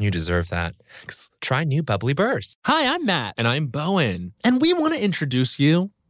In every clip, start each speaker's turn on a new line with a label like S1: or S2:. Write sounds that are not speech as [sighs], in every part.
S1: You deserve that. Try new Bubbly Burst.
S2: Hi, I'm Matt,
S1: And I'm Bowen.
S2: and we want to introduce you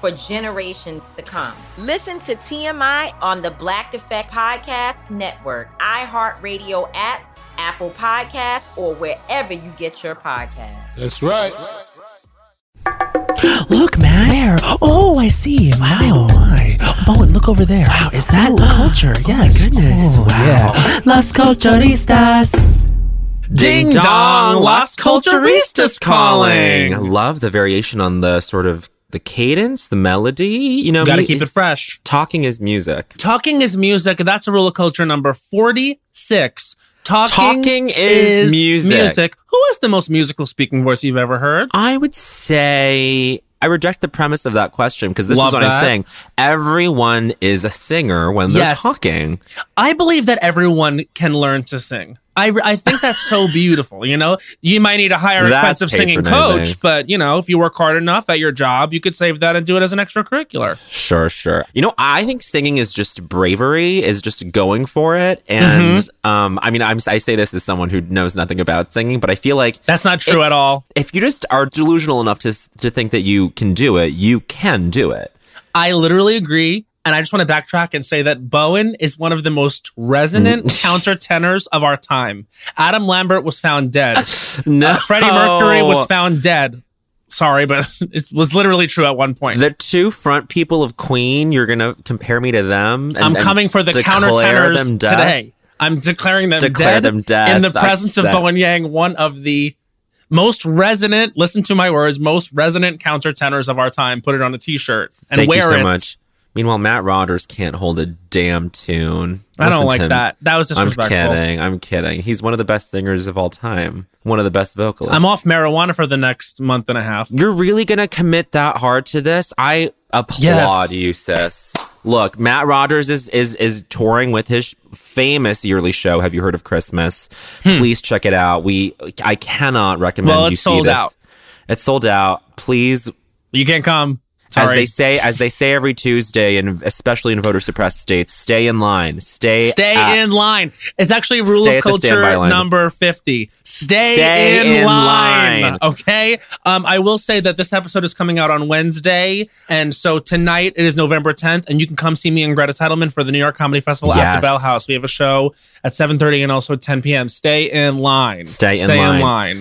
S3: for generations to come. Listen to TMI on the Black Effect Podcast Network, iHeartRadio app, Apple Podcasts, or wherever you get your podcasts.
S4: That's right.
S5: Look, Matt. Where? Oh, I see. Wow. Oh, my. Bowen, look over there. Wow, is that culture? yes. goodness. wow. Las Culturistas.
S1: Ding
S2: dong, Las Culturistas calling.
S1: Love the variation on the sort of the cadence, the melody. You know,
S2: Gotta
S1: mu-
S2: keep it
S1: it's-
S2: fresh.
S1: Talking is music.
S2: Talking is music. That's a rule of culture number 46. Talking,
S1: Talking is music.
S2: Who is the most musical speaking voice you've ever heard?
S1: I would say I reject the premise of that question because this
S2: Love
S1: is what
S2: that.
S1: I'm saying. Everyone is a singer when they're
S2: Yes.
S1: talking.
S2: I believe that everyone can learn to sing. I, I think that's so beautiful. You know, you might need a higher
S1: That's
S2: expensive singing
S1: patronizing.
S2: coach, but you know, if you work hard enough at your job, you could save that and do it as an extracurricular.
S1: Sure, sure. You know, I think singing is just bravery, is just going for it.
S2: Mm-hmm.
S1: And um, I mean, I'm, I say this as someone who knows nothing about singing, but I feel like
S2: That's not true at all.
S1: if you just are delusional enough to s- to think that you can do it, you can do it.
S2: I literally agree. And I just want to backtrack and say that Bowen is one of the most resonant countertenors of our time. Adam Lambert was found dead.
S1: No,
S2: Uh, Freddie Mercury was found dead. Sorry, but [laughs] it was literally true at one point.
S1: the two front people of Queen. You're gonna compare me to them. and-
S2: I'm
S1: and
S2: coming for the
S1: declare
S2: countertenors
S1: them dead?
S2: today. I'm declaring them
S1: Declare
S2: dead
S1: them dead.
S2: in the
S1: I
S2: presence of
S1: said-
S2: Bowen Yang, one of the most resonant, listen to my words, most resonant countertenors of our time. Put it on a t-shirt and
S1: Thank
S2: wear
S1: you so
S2: it.
S1: much. Meanwhile, Matt Rodgers can't hold a damn tune.
S2: I don't
S1: Listen to
S2: like
S1: him.
S2: that. That was
S1: I'm
S2: disrespectful.
S1: kidding. I'm kidding. He's one of the best singers of all time. One of the best vocalists.
S2: I'm off marijuana for the next month and a half.
S1: You're really gonna commit that hard to this? I applaud
S2: Yes.
S1: you, sis. Look, Matt Rogers is is is touring with his famous yearly show. Have you heard of Christmas? Please check it out. We I cannot recommend
S2: Hmm. Well,
S1: you
S2: it's
S1: see
S2: sold
S1: this.
S2: out.
S1: It's sold out. Please
S2: You can't come.
S1: as
S2: Sorry.
S1: they say as they say every Tuesday and especially in voter suppressed states, stay in line. Stay
S2: Stay
S1: at-
S2: in line. It's actually rule
S1: Stay
S2: of
S1: at the standby
S2: culture
S1: line.
S2: number 50. Stay,
S1: Stay
S2: in,
S1: in
S2: line.
S1: line.
S2: Okay. Um, I will say that this episode is coming out on Wednesday. And so tonight it is November 10th. And you can come see me and Greta Titleman for the New York Comedy Festival at the
S1: Yes.
S2: Bell House. We have a show at 7.30 and also 10 p.m. Stay in line.
S1: Stay in line.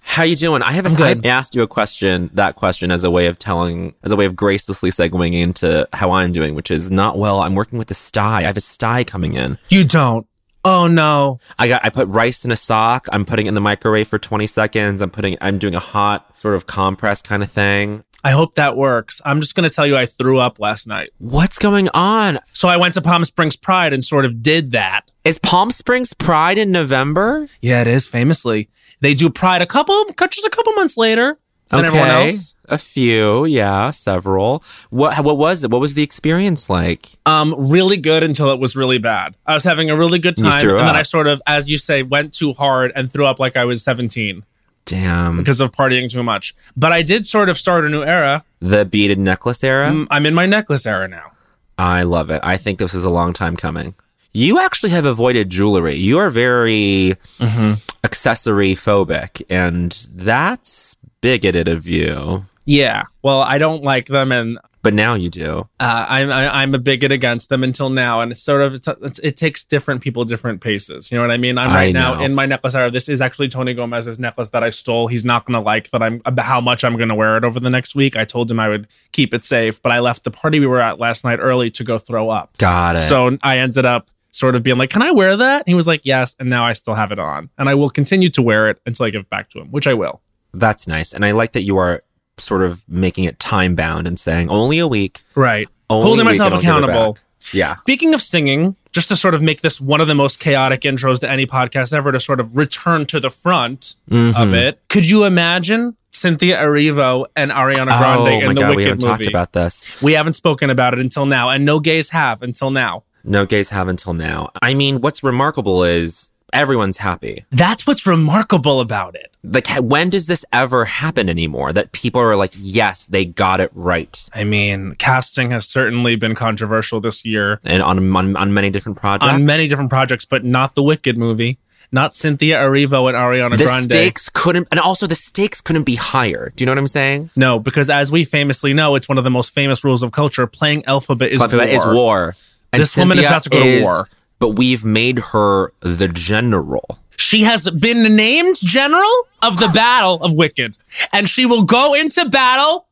S1: How you doing? I have a, I
S2: good.
S1: asked you a question, that question as a way of telling, as a way of gracelessly segueing into how I'm doing, which is not well. I'm working with a sty. I have a sty coming in.
S2: You don't. Oh, no.
S1: I got I put rice in a sock. I'm putting it in the microwave for 20 seconds. I'm putting I'm doing a hot sort of compress kind of thing.
S2: I hope that works. I'm just going to tell you, I threw up last night.
S1: What's going on?
S2: So I went to Palm Springs Pride and sort of did that.
S1: Is Palm Springs Pride in November?
S2: Yeah, it is famously. They do Pride a couple, just a couple months later than everyone else.
S1: a few, yeah, several. What what was it? What was the experience like?
S2: Um, really good until it was really bad. I was having a really good
S1: You
S2: time,
S1: threw
S2: and then
S1: up.
S2: I sort of, as you say, went too hard and threw up like I was 17
S1: Damn,
S2: because of partying too much. But I did sort of start a new era.
S1: the beaded necklace era.
S2: Mm, I'm in my necklace era now.
S1: I love it. I think this is a long time coming. You actually have avoided jewelry. You are very
S2: Mm-hmm.
S1: accessory phobic, and that's bigoted of you.
S2: Yeah. Well, I don't like them, and
S1: But now you do.
S2: uh, I'm I, I'm a bigot against them until now, and it's sort of it's, it's, it takes different people different paces. You know what I mean? I'm
S1: I
S2: right now
S1: know.
S2: in my necklace era. This is actually Tony Gomez's necklace that I stole. He's not gonna like that. I'm about how much I'm gonna wear it over the next week. I told him I would keep it safe, but I left the party we were at last night early to go throw up.
S1: Got it.
S2: So I ended up sort of being like, "Can I wear that?" He was like, "Yes," and now I still have it on, and I will continue to wear it until I give it back to him, which I will.
S1: that's nice, and I like that you are sort of making it time bound and saying only a week.
S2: Right.
S1: Only
S2: Holding
S1: we can
S2: myself
S1: all give it
S2: accountable.
S1: back. Yeah.
S2: Speaking of singing, just to sort of make this one of the most chaotic intros to any podcast ever, to sort of return to the front
S1: Mm-hmm.
S2: of it, could you imagine Cynthia Erivo and Ariana
S1: oh
S2: Grande
S1: my
S2: in the
S1: god, we
S2: Wicked
S1: haven't
S2: movie?
S1: talked about this.
S2: we haven't spoken about it until now, and no gays have until now.
S1: No gays have until now. I mean, what's remarkable is everyone's happy.
S2: That's what's remarkable about it.
S1: Like, ha- when does this ever happen anymore? That people are like, yes, they got it right,
S2: I mean, casting has certainly been controversial this year
S1: and on on, on many different projects,
S2: on many different projects, but not the Wicked movie, not Cynthia Erivo and Ariana
S1: The
S2: Grande.
S1: stakes couldn't, and also the stakes couldn't be higher. Do you know what I'm saying?
S2: No, because as we famously know, it's one of the most famous rules of culture. Playing alphabet is
S1: Alphabet
S2: war.
S1: is war. And
S2: This woman is
S1: Cynthia
S2: about to go to war.
S1: but we've made her the general.
S2: She has been named general of the battle of Wicked, and she will go into battle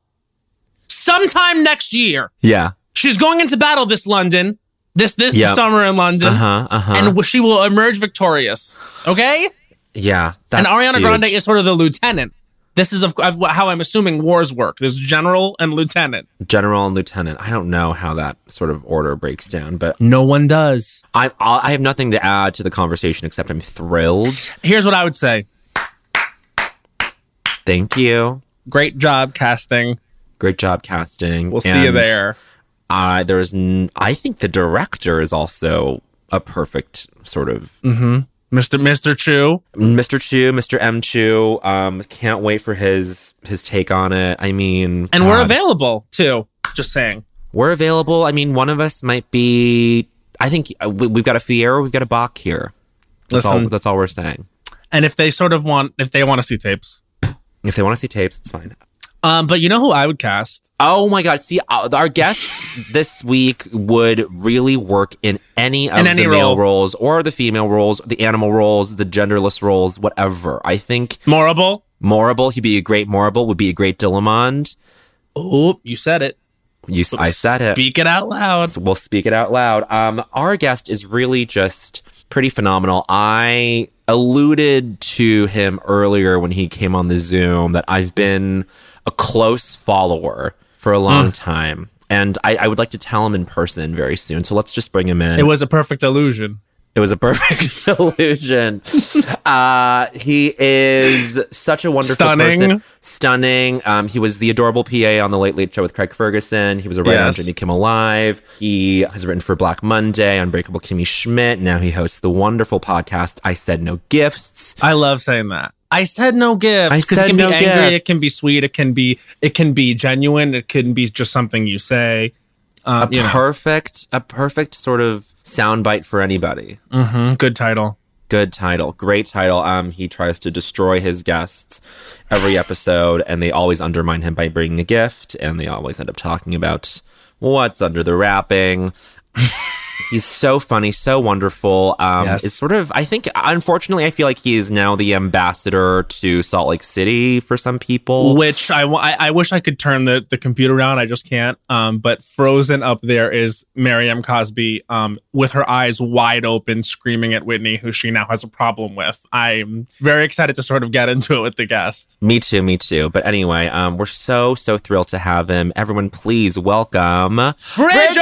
S2: sometime next year.
S1: Yeah.
S2: She's going into battle this London, this this
S1: Yep.
S2: summer in London,
S1: Uh huh. Uh huh.
S2: and w- she will emerge victorious. Okay,
S1: yeah.
S2: and
S1: that's
S2: Ariana
S1: huge.
S2: Grande is sort of the lieutenant. This is of, of how I'm assuming wars work. There's general and lieutenant.
S1: general and lieutenant. I don't know how that sort of order breaks down, but
S2: No one does.
S1: I I'll- I have nothing to add to the conversation except I'm thrilled.
S2: Here's what I would say:
S1: Thank you.
S2: Great job casting.
S1: Great job casting.
S2: We'll see you
S1: And,
S2: there.
S1: Uh, there's n- I think the director is also a perfect sort of
S2: Mr. Mr. Chu.
S1: Mr. Chu, Mr. M. Chu. Um, can't wait for his his take on it. I mean,
S2: And we're
S1: God,
S2: available too. Just saying.
S1: we're available. I mean, one of us might be. I think uh, we, we've got a Fiero, we've got a Bach here. That's all.
S2: Listen.
S1: That's all we're saying.
S2: And if they sort of want if they want to see tapes.
S1: If they want to see tapes, it's fine.
S2: Um, but you know who I would cast?
S1: Oh my God! See, uh, our guest this week would really work in any of
S2: In any
S1: the
S2: role.
S1: male roles, or the female roles, the animal roles, the genderless roles, whatever. I think
S2: Morable.
S1: Morrible, he'd be a great Morrible, would be a great Dillamond.
S2: Oh, you said it.
S1: You, s- I said it.
S2: Speak it out loud.
S1: So we'll speak it out loud. Um, our guest is really just pretty phenomenal. I alluded to him earlier when he came on the Zoom that I've been a close follower for a long time. And I, I would like to tell him in person very soon. So let's just bring him in.
S2: It was a perfect illusion.
S1: It was a perfect [laughs] illusion. uh, he is such a wonderful
S2: Stunning.
S1: person. Stunning. Um, he was the adorable PA on the Late Late Show with Craig Ferguson. He was a writer
S2: Yes.
S1: on Jimmy Kimmel Live. He has written for Black Monday, Unbreakable Kimmy Schmidt. Now he hosts the wonderful podcast I Said No Gifts.
S2: I love saying that. I said no
S1: I
S2: gifts because it
S1: said
S2: can
S1: no
S2: be angry,
S1: gifts.
S2: it can be sweet, it can be it can be genuine, it can be just something you say.
S1: A
S2: Um, you know,
S1: perfect, a perfect sort of soundbite for anybody.
S2: mhm, good title.
S1: Good title. Great title. Um, he tries to destroy his guests every episode, and they always undermine him by bringing a gift, and they always end up talking about what's under the wrapping. [laughs] He's so funny, so wonderful. Um,
S2: Yes.
S1: It's sort of, I think, unfortunately, I feel like he is now the ambassador to Salt Lake City for some people.
S2: Which I, wa- I I wish I could turn the, the computer down. I just can't. Um, but frozen up there is Miriam Cosby um, with her eyes wide open, screaming at Whitney, who she now has a problem with. I'm very excited to sort of get into it with the guest.
S1: me too, me too. But anyway, um, we're so, so thrilled to have him. Everyone, please welcome
S2: Bridger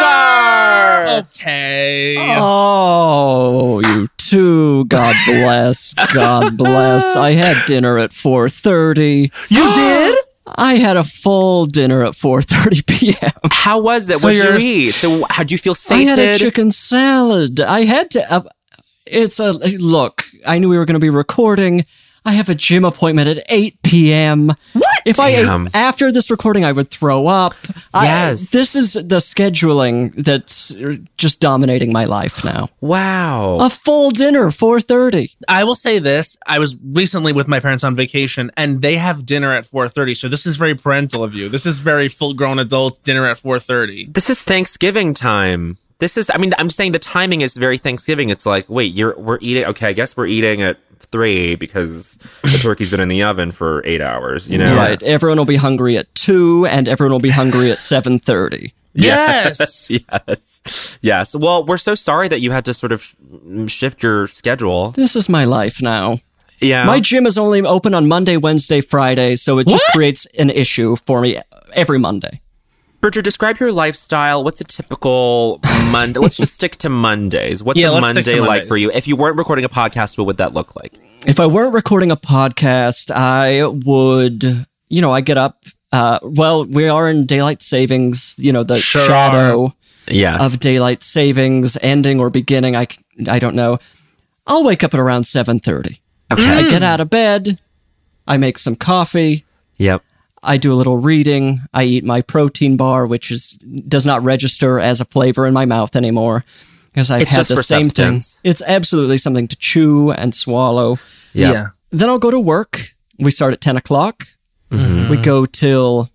S1: Weinegar!
S2: Okay.
S6: Oh, you two. God bless. God bless. I had dinner at 4:30.
S2: you did?
S6: [gasps] I had a full dinner at 4:30 p.m.
S1: How was it?
S6: So
S1: what did
S6: you're-
S1: you eat? So, how do you feel
S6: I
S1: sated?
S6: had a chicken salad. I had to. Uh, it's a look. I knew we were going to be recording. I have a gym appointment at 8 p.m. What? If I
S1: Damn.
S6: ate after this recording, I would throw up. I-
S1: Yes.
S6: this is the scheduling that's uh, just dominating my life now.
S1: wow.
S6: A full dinner, 4:30.
S2: I will say this. I was recently with my parents on vacation and they have dinner at 4:30. So this is very parental of you. This is very full-grown adult dinner at 4:30.
S1: this is Thanksgiving time. This is, I mean, I'm saying the timing is very Thanksgiving. It's like, wait, you're we're eating. Okay, I guess we're eating at three because
S6: [laughs]
S1: the turkey's been in the oven for eight hours. You know,
S6: Right. Everyone will be hungry at 2 and everyone will be hungry at 7:30.
S2: Yes.
S1: Yes, yes. Well, we're so sorry that you had to sort of sh- shift your schedule.
S6: This is my life now.
S1: Yeah,
S6: My gym is only open on Monday, Wednesday, Friday, so it just creates an issue for me every Monday.
S1: Bridger, describe your lifestyle. What's a typical Monday? Let's just stick to Mondays. What's
S2: Yeah,
S1: a
S2: let's stick to
S1: Monday like for
S2: Mondays.
S1: you? If you weren't recording a podcast, what would that look like?
S6: If I weren't recording a podcast, I would, you know, I get up. Uh, well, we are in daylight savings, you know, the
S2: Sure
S6: shadow
S1: Yes.
S6: of daylight savings ending or beginning. I, c- I don't know. I'll wake up at around 7.30. Okay. I
S2: Hmm.
S6: get out of bed. I make some coffee.
S1: yep.
S6: I do a little reading. I eat my protein bar, which is does not register as a flavor in my mouth anymore because I've
S1: It's
S6: had
S1: just
S6: the
S1: for
S6: same
S1: substance.
S6: thing. It's absolutely something to chew and swallow.
S1: Yeah.
S6: Then I'll go to work. We start at ten o'clock.
S2: Mm-hmm.
S6: We go till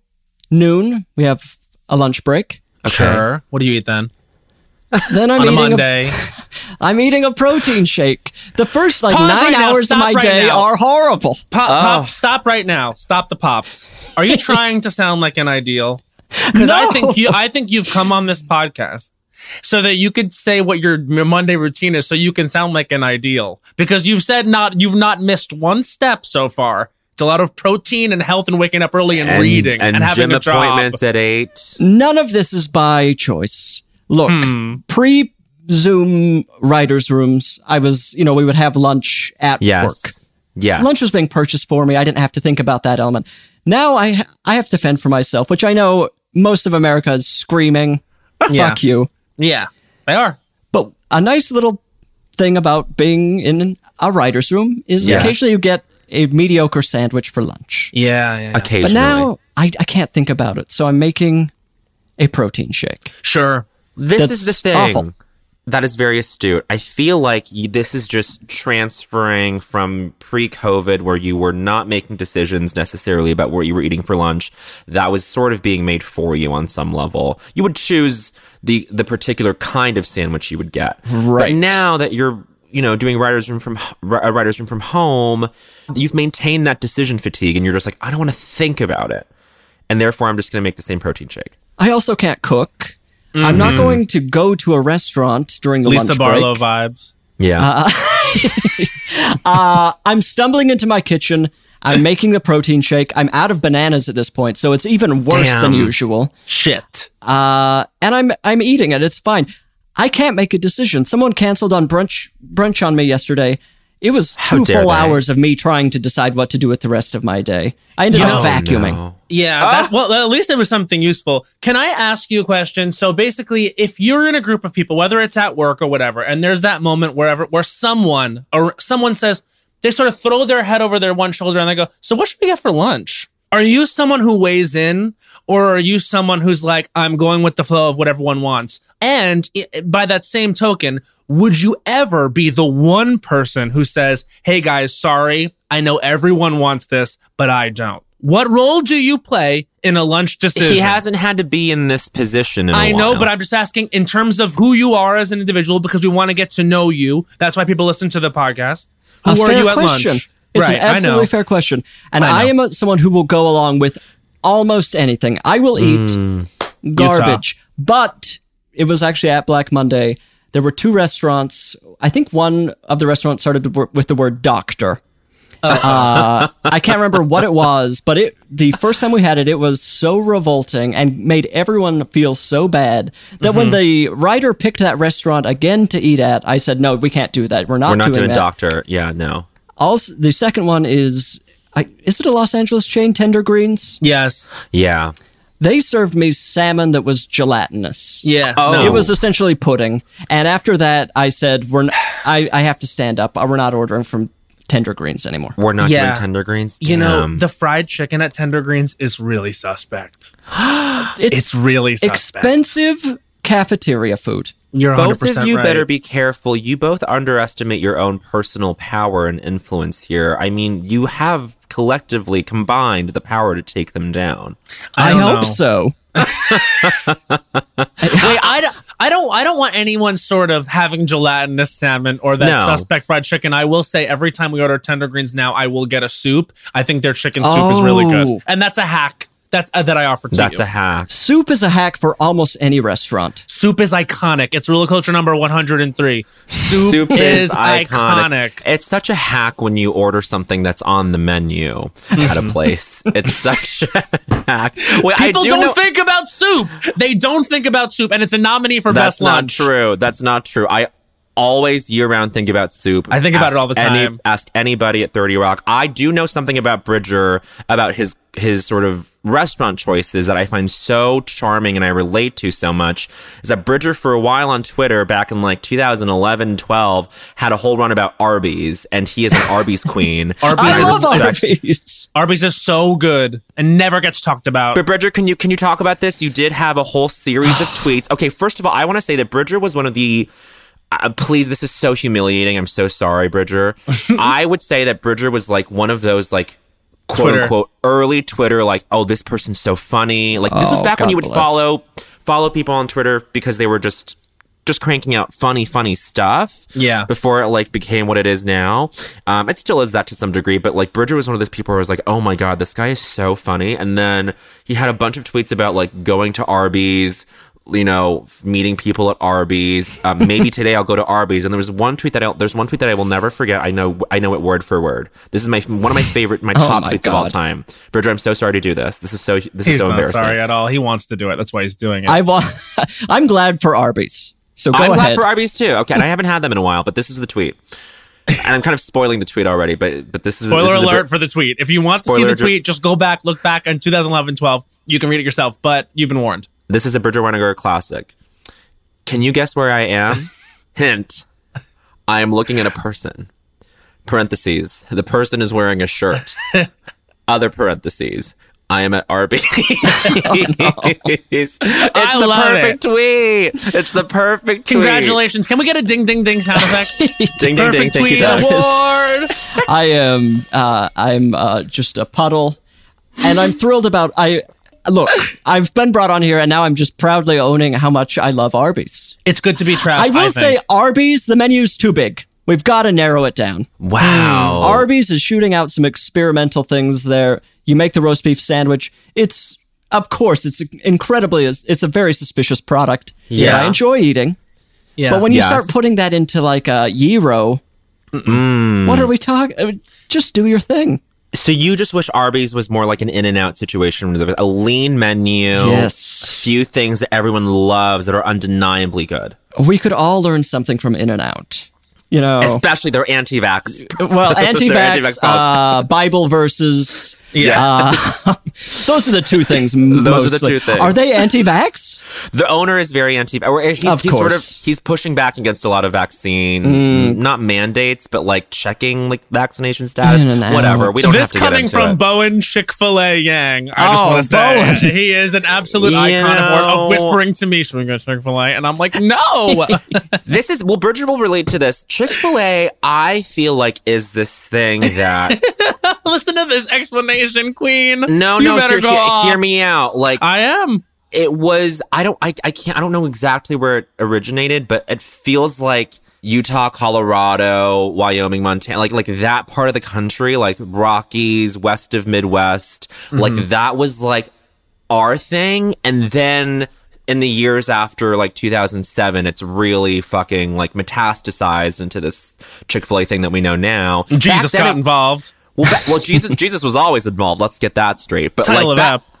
S6: noon. We have a lunch break.
S2: Sure. What do you eat then?
S6: Then I'm
S2: on a
S6: eating a,
S2: Monday.
S6: I'm eating a protein shake. The first like
S2: Pause
S6: nine
S2: right now.
S6: hours
S2: Stop
S6: of my
S2: right
S6: day
S2: now.
S6: are horrible.
S2: Pop, pop, stop right now. Stop the pops. Are you trying to sound like an ideal? Because I
S6: No.
S2: think you I think you've come on this podcast so that you could say what your Monday routine is so you can sound like an ideal. Because you've said not you've not missed one step so far. It's a lot of protein and health and waking up early and, reading and, having
S1: gym
S2: a job.
S1: appointments at eight.
S6: None of this is by choice. Look, pre Zoom writers' rooms, I was, you know, we would have lunch at work.
S1: Yes. Yes.
S6: Lunch was being purchased for me. I didn't have to think about that element. Now I I have to fend for myself, which I know most of America
S1: [laughs]
S6: is screaming,
S2: Yeah.
S6: "Fuck you!"
S2: Yeah. They are.
S6: But a nice little thing about being in a writer's room is
S1: Yes.
S6: occasionally you get a mediocre sandwich for lunch.
S2: Yeah, yeah.
S6: But
S1: occasionally.
S6: now I, I can't think about it, so I'm making a protein shake.
S2: Sure.
S1: this
S6: that's
S1: is the thing
S6: awful.
S1: that is very astute. I feel like y this is just transferring from pre-COVID, where you were not making decisions necessarily about what you were eating for lunch. That was sort of being made for you on some level. You would choose the the particular kind of sandwich you would get.
S6: Right.
S1: But now that you're you know doing writers room from h- ri- uh, writers room from home, you've maintained that decision fatigue, and you're just like, I don't want to think about it, and therefore I'm just going to make the same protein shake.
S6: I also can't cook. I'm
S1: Mm-hmm.
S6: not going to go to a restaurant during the
S2: Lisa
S6: lunch
S2: Barlow
S6: break.
S2: vibes.
S6: Uh,
S1: Yeah.
S6: I'm stumbling into my kitchen.
S1: [laughs]
S6: I'm making the protein shake. I'm out of bananas at this point, so it's even worse than
S1: Damn.
S6: usual.
S2: Shit.
S6: Uh, and I'm I'm eating it. It's fine. I can't make a decision. Someone canceled on brunch brunch on me yesterday. It was two
S1: dare
S6: full
S1: they.
S6: hours of me trying to decide what to do with the rest of my day. I ended
S1: Oh,
S6: up vacuuming.
S1: no.
S2: Yeah, that, well, at least it was something useful. Can I ask you a question? So basically, if you're in a group of people, whether it's at work or whatever, and there's that moment wherever where someone or someone says they sort of throw their head over their one shoulder and they go, "So what should we get for lunch?" Are you someone who weighs in, or are you someone who's like, "I'm going with the flow of what everyone wants"? And i- by that same token, would you ever be the one person who says, "Hey guys, sorry, I know everyone wants this, but I don't." What role do you play in a lunch decision?
S1: He hasn't had to be in this position in a
S2: I know,
S1: while.
S2: but I'm just asking in terms of who you are as an individual because we want to get to know you. That's why people listen to the podcast. Who
S6: a
S2: are
S6: fair
S2: you at
S6: question.
S2: lunch?
S6: It's
S2: right,
S6: an absolutely
S2: I know.
S6: fair question. And
S2: I
S6: I,
S2: know.
S6: am a, someone who will go along with almost anything. I will eat
S2: Hmm.
S6: garbage. But it was actually at Black Monday. There were two restaurants. I think one of the restaurants started to wor- with the word doctor.
S2: Oh.
S6: Uh, I can't remember what it was, but it the first time we had it, it was so revolting and made everyone feel so bad that when
S2: Mm-hmm.
S6: the writer picked that restaurant again to eat at, I said, "No, we can't do that. We're not,
S1: We're not
S6: doing
S1: doing
S6: that."
S1: doctor. Yeah, no.
S6: Also, the second one is I, is it a Los Angeles chain, Tender Greens?
S2: Yes.
S1: Yeah.
S6: They served me salmon that was gelatinous.
S2: Yeah.
S1: Oh.
S2: No.
S6: It was essentially pudding. And after that, I said, "We're n- I, I have to stand up. We're not ordering from Tender Greens anymore."
S1: We're not
S2: Yeah.
S1: doing tender greens.
S2: You know,
S1: Damn.
S2: the fried chicken at Tender Greens is really suspect.
S6: It's,
S2: It's really suspect.
S6: expensive cafeteria food.
S2: You're 100%
S1: both of you
S2: right.
S1: better be careful. You both underestimate your own personal power and influence here. I mean, you have collectively combined the power to take them down.
S2: I
S6: I,
S2: don't
S6: hope
S2: know.
S6: so.
S2: [laughs] Wait, I don't, I don't, I don't want anyone sort of having gelatinous salmon or that
S1: No.
S2: suspect fried chicken. I will say every time we order tender greens now, I will get a soup. I think their chicken soup is really
S6: Oh.
S2: good, and that's a hack. That's uh, that I offer to
S1: That's
S2: you.
S1: a hack.
S6: Soup is a hack for almost any restaurant.
S2: soup is iconic. It's ruler culture number one hundred and three. Soup, is iconic.
S1: It's such a hack when you order something that's on the menu at
S2: [laughs]
S1: a place. It's such a [laughs] hack. Wait,
S2: People
S1: I do
S2: do not
S1: know-
S2: think about soup. They don't think about soup, and it's a nominee for
S1: That's
S2: best
S1: not
S2: lunch.
S1: true. That's not true. I always year round think about soup.
S2: I think about it all the
S1: Ask any-
S2: time.
S1: ask anybody at 30 Rock. I do know something about Bridger, about his his sort of restaurant choices that I find so charming and I relate to so much is that Bridger for a while on Twitter back in like 2011, 12 had a whole run about Arby's and he is an Arby's [laughs] queen.
S2: Arby's
S6: I
S2: is
S6: love
S2: such-
S6: Arby's.
S2: Arby's is so good and never gets talked about.
S1: But Bridger, can you can you talk about this? You did have a whole series of
S2: [sighs]
S1: tweets. Okay, first of all, I want to say that Bridger was one of the. Uh, please, this is so humiliating. I'm so sorry,
S2: [laughs]
S1: Bridger. I would say that Bridger was like one of those like quote
S2: Twitter.
S1: unquote early Twitter like oh this person's so funny. Like this was
S6: Oh,
S1: back when
S6: God
S1: you would
S6: bless.
S1: follow follow people on Twitter because they were just just cranking out funny funny stuff
S2: Yeah.
S1: before it like became what it is now. Um, it still is that to some degree, but like Bridger was one of those people where I was like, oh my god, this guy is so funny. And then he had a bunch of tweets about like going to Arby's, you know, meeting people at Arby's. Um,
S2: [laughs]
S1: maybe today I'll go to Arby's. And there was one tweet that I, there's one tweet that I will never forget. I know I know it word for word. This is my one of my favorite,
S2: [laughs] Oh
S1: my top
S6: my
S1: tweets of all
S6: God.
S1: time. Bridger, I'm so sorry to do this. This is so this
S2: he's
S1: is so
S2: not
S1: embarrassing.
S2: sorry at all. He wants to do it. That's why he's doing it.
S6: [laughs] I want. [laughs] I'm glad for Arby's. So go
S1: I'm
S6: ahead.
S1: glad for Arby's too. Okay,
S2: [laughs]
S1: and I haven't had them in a while, but this is the tweet. And I'm kind of spoiling the tweet already, but but this is
S2: Spoiler
S1: this is a bit-
S2: alert for the tweet. If you want to see
S1: Spoiler
S2: the
S1: dri-
S2: tweet, just go back, look back on 2011 12. You can read it yourself, but you've been warned.
S1: This is a Bridger Weniger classic. Can you guess where I
S2: [laughs]
S1: am? Hint. I am looking at a person. Parentheses. The person is wearing a
S2: [laughs]
S1: shirt. Other parentheses. I am at
S2: [laughs]
S1: Arby's. It's the
S2: Oh, love
S1: perfect tweet. It's the perfect tweet.
S2: Congratulations. Can we get a ding, ding, ding sound effect?
S1: [laughs] Ding, ding, ding.
S2: Perfect
S1: Thank you,
S2: tweet
S1: Doug.
S2: award.
S6: [laughs] I am uh, I'm uh, just a puddle, and I'm thrilled about I look. I've been brought on here, and now I'm just proudly owning how much I love Arby's.
S2: It's good to be trash.
S6: I will say
S2: think.
S6: Arby's, the menu's too big. We've got to narrow it down.
S1: Mm. Wow.
S6: Arby's is shooting out some experimental things there. You make the roast beef sandwich. It's of course it's incredibly it's, it's a very suspicious product.
S1: Yeah.
S6: that I enjoy eating.
S2: yeah.
S6: But when you
S1: Yes.
S6: start putting that into like a gyro,
S1: Mm.
S6: what are we talking? Just do your thing.
S1: So you just wish Arby's was more like an in and out situation with a lean menu.
S6: Yes.
S1: Few things that everyone loves that are undeniably good.
S6: we could all learn something from In and Out. You know,
S1: Especially their anti-vax. [laughs]
S6: Oh. [laughs] well, anti-vax,
S1: anti-vax policy.
S6: uh, Bible verses.
S1: Yeah.
S6: uh, those are the
S1: [laughs]
S6: two things. Those
S1: are the two things.
S6: Are they anti-vax?
S1: the owner is very anti or he's,
S6: Of
S1: he's sort of
S6: course. Mm.
S1: he's pushing back against a lot of vaccine not mandates but like checking like vaccination status
S6: In and out.
S1: whatever we don't
S2: this
S1: have to
S2: coming
S1: get into
S2: from
S1: it.
S2: Bowen Chick Fil A Yang. I
S6: Oh,
S2: just want to say [laughs]
S6: Bowen.
S2: he is an absolute
S1: You
S2: icon of, word- of
S1: know- [laughs]
S2: whispering to me, "Should we go to Chick Fil A?" And I'm like, "No." [laughs]
S1: this is well Bridger will relate to this Ch- Chick fil A, I feel like, is this thing
S6: [laughs]
S1: that.
S2: Listen to this explanation, Queen.
S1: No,
S2: You
S1: no,
S2: better
S1: hear,
S2: go
S1: hear-
S2: off.
S1: hear me out. Like,
S2: I am.
S1: it was i don't I, I can't i don't know exactly where it originated but it feels like utah colorado wyoming montana like like that part of the country like rockies west of midwest like
S2: Mm-hmm.
S1: that was like our thing and then in the years after like 2007 it's really fucking like metastasized into this chick-fil-a thing that we know now Back
S2: Jesus
S1: then
S2: got
S1: it-
S2: involved.
S1: well, ba- well jesus [laughs] jesus was always involved let's get that [laughs] straight but
S2: Title
S1: like
S2: of
S1: back-
S2: app.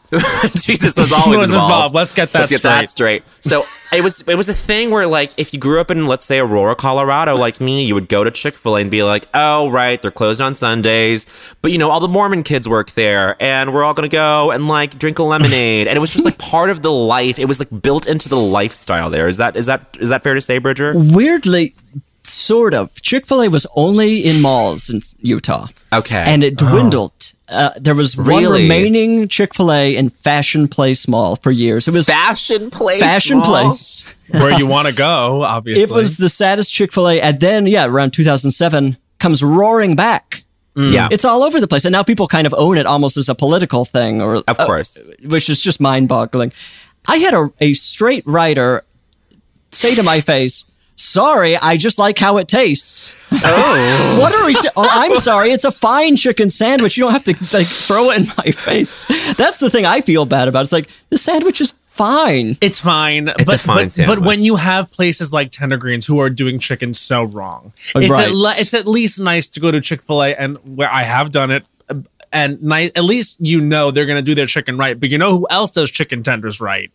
S1: Jesus
S2: [laughs]
S1: was always
S2: Was
S1: involved.
S2: involved. Let's get that
S1: Let's get that straight. So it was it was a thing where like if you grew up in let's say Aurora, Colorado, like me, you would go to Chick Fil A and be like, oh right, they're closed on Sundays, but you know all the Mormon kids work there, and we're all gonna go and like drink a lemonade, and it was just like part of the life. It was like built into the lifestyle. There is that is that is that fair to say, Bridger?
S6: Weirdly, sort of. Chick fil A was only in malls in Utah.
S1: Okay.
S6: And it dwindled. Uh, there was one
S1: Oh. Really?
S6: remaining Chick fil A in Fashion Place Mall for years. It was
S1: Fashion place.
S6: Fashion
S1: Mall?
S6: Place.
S2: Where you want to
S1: [laughs]
S2: go, obviously.
S6: It was the saddest Chick fil A. And then, yeah, around 2007 comes roaring back.
S1: Yeah.
S6: It's all over the place. And now people kind of own it almost as a political thing or uh,
S1: of course.
S6: which is just mind boggling. I had a, a straight writer say to my face, Sorry, I just like how it tastes.
S1: [laughs]
S6: Oh. what are we? T- oh, I'm sorry. It's a fine chicken sandwich. You don't have to like throw it in my face. That's the thing I feel bad about. It's like the sandwich is fine.
S2: It's fine.
S1: a
S2: but,
S1: fine
S2: but, but when
S1: sandwich.
S2: you have places like Tender Greens who are doing chicken so wrong,
S6: Oh,
S2: it's,
S6: right.
S2: at le- it's at least nice to go to Chick fil A and where I have done it. uh, And ni- at least you know they're going to do their chicken right. But you know who else does chicken tenders right?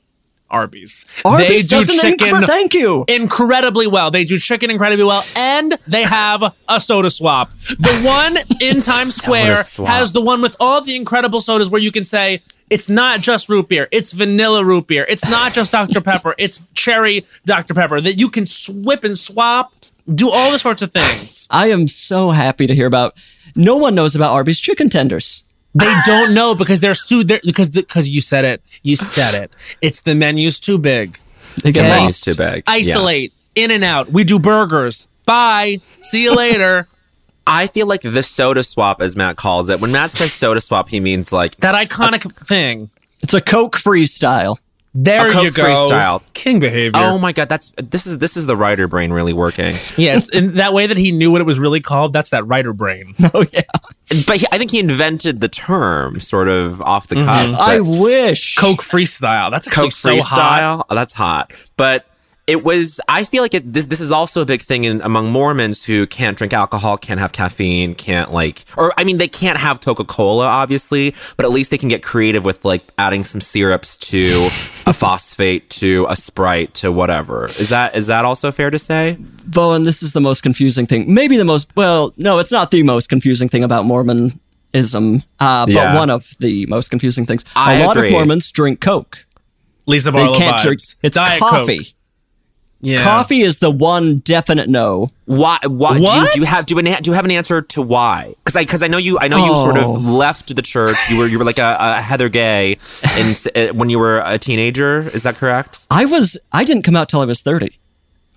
S2: Arby's.
S6: Arby's does an incre- thank you.
S2: incredibly well. They do chicken incredibly well, and they have a soda swap.
S1: [laughs]
S2: The one in Times Square
S1: swap.
S2: has the one with all the incredible sodas where you can say, it's not just root beer, it's vanilla root beer, it's not
S1: [laughs]
S2: just Dr. Pepper, it's cherry Dr. Pepper, that you can swip and swap, do all the sorts of things.
S6: I am so happy to hear about. No one knows about Arby's chicken tenders.
S2: They don't know because they're sued they're, because because you said it. You said it. It's the menu's too big.
S6: They get
S1: The
S6: lost.
S1: menu's too big. Yeah.
S2: Isolate, in and out. We do burgers. Bye. See you later.
S1: I feel like the soda swap, as Matt calls it. When Matt says soda swap, he means like
S2: That iconic thing.
S6: It's a Coke freestyle.
S2: There
S1: A Coke
S2: you go.
S1: freestyle.
S2: King behavior.
S1: Oh my god, that's this is this is the writer brain really working.
S2: yes, in that way that he knew what it was really called. That's that writer
S6: [laughs]
S2: brain.
S6: [laughs] Oh yeah.
S1: But he, I think he invented the term sort of off the cuff. but
S6: I wish
S2: Coke freestyle. That's actually
S1: Coke
S2: so hot.
S1: freestyle, oh, that's hot. But it was. I feel like it, this this is also a big thing in among Mormons who can't drink alcohol, can't have caffeine, can't like, or I mean, they can't have Coca Cola, obviously, but at least they can get creative with like adding some syrups to
S2: [laughs]
S1: a phosphate, to a Sprite, to whatever. Is that is that also fair to say?
S6: Bowen, this is the most confusing thing. Maybe the most, well, no, it's not the most confusing thing about Mormonism, uh, but
S1: Yeah.
S6: one of the most confusing things. A
S1: I
S6: lot
S1: agree.
S6: of Mormons drink Coke.
S2: Lisa
S6: They
S2: Barlow
S6: can't
S2: vibes.
S6: drink. It's
S2: Diet
S6: coffee.
S2: Coke. Yeah.
S6: Coffee is the one definite no.
S1: Why? Why Do, you,
S2: What?
S1: do you have do you, an, do you have an answer to why? Because I because I know you I know you sort
S6: Oh.
S1: of left the church. You were you were like a, a Heather Gay, and when you were a teenager, is that correct?
S6: I was, I didn't come out till I was 30.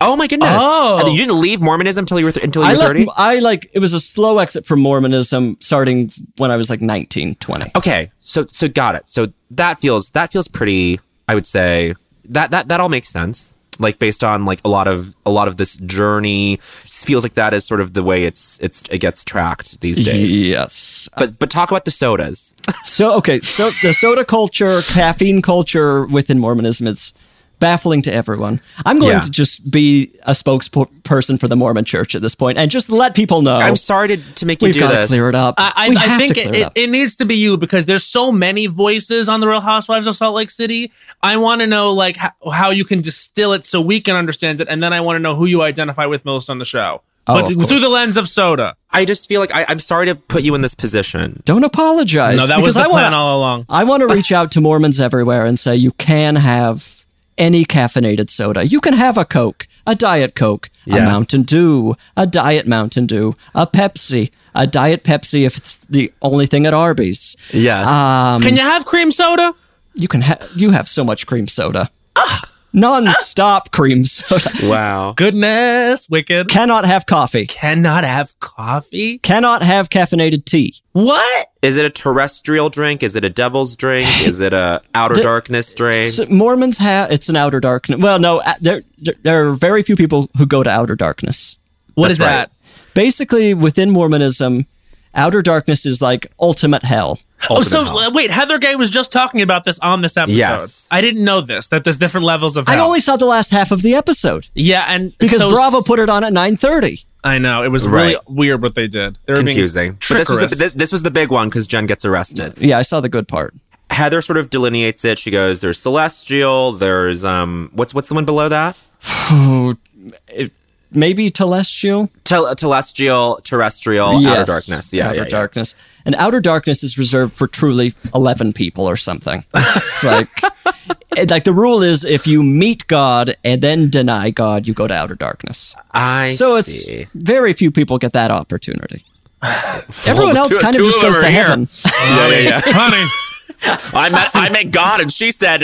S1: Oh my goodness!
S2: Oh.
S1: And you didn't leave Mormonism until you were th- until you
S6: I
S1: were
S6: left,
S1: thirty.
S6: I like, it was a slow exit from Mormonism starting when I was like 19, 20.
S1: Okay, so so got it. So that feels that feels pretty. I would say that that that all makes sense. Like based on like a lot of a lot of this journey feels like that is sort of the way it's it's it gets tracked these days.
S6: Yes.
S1: But but talk about the sodas.
S6: So okay, so the soda culture, caffeine culture within Mormonism is baffling to everyone. I'm going
S1: Yeah.
S6: to just be a spokesperson for the Mormon Church at this point and just let people know
S1: I'm sorry to, to make you
S6: we've
S1: do
S6: got
S1: this.
S6: to clear it up.
S2: I, I,
S6: We
S2: I
S6: have
S2: think
S6: to
S2: it,
S6: clear it
S2: it,
S6: up.
S2: it needs to be you because there's so many voices on the Real Housewives of Salt Lake City. I want to know like how, how you can distill it so we can understand it, and then I want to know who you identify with most on the show,
S6: Oh,
S2: but
S6: of
S2: through
S6: course.
S2: the lens of soda.
S1: I just feel like I, I'm sorry to put you in this position.
S6: Don't apologize.
S2: No, that was
S6: because
S2: the
S6: I
S2: plan
S6: wanna,
S2: all along.
S6: I want to reach out to Mormons everywhere and say you can have any caffeinated soda. You can have a Coke, a Diet Coke, a
S1: Yes.
S6: Mountain Dew, a Diet Mountain Dew, a Pepsi, a Diet Pepsi if it's the only thing at Arby's.
S1: Yes.
S6: Um,
S2: can you have cream soda?
S6: You can have you have so much cream soda. non-stop cream soda. [laughs]
S1: Wow.
S2: Goodness, wicked.
S6: Cannot have coffee.
S2: Cannot have coffee.
S6: Cannot have caffeinated tea.
S2: What?
S1: Is it a terrestrial drink? Is it a devil's drink? Is it a outer darkness drink?
S6: S- Mormons have it's an outer darkness. Well, no, uh, there there are very few people who go to outer darkness.
S2: What
S1: That's
S2: is that?
S6: Basically, within Mormonism, outer darkness is like ultimate hell.
S2: Oh, so
S1: Ultimate hell.
S2: uh, wait, Heather Gay was just talking about this on this episode.
S1: Yes.
S2: I didn't know this. That there's different levels of.
S6: I
S2: hell.
S6: only saw the last half of the episode
S2: Yeah, and
S6: because
S2: so
S6: Bravo put it on at 9:30.
S2: I know it was really
S1: Right.
S2: weird what they did. They were being
S1: confusing. But this was, the,
S2: trickerous. [laughs]
S1: this, this was the big one because Jen gets arrested.
S6: Yeah, I saw the good part.
S1: Heather sort of delineates it. She goes, "There's celestial. There's um, what's what's the one below that?
S6: Maybe telestial.
S1: Tel- telestial, terrestrial, outer
S6: Yes.
S1: darkness. Yeah,
S6: outer
S1: yeah, yeah.
S6: darkness. And outer darkness is reserved for truly eleven people or something.
S1: [laughs]
S6: It's like, it- like the rule is if you meet God and then deny God, you go to outer darkness.
S1: I
S6: so
S1: see.
S6: it's very few people get
S1: [sighs]
S6: that opportunity. Everyone
S1: Well,
S6: else
S1: two-
S6: kind of
S1: two
S6: just
S1: of them
S6: goes
S1: are
S6: to
S1: here.
S6: heaven.
S1: yeah, [laughs] yeah, yeah.
S2: honey.
S1: I met I met God, and she said,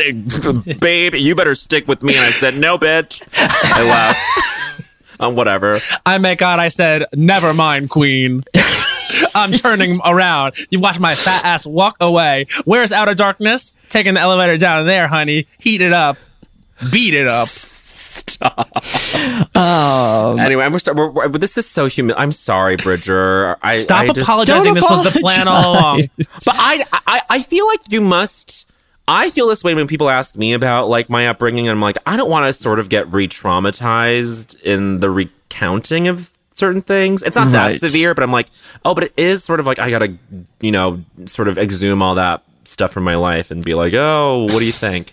S1: "Babe, you better stick with me." And I said, "No, bitch." I laughed. Um, whatever.
S2: I met God. I said, "Never
S1: [laughs]
S2: mind, Queen." I'm turning around. You watch my fat ass walk away. Where's outer darkness? Taking the elevator down there, honey. Heat it up. Beat it up.
S1: anyway, I'm, we're, we're, this is so human. I'm sorry, Bridger. I
S2: Stop
S1: I just-
S2: apologizing.
S6: Don't
S2: This was the plan all along.
S1: But I, I, I feel like you must. I feel this way when people ask me about like my upbringing. I'm like, I don't want to sort of get re-traumatized in the recounting of certain things. It's not
S6: Right.
S1: that severe, but I'm like, oh, but it is sort of like I gotta, you know, sort of exhume all that stuff from my life and be like, oh, what do you think?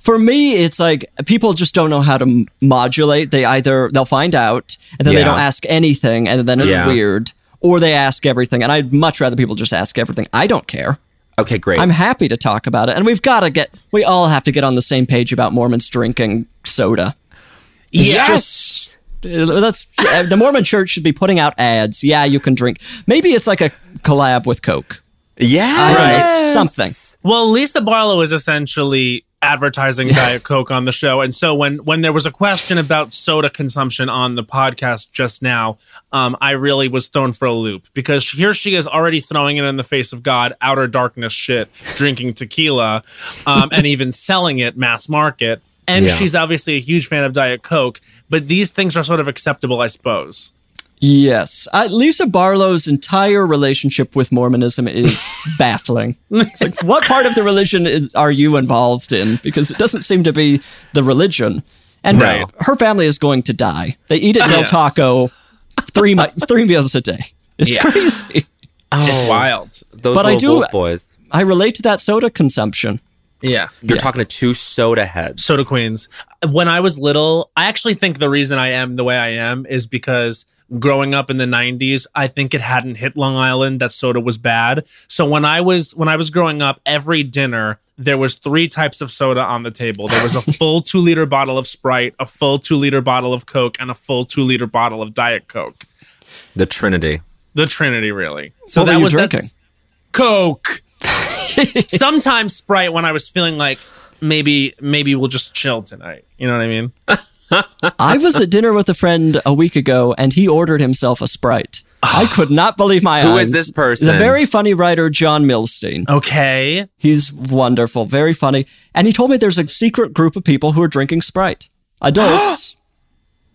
S6: For me, it's like people just don't know how to m- modulate. They either they'll find out and then they
S1: Yeah.
S6: don't ask anything and then it's
S1: Yeah.
S6: weird, or they ask everything. And I'd much rather people just ask everything. I don't care.
S1: [sighs] okay, great.
S6: I'm happy to talk about it, and we've got to get we all have to get on the same page about Mormons drinking soda. It's just- uh, that's uh, the Mormon Church should be putting out ads. Yeah, you can drink. Maybe it's like a collab with Coke. I
S1: yeah,
S6: don't know, something.
S2: Well, Lisa Barlow is essentially advertising Diet Coke on the show, and so when when there was a question about soda consumption on the podcast just now, um, I really was thrown for a loop because here she is already throwing it in the face of God, outer darkness shit, drinking tequila, um, and even selling it mass market. And
S1: Yeah.
S2: she's obviously a huge fan of Diet Coke, but these things are sort of acceptable, I suppose.
S6: Yes, uh, Lisa Barlow's entire relationship with
S1: [laughs]
S6: Mormonism is baffling. It's like, what part of the religion is are you involved in? Because it doesn't seem to be the religion. And
S1: Right.
S6: her family is going to die. They eat at Del Taco three mi- three meals a day. It's
S2: Yeah.
S6: crazy.
S2: It's wild.
S1: Those
S6: But I
S1: little
S6: do-
S1: wolf boys.
S6: I relate to that soda consumption.
S2: Yeah.
S1: You're talking to two soda heads.
S2: Soda Queens. When I was little, I actually think the reason I am the way I am is because growing up in the 90s, I think it hadn't hit Long Island that soda was bad. So when I was when I was growing up, every dinner there was three types of soda on the table. There was a full 2-liter bottle of Sprite, a full 2-liter bottle of Coke, and a full 2-liter bottle of Diet Coke.
S1: the Trinity.
S2: The Trinity really. So
S6: What were
S2: that
S6: you
S2: was
S6: drinking?
S2: that's [laughs] Coke. Sometimes Sprite when I was feeling like maybe maybe we'll just chill tonight. You know what I mean?
S6: I was at dinner with a friend a week ago, and he ordered himself a Sprite.
S1: [sighs]
S6: I could not believe my eyes.
S1: Who is this person?
S6: The very funny writer John Milstein.
S2: Okay.
S6: He's wonderful, very funny. And he told me there's a secret group of people who are drinking Sprite.
S1: [gasps]
S6: Adults.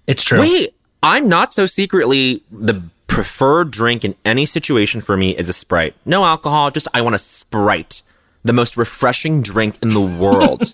S2: It's true.
S1: Wait, I'm not so secretly the preferred drink in any situation for me is a Sprite. No alcohol, just I want a Sprite. The most refreshing drink in the
S6: [laughs]
S1: world.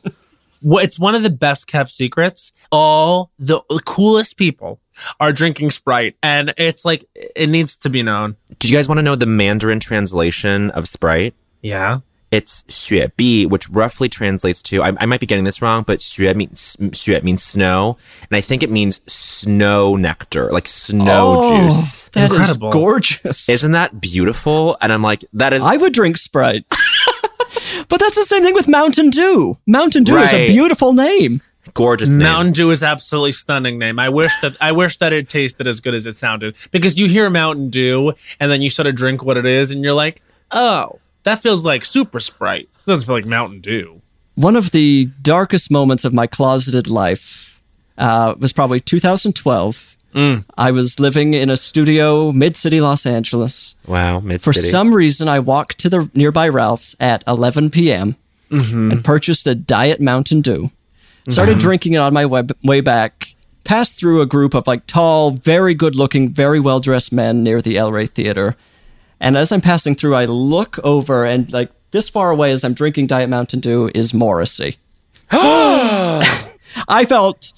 S2: Wha- It's one of the best kept secrets. All the coolest people are drinking Sprite, and it's like it needs to be known.
S1: Do you guys want to know the Mandarin translation of Sprite?
S2: Yeah.
S1: It's 雪碧, which roughly translates to, I, I might be getting this wrong, but 雪 means, 雪 means snow. And I think it means snow nectar, like snow Oh,
S6: Oh.
S1: juice.
S6: that is
S2: Incredible.
S6: gorgeous.
S1: Isn't that beautiful? And I'm like, that is
S6: I would drink Sprite. [laughs] but that's the same thing with Mountain Dew. Mountain Dew is a
S1: Right.
S6: beautiful name.
S1: gorgeous. name.
S2: Mountain Dew is absolutely stunning name. I wish that I wish that it tasted as good as it sounded because you hear Mountain Dew and then you sort of drink what it is and you're like, "Oh, that feels like Super Sprite. It doesn't feel like Mountain Dew."
S6: one of the darkest moments of my closeted life uh, was probably 2012.
S1: Mm.
S6: I was living in a studio mid city Los Angeles.
S1: Wow, mid
S6: For some reason, I walked to the nearby Ralph's at 11 p.m. and purchased a Diet Mountain Dew. Started drinking it on my web- way back. Passed through a group of like tall, very good looking, very well dressed men near the El Rey Theater. And as I'm passing through, I look over and like this far away as I'm drinking Diet Mountain Dew is Morrissey. [gasps] I felt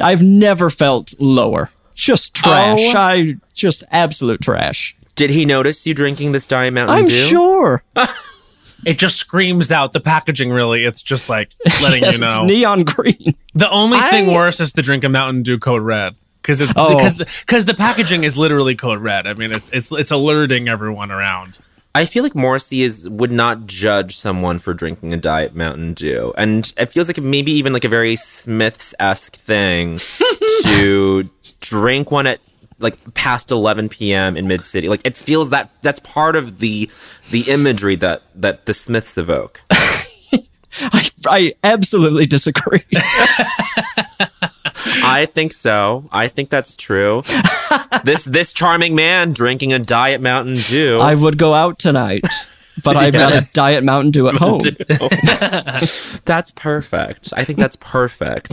S6: I've never felt lower. Just trash. I just absolute trash.
S1: Did he notice you drinking this Diet Mountain
S6: I'm
S1: Dew?
S6: sure.
S2: It just screams out the packaging. Really, it's just like letting
S6: [laughs] yes,
S2: you know.
S6: it's neon green. [laughs]
S2: The only thing
S1: I-
S2: worse is to drink a Mountain Dew code red because it's
S6: Oh.
S2: because because the packaging is literally code red. I mean, it's it's it's alerting everyone around.
S1: I feel like Morrissey is would not judge someone for drinking a Diet Mountain Dew, and it feels like maybe even like a very Smiths esque
S6: [laughs]
S1: thing to drink one at like past 11 p.m. in mid city. Like it feels that that's part of the the imagery that that the Smiths
S6: [laughs]
S1: evoke.
S6: I, I
S2: [laughs]
S6: absolutely disagree.
S1: I think so. I think that's true. this this charming man drinking a Diet Mountain Dew.
S6: [laughs] I would go out tonight, but I've got a Diet Mountain Dew at
S2: [laughs]
S6: home.
S1: that's perfect. I think that's perfect.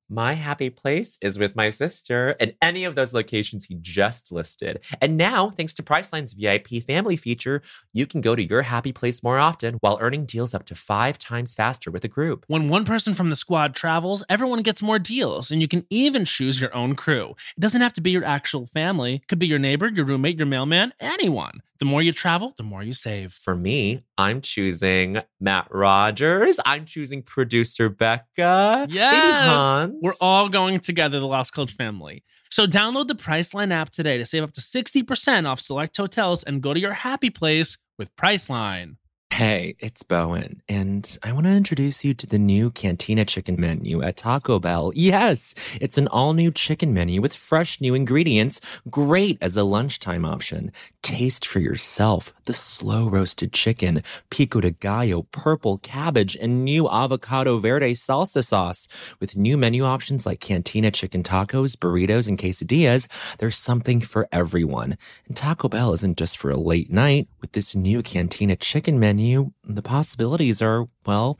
S1: My happy place is with my sister in any of those locations he just listed. And now, thanks to Priceline's VIP family feature, you can go to your happy place more often while earning deals up to five times faster with a group.
S2: When one person from the squad travels, everyone gets more deals, and you can even choose your own crew. It doesn't have to be your actual family, it could be your neighbor, your roommate, your mailman, anyone. The more you travel, the more you save.
S1: For me, I'm choosing Matt Rogers. I'm choosing producer Becca. Lady
S2: Yes,
S1: Hans.
S2: we're all going together, the Lost Coach family. So download the Priceline app today to save up to 60% off select hotels and go to your happy place with Priceline.
S1: Hey, it's Bowen, and I want to introduce you to the new Cantina Chicken menu at Taco Bell. Yes, it's an all new chicken menu with fresh new ingredients, great as a lunchtime option. Taste for yourself the slow roasted chicken, pico de gallo, purple cabbage, and new avocado verde salsa sauce. With new menu options like Cantina Chicken tacos, burritos, and quesadillas, there's something for everyone. And Taco Bell isn't just for a late night. With this new Cantina chicken menu, the possibilities are, well,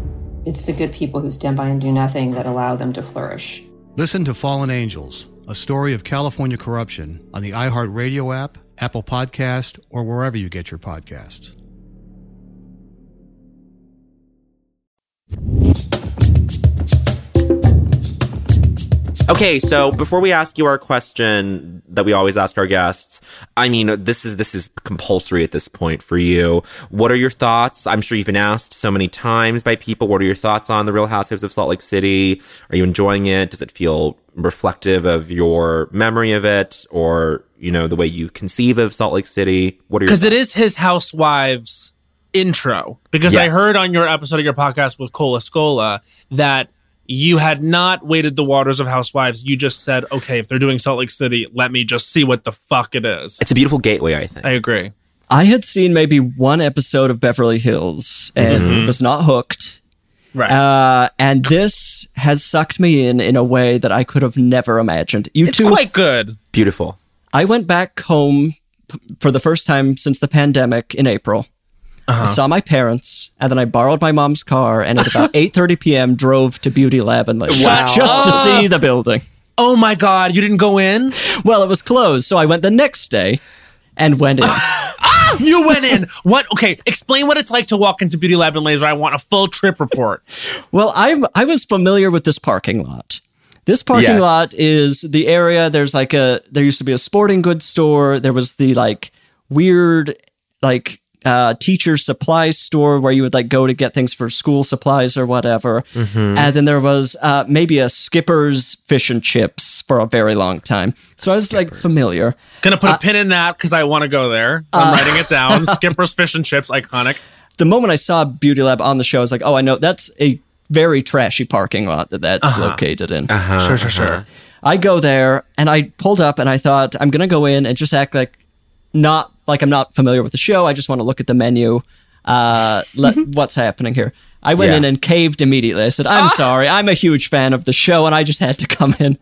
S7: It's the good people who stand by and do nothing that allow them to flourish.
S8: Listen to Fallen Angels, a story of California corruption on the iHeartRadio app, Apple Podcast, or wherever you get your podcasts.
S1: Okay, so before we ask you our question that we always ask our guests, I mean, this is this is compulsory at this point for you. What are your thoughts? I'm sure you've been asked so many times by people. What are your thoughts on the Real Housewives of Salt Lake City? Are you enjoying it? Does it feel reflective of your memory of it, or you know the way you conceive of Salt Lake City? What are your
S2: because it is his housewives intro. Because I
S1: Yes.
S2: heard on your episode of your podcast with Cola Scola that you had not waded the waters of Housewives. You just said, okay, if they're doing Salt Lake City, let me just see what the fuck it is.
S1: It's a beautiful gateway, I think.
S2: I agree.
S6: I had seen maybe one episode of Beverly Hills and
S2: Mhm.
S6: was not hooked.
S2: Right.
S6: Uh, and this has sucked me in in a way that I could have never imagined. You
S2: It's
S6: two,
S2: quite good.
S1: Beautiful.
S6: I went back home p- for the first time since the pandemic in April. I saw my parents, and then I borrowed my mom's car, and at about 8:30 p.m., drove to Beauty Lab and like
S2: Wow.
S6: just to
S2: up.
S6: see the building.
S2: Oh my god, you didn't go in?
S6: Well, it was closed, so I went the next day and went in.
S2: Ah, [laughs] you went in. What? Okay, explain what it's like to walk into Beauty Lab and Laser. I want a full trip report.
S6: Well, I'm I was familiar with this parking lot. This parking
S2: Yes.
S6: lot is the area. There's like a there used to be a sporting goods store. There was the like weird like uh, teacher supply store where you would like go to get things for school supplies or whatever.
S2: Mm-hmm.
S5: Mhm.
S6: And then there was uh, maybe a Skipper's fish and chips for a very long time. So I was like familiar.
S2: Gonna
S6: Uh,
S2: put a pin in that because I want to go there. I'm writing it
S6: [laughs]
S2: down. Skipper's fish and chips, iconic.
S6: the moment I saw Beauty Lab on the show, I was like, oh, I know that's a very trashy parking lot that that's
S2: Uh-huh.
S6: located in.
S2: Uh-huh, Sure,
S1: Uh,
S2: sure, sure. uh-huh.
S6: I go there and I pulled up and I thought I'm gonna go in and just act like not like I'm not familiar with the show. I just want to look at the menu, uh, let, what's happening here. I went
S5: Yeah.
S6: in and caved immediately. I said, I'm sorry, I'm a huge fan of the show and I just had to come in.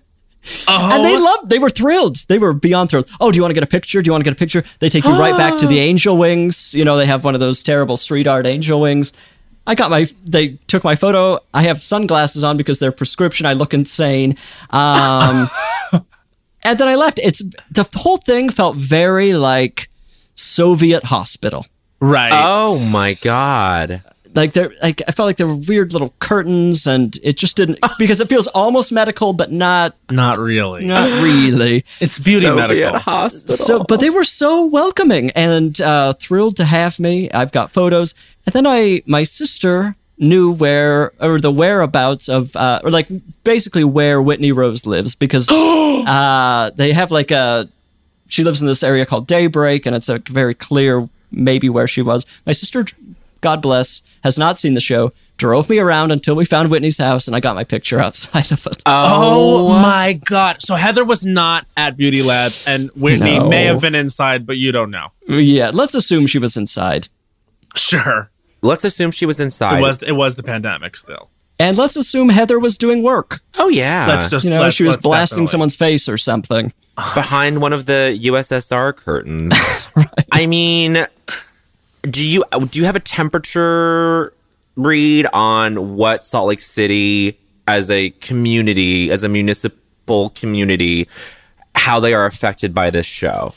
S6: And they loved. They were thrilled. They were beyond thrilled. Oh, do you want to get a picture? Do you want to get a picture? They take you right back to the angel wings. You know, they have one of those terrible street art angel wings. I got my. They took my photo. I have sunglasses on because they're prescription. I look insane. Um, and then I left. It's the whole thing felt very like Soviet hospital.
S2: Right.
S1: Oh my god.
S6: Like there, like I felt like there were weird little curtains, and it just didn't because it feels almost medical, but not
S2: Not really.
S6: Not really.
S2: It's beauty
S6: Soviet
S2: medical.
S6: So, but they were so welcoming and uh, thrilled to have me. I've got photos, and then I, my sister knew where or the whereabouts of, uh, or like basically where Whitney Rose lives because uh, they have like a. She lives in this area called Daybreak, and it's a very clear maybe where she was. My sister, God bless, has not seen the show. Drove me around until we found Whitney's house, and I got my picture [laughs] outside of it.
S2: Oh, my god. So Heather was not at Beauty Lab and Whitney
S6: No.
S2: may have been inside, but you don't know.
S6: Yeah, let's assume she was inside.
S2: Sure.
S1: Let's assume she was inside.
S2: It was it was the pandemic still.
S6: And let's assume Heather was doing work.
S1: Oh yeah.
S2: Let's just-
S6: you know,
S2: let's-
S6: she was
S2: let's
S6: blasting
S2: definitely.
S6: someone's face or something.
S1: [laughs] behind one of the USSR curtains. I mean, do you do you have a temperature read on what Salt Lake City as a community, as a municipal community, how they are affected by this show?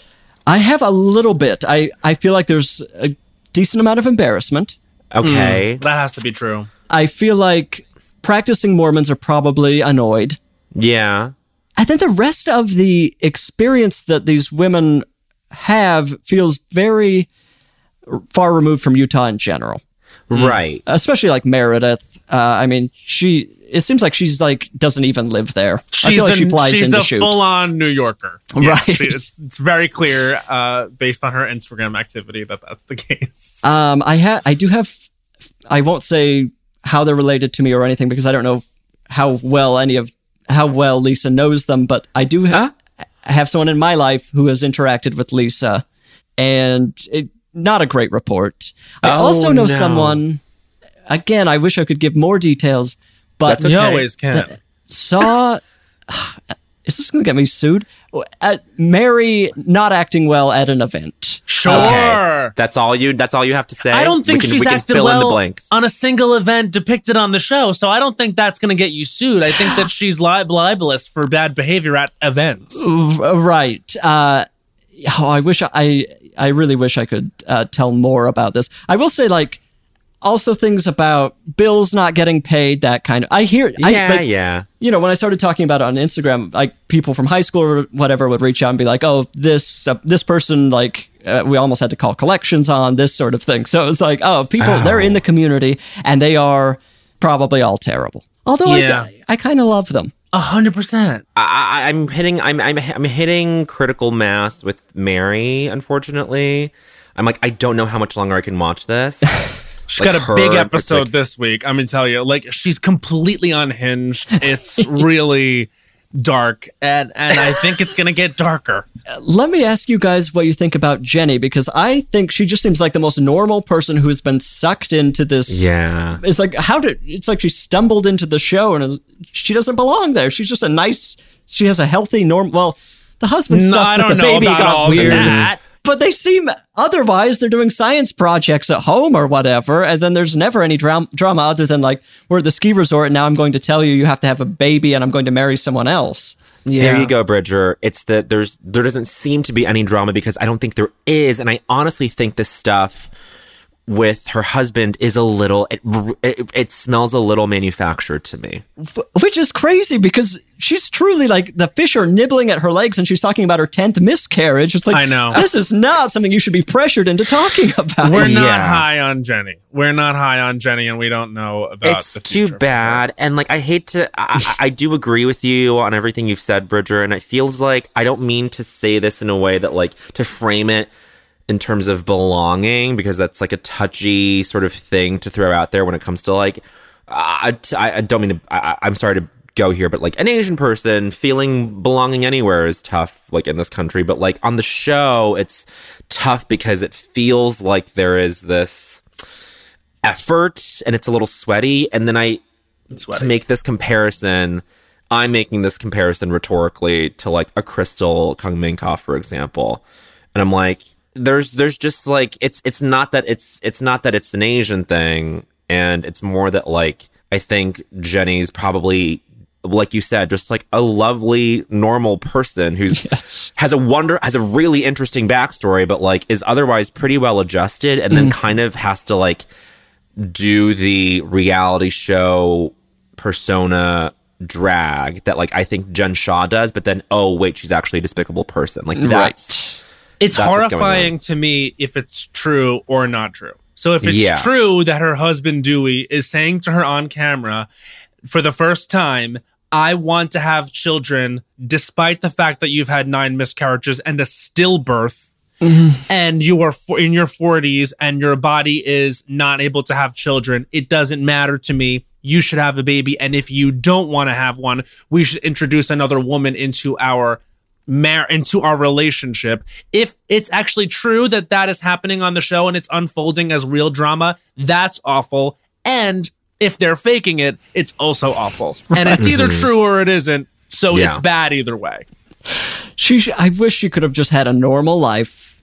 S6: I have a little bit. I, I feel like there's a decent amount of embarrassment.
S2: Mm, that has to be true.
S6: I feel like practicing Mormons are probably annoyed.
S1: Yeah.
S6: And then the rest of the experience that these women have feels very far removed from Utah in general.
S2: Mm.
S1: Right.
S6: Especially like Meredith. Uh, I mean, she. It seems like she's like doesn't even live there. I
S2: She's,
S6: feel like she
S2: an-
S6: flies
S2: she's
S6: in to
S2: a
S6: shoot.
S2: full-on New Yorker, Yeah,
S6: Right.
S2: she- it's, it's very clear, uh, based on her Instagram activity, that that's the [laughs] case.
S6: Um, I ha- I do have. I won't say how they're related to me or anything because I don't know how well any of how well Lisa knows them. But I do ha- have someone in my life who has interacted with Lisa, and it, not a great report. I
S5: Oh,
S6: also know
S5: no.
S6: someone. Again, I wish I could give more details, but
S2: That's okay. You always can.
S6: that saw. [sighs] Is this going to get me sued? At Mary not acting well at an event.
S2: Sure.
S1: That's all you that's all you have to say.
S2: I don't
S1: we
S2: think
S1: can,
S2: she's
S1: we can
S2: acted
S1: fill
S2: well
S1: in the blanks.
S2: on a single event depicted on the show, so I don't think that's going to get you sued. I think that she's li- libelous for bad behavior at events.
S6: R- Right. Uh, oh, I wish I, I I really wish I could uh, tell more about this. I will say like also things about bills not getting paid that kind of I hear
S1: Yeah,
S6: I, like,
S1: yeah.
S6: You know, when I started talking about it on Instagram, like people from high school or whatever would reach out and be like, "Oh, this uh, this person like uh, we almost had to call collections on this sort of thing." So it's like, "Oh, people they're in the community and they are probably all terrible." Although
S1: Yeah.
S6: I I kind of love them.
S2: A hundred percent.
S1: I, I- I'm hitting. I'm, I'm I'm hitting critical mass with Mary. Unfortunately, I'm like I don't know how much longer I can watch this.
S2: She's got a big episode this week. I'm gonna tell you, like she's completely unhinged. It's really dark, and and I think it's gonna get darker.
S6: let me ask you guys what you think about Jenny because I think she just seems like the most normal person who has been sucked into this.
S1: Yeah.
S6: It's like how did it's like she stumbled into the show and is, she doesn't belong there. She's just a nice. She has a healthy normal. Well, the husband
S2: No,
S6: stuff
S2: I
S6: with
S2: don't
S6: the
S2: know
S6: baby
S2: about all
S6: got weird.
S2: that.
S6: But they seem otherwise they're doing science projects at home or whatever, and then there's never any dram- drama other than like we're at the ski resort and now I'm going to tell you you have to have a baby and I'm going to marry someone else.
S1: There you go, Bridger. It's that there's there doesn't seem to be any drama because I don't think there is, and I honestly think this stuff with her husband is a little it it, it smells a little manufactured to me.
S6: which is crazy because she's truly like the fish are nibbling at her legs and she's talking about her 10th miscarriage it's like
S2: I know.
S6: this is not something you should be pressured into talking about
S2: We're not high on Jenny. We're not high on Jenny, and we don't know about
S1: it's
S2: the
S1: too bad and like i hate to I, I I do agree with you on everything you've said bridger and it feels like i don't mean to say this in a way that like to frame it in terms of belonging because that's like a touchy sort of thing to throw out there when it comes to like i, I, I don't mean to I, I- i'm sorry to go here but like an asian person feeling belonging anywhere is tough like in this country but like on the show it's tough because it feels like there is this effort and it's a little sweaty and then i to make this comparison i'm making this comparison rhetorically to like a crystal kung minkoff for example and i'm like there's there's just like it's it's not that it's it's not that it's an asian thing and it's more that like i think jenny's probably like you said just like a lovely normal person who's has a wonder has a really interesting backstory but like is otherwise pretty well adjusted and then
S6: Mm.
S1: kind of has to like do the reality show persona drag that like I think Jen Shaw does, but then oh wait, she's actually a despicable person. Like
S2: Right.
S1: that's
S2: It's
S1: that's what's going on.
S2: horrifying to me if it's true or not true. So if it's
S1: Yeah.
S2: true that her husband Dewey is saying to her on camera for the first time, I want to have children despite the fact that you've had nine miscarriages and a stillbirth and you are fo- in your 40s and your body is not able to have children, it doesn't matter to me. You should have a baby. And if you don't want to have one, we should introduce another woman into our mar- into our relationship. If it's actually true that that is happening on the show and it's unfolding as real drama, that's awful. And if they're faking it, it's also awful. And it's either
S6: Mhm.
S2: true or it isn't. So it's
S6: Yeah.
S2: bad either way.
S6: she sh- i wish she could have just had a normal life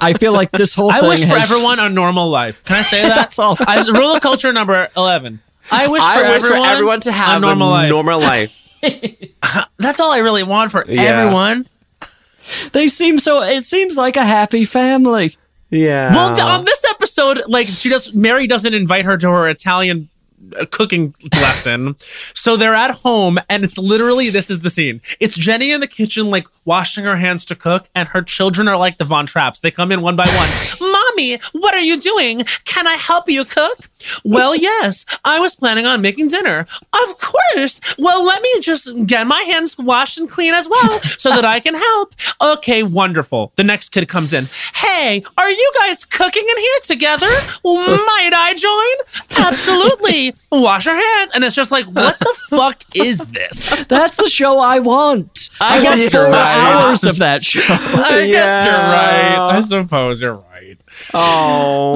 S6: i feel like this whole
S2: [laughs] I
S6: thing
S2: wish for
S6: has-
S2: everyone a normal life. Can I
S6: [laughs]
S2: say that?
S6: That's all.
S2: I, rule of culture number 11. I wish,
S1: I
S2: for,
S1: wish for
S2: everyone
S1: everyone to have a
S2: normal life.
S1: normal life.
S2: That's all I really want for
S1: Yeah.
S2: everyone.
S6: they seem so it seems like a happy family
S1: yeah
S2: Well, d- on this episode, like she does, Mary doesn't invite her to her Italian uh, cooking lesson. so they're at home, and it's literally this is the scene. It's Jenny in the kitchen, like washing her hands to cook, and her children are like the Von Traps. They come in one by one. Mommy, what are you doing? Can I help you cook? Well, yes, I was planning on making dinner. Of course. Well, let me just get my hands washed and clean as well so that I can help. Okay, wonderful. The next kid comes in. Hey, are you guys cooking in here together? Might I join? Absolutely. Wash your hands. And it's just like, what the fuck is this?
S6: that's the show i want
S2: I
S6: i,
S2: guess
S6: guess
S2: you're
S6: four
S2: right.
S6: hours of that show
S2: I guess you're right. I suppose you're right.
S1: Oh.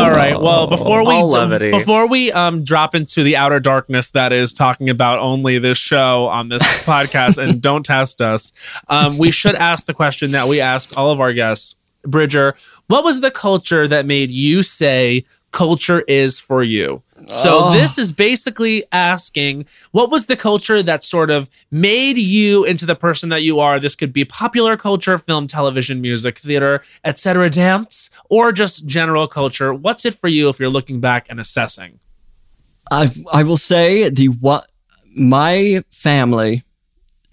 S2: All right. Well, before we
S1: All levity.
S2: before we um drop into the outer darkness that is talking about only this show on
S1: [laughs]
S2: this podcast and don't test us, um, we should ask the question that we ask all of our guests. Bridger, what was the culture that made you say culture is for you? So
S5: Oh.
S2: this is basically asking what was the culture that sort of made you into the person that you are? This could be popular culture, film, television, music, theater, etc., dance, or just general culture. What's it for you if you're looking back and assessing?
S6: I I will say the what my family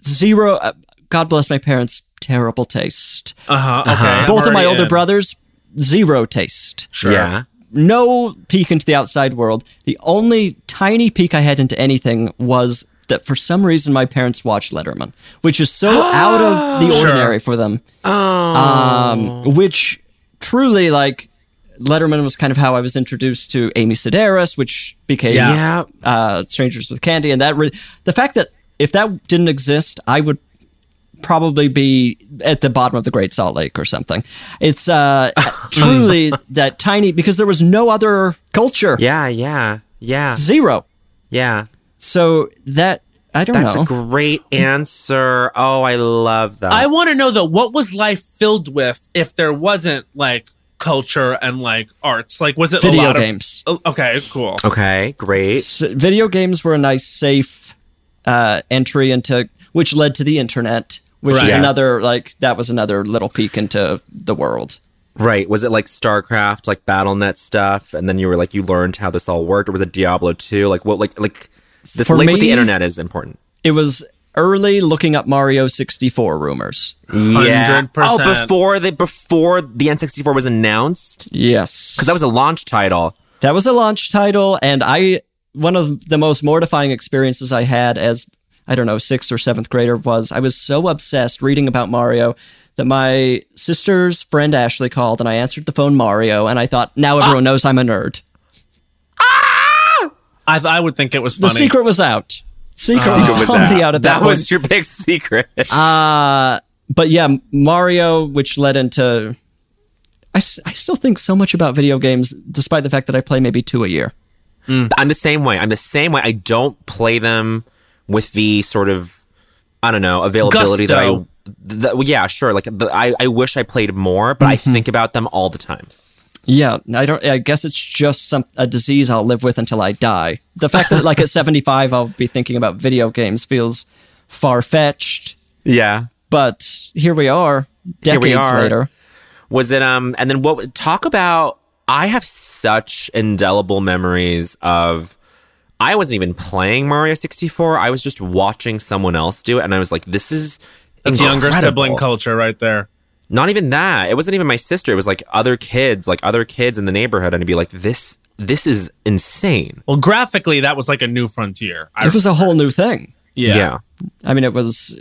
S6: zero. Uh, God bless my parents. Terrible taste.
S2: Uh-huh, okay, Uh-huh.
S6: Both
S2: I'm
S6: of my
S2: already
S6: older
S2: in.
S6: brothers zero taste.
S1: Sure. Yeah.
S6: No peek into the outside world. The only tiny peek I had into anything was that for some reason my parents watched Letterman, which is so out of the
S5: Sure.
S6: ordinary for them.
S1: Oh.
S6: Um, which truly like Letterman was kind of how I was introduced to Amy Sedaris, which became
S1: Yeah.
S6: Uh, Strangers with Candy, and that re- the fact that if that didn't exist, I would probably be at the bottom of the Great Salt Lake or something.
S1: [laughs]
S6: It's uh, truly that tiny because there was no other culture.
S1: Yeah, yeah, yeah.
S6: Zero.
S1: Yeah.
S6: So that I don't
S1: That's
S6: know.
S1: a great answer. Oh, I love that.
S2: I want to know though, what was life filled with if there wasn't like culture and like arts? Like, was it
S6: Video
S2: a lot
S6: games.
S2: Of, Oh, okay, cool.
S1: okay, great.
S6: S- video games were a nice safe uh, entry into which led to the internet which
S1: Right.
S6: is
S1: Yes.
S6: another like that was another little peek into the world
S1: Right. Was it like StarCraft, like BattleNet stuff, and then you were like you learned how this all worked, or was it Diablo 2? Like what like like this
S6: For
S1: link with the
S6: me-
S1: internet is important.
S6: it was early looking up mario 64 rumors
S1: Yeah. Oh, before the before the N64 was announced?
S6: Yes.
S1: Cuz that was a launch title.
S6: that was a launch title and i one of the most mortifying experiences i had as i don't know sixth or seventh grader was i was so obsessed reading about mario that my sister's friend ashley called and i answered the phone mario and i thought
S1: Ah!
S6: now everyone knows i'm a nerd
S2: I, I would think it was
S6: The
S2: funny.
S6: secret was out. Secret
S2: Oh.
S6: was,
S2: Secret was
S6: already
S2: out.
S6: out at
S2: That
S6: that,
S2: was
S6: point.
S1: your big [laughs] secret.
S6: uh, but yeah, M- Mario, which led into. I, s- I still think so much about video games, despite the fact that I play maybe two a year.
S1: I'm the same way. I'm the same way. I don't play them with the sort of I don't know availability
S2: Gusto.
S1: that I. That, well, yeah, sure. Like the, I, I wish I played more, but I think about them all the time.
S6: Yeah, I don't. I guess it's just some a disease I'll live with until I die. The fact
S2: [laughs]
S6: that like at seventy five I'll be thinking about video games feels far fetched,
S1: Yeah,
S6: but here we are, decades later.
S1: Was it um? And then what? Talk about. I have such indelible memories of. I wasn't even playing Mario 64. I was just watching someone else do it, and I was like, "This is
S2: That's younger sibling
S1: incredible.
S2: culture right there.
S1: not even that it wasn't even my sister it was like other kids like other kids in the neighborhood and i'd be like this this is insane
S2: Well, graphically, that was like a new frontier. I,
S6: It was a whole new thing.
S2: yeah.
S6: I mean, it was,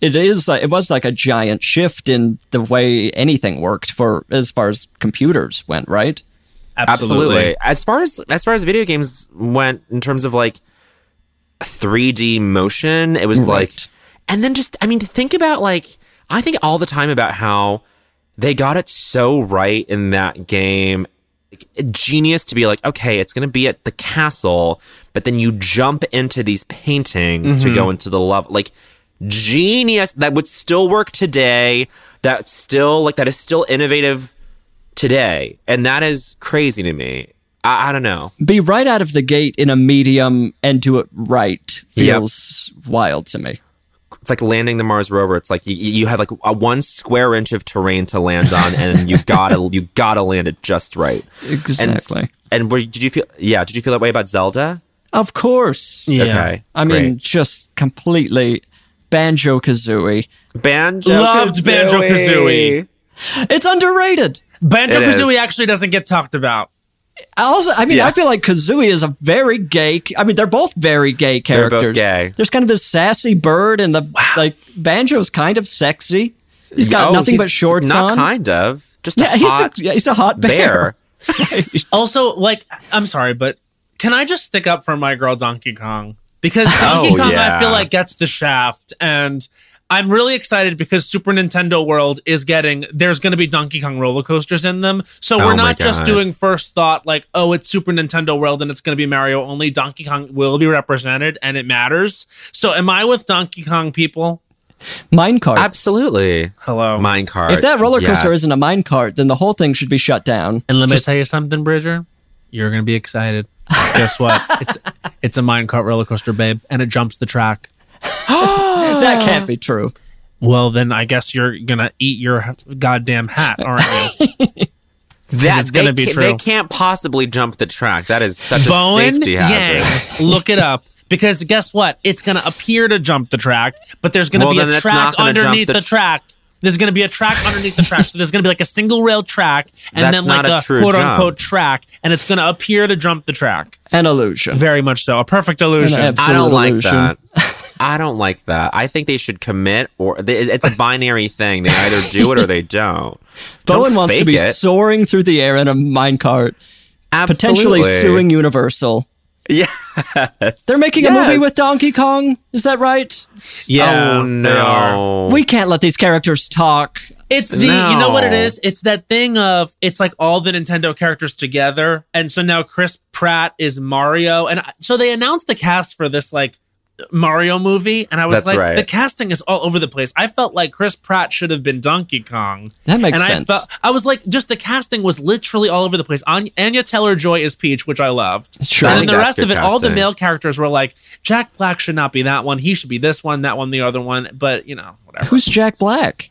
S6: it is like it was like a giant shift in the way anything worked for as far as computers went, right?
S1: absolutely. as far as as far as video games went in terms of like 3d motion it was like and then just i mean to think about like i think all the time about how they got it so right in that game genius to be like okay it's going to be at the castle but then you jump into these paintings to
S2: Mhm.
S1: go into the love like genius that would still work today that still like that is still innovative today and that is crazy to me i, I don't know
S6: Be right out of the gate in a medium and do it right feels wild to me.
S1: it's like landing the mars rover it's like you, you have like a one square inch of terrain to land on and you gotta [laughs] you gotta land it just right
S6: Exactly.
S1: and, and were, did you feel yeah did you feel that way about zelda
S6: Of course.
S1: Yeah. Okay,
S6: I mean, just completely banjo kazooie.
S1: Banjo
S2: Loved Banjo Kazooie.
S6: It's underrated.
S2: Banjo Kazooie actually doesn't get talked about.
S6: Also, I mean,
S2: Yeah.
S6: I feel like Kazooie is a very gay. I mean, they're both very gay
S1: They're both
S6: characters.
S1: gay.
S6: There's kind of this sassy bird, and the like. Banjo's kind of sexy. He's got
S1: Oh,
S6: nothing
S1: he's
S6: but shorts
S1: not
S6: on.
S1: kind of just
S6: Yeah,
S1: a
S6: he's a-
S1: hot
S6: yeah, [laughs] he's a hot bear.
S2: also, like, I'm sorry, but can I just stick up for my girl Donkey Kong? Because
S1: [laughs]
S2: Donkey
S1: Oh,
S2: Kong,
S1: yeah.
S2: I feel like gets the shaft, and I'm really excited because Super Nintendo World is getting. There's going to be Donkey Kong roller coasters in them, so
S1: Oh
S2: we're
S1: my
S2: not just
S1: God.
S2: doing first thought like, oh, it's Super Nintendo World and it's going to be Mario only. Donkey Kong will be represented, and it matters. So, am I with Donkey Kong people?
S6: [laughs] Mine cart.
S1: Absolutely.
S2: Hello.
S1: Mine cart.
S6: If that roller coaster
S1: yes.
S6: isn't a mine cart, then the whole thing should be shut down.
S2: And let me
S6: Just-
S2: tell you something, Bridger. You're going to be excited.
S1: [laughs]
S2: Guess what? it's it's a minecart roller coaster, babe, and it jumps the track.
S6: that can't be true.
S2: Well, then I guess you're gonna eat your goddamn hat, aren't
S1: [laughs]
S2: you? 'Cause
S1: That-
S2: it's gonna
S1: they
S2: be
S1: ca-
S2: true.
S1: They can't possibly jump the track. That is such a
S2: Bowen
S1: safety hazard.
S2: Yang, look it up. Because guess what? It's going to appear to jump the track, but there's going to
S1: Well,
S2: be
S1: then
S2: a
S1: it's
S2: track
S1: not gonna jump
S2: underneath the,
S1: the tr-
S2: track. There's going to be a track underneath the track. So there's going to be like a single rail track and
S1: That's
S2: then like
S1: not a
S2: a,
S1: true
S2: quote
S1: jump.
S2: unquote track. And it's going to appear to jump the track.
S6: An illusion.
S2: Very much so. A perfect illusion.
S1: I don't like that. I don't like that. I think they should commit, or they, it's a binary thing. They either do it or they
S2: [laughs]
S1: don't.
S6: Bowen
S1: Don't
S6: wants to
S1: fake
S6: be
S1: it.
S6: soaring through the air in a minecart, potentially
S1: Absolutely.
S6: suing Universal.
S1: [laughs] Yes.
S6: They're making a movie with Donkey Kong. Is that right?
S2: Yeah,
S1: Oh
S2: they
S1: no.
S2: are.
S6: We can't let these characters talk.
S2: It's the you know what it
S6: No.
S2: is? It's that thing of it's like all the Nintendo characters together. And so now Chris Pratt is Mario. And I- so they announced the cast for this like Mario movie. And I was
S1: That's
S2: like,
S1: right.
S2: the casting is all over the place. I felt like Chris Pratt should have been Donkey Kong.
S6: That makes
S2: and I
S6: sense.
S2: felt- I was like, just the casting was literally all over the place. An- Anya Taylor Joy is Peach, which I loved.
S6: Sure. I
S2: And then
S6: think
S2: the
S6: that's
S2: rest
S6: good
S2: of it, all the
S6: casting.
S2: male characters were like, Jack Black should not be that one. He should be this one, that one, the other one. But, you know, whatever.
S6: Who's Jack Black?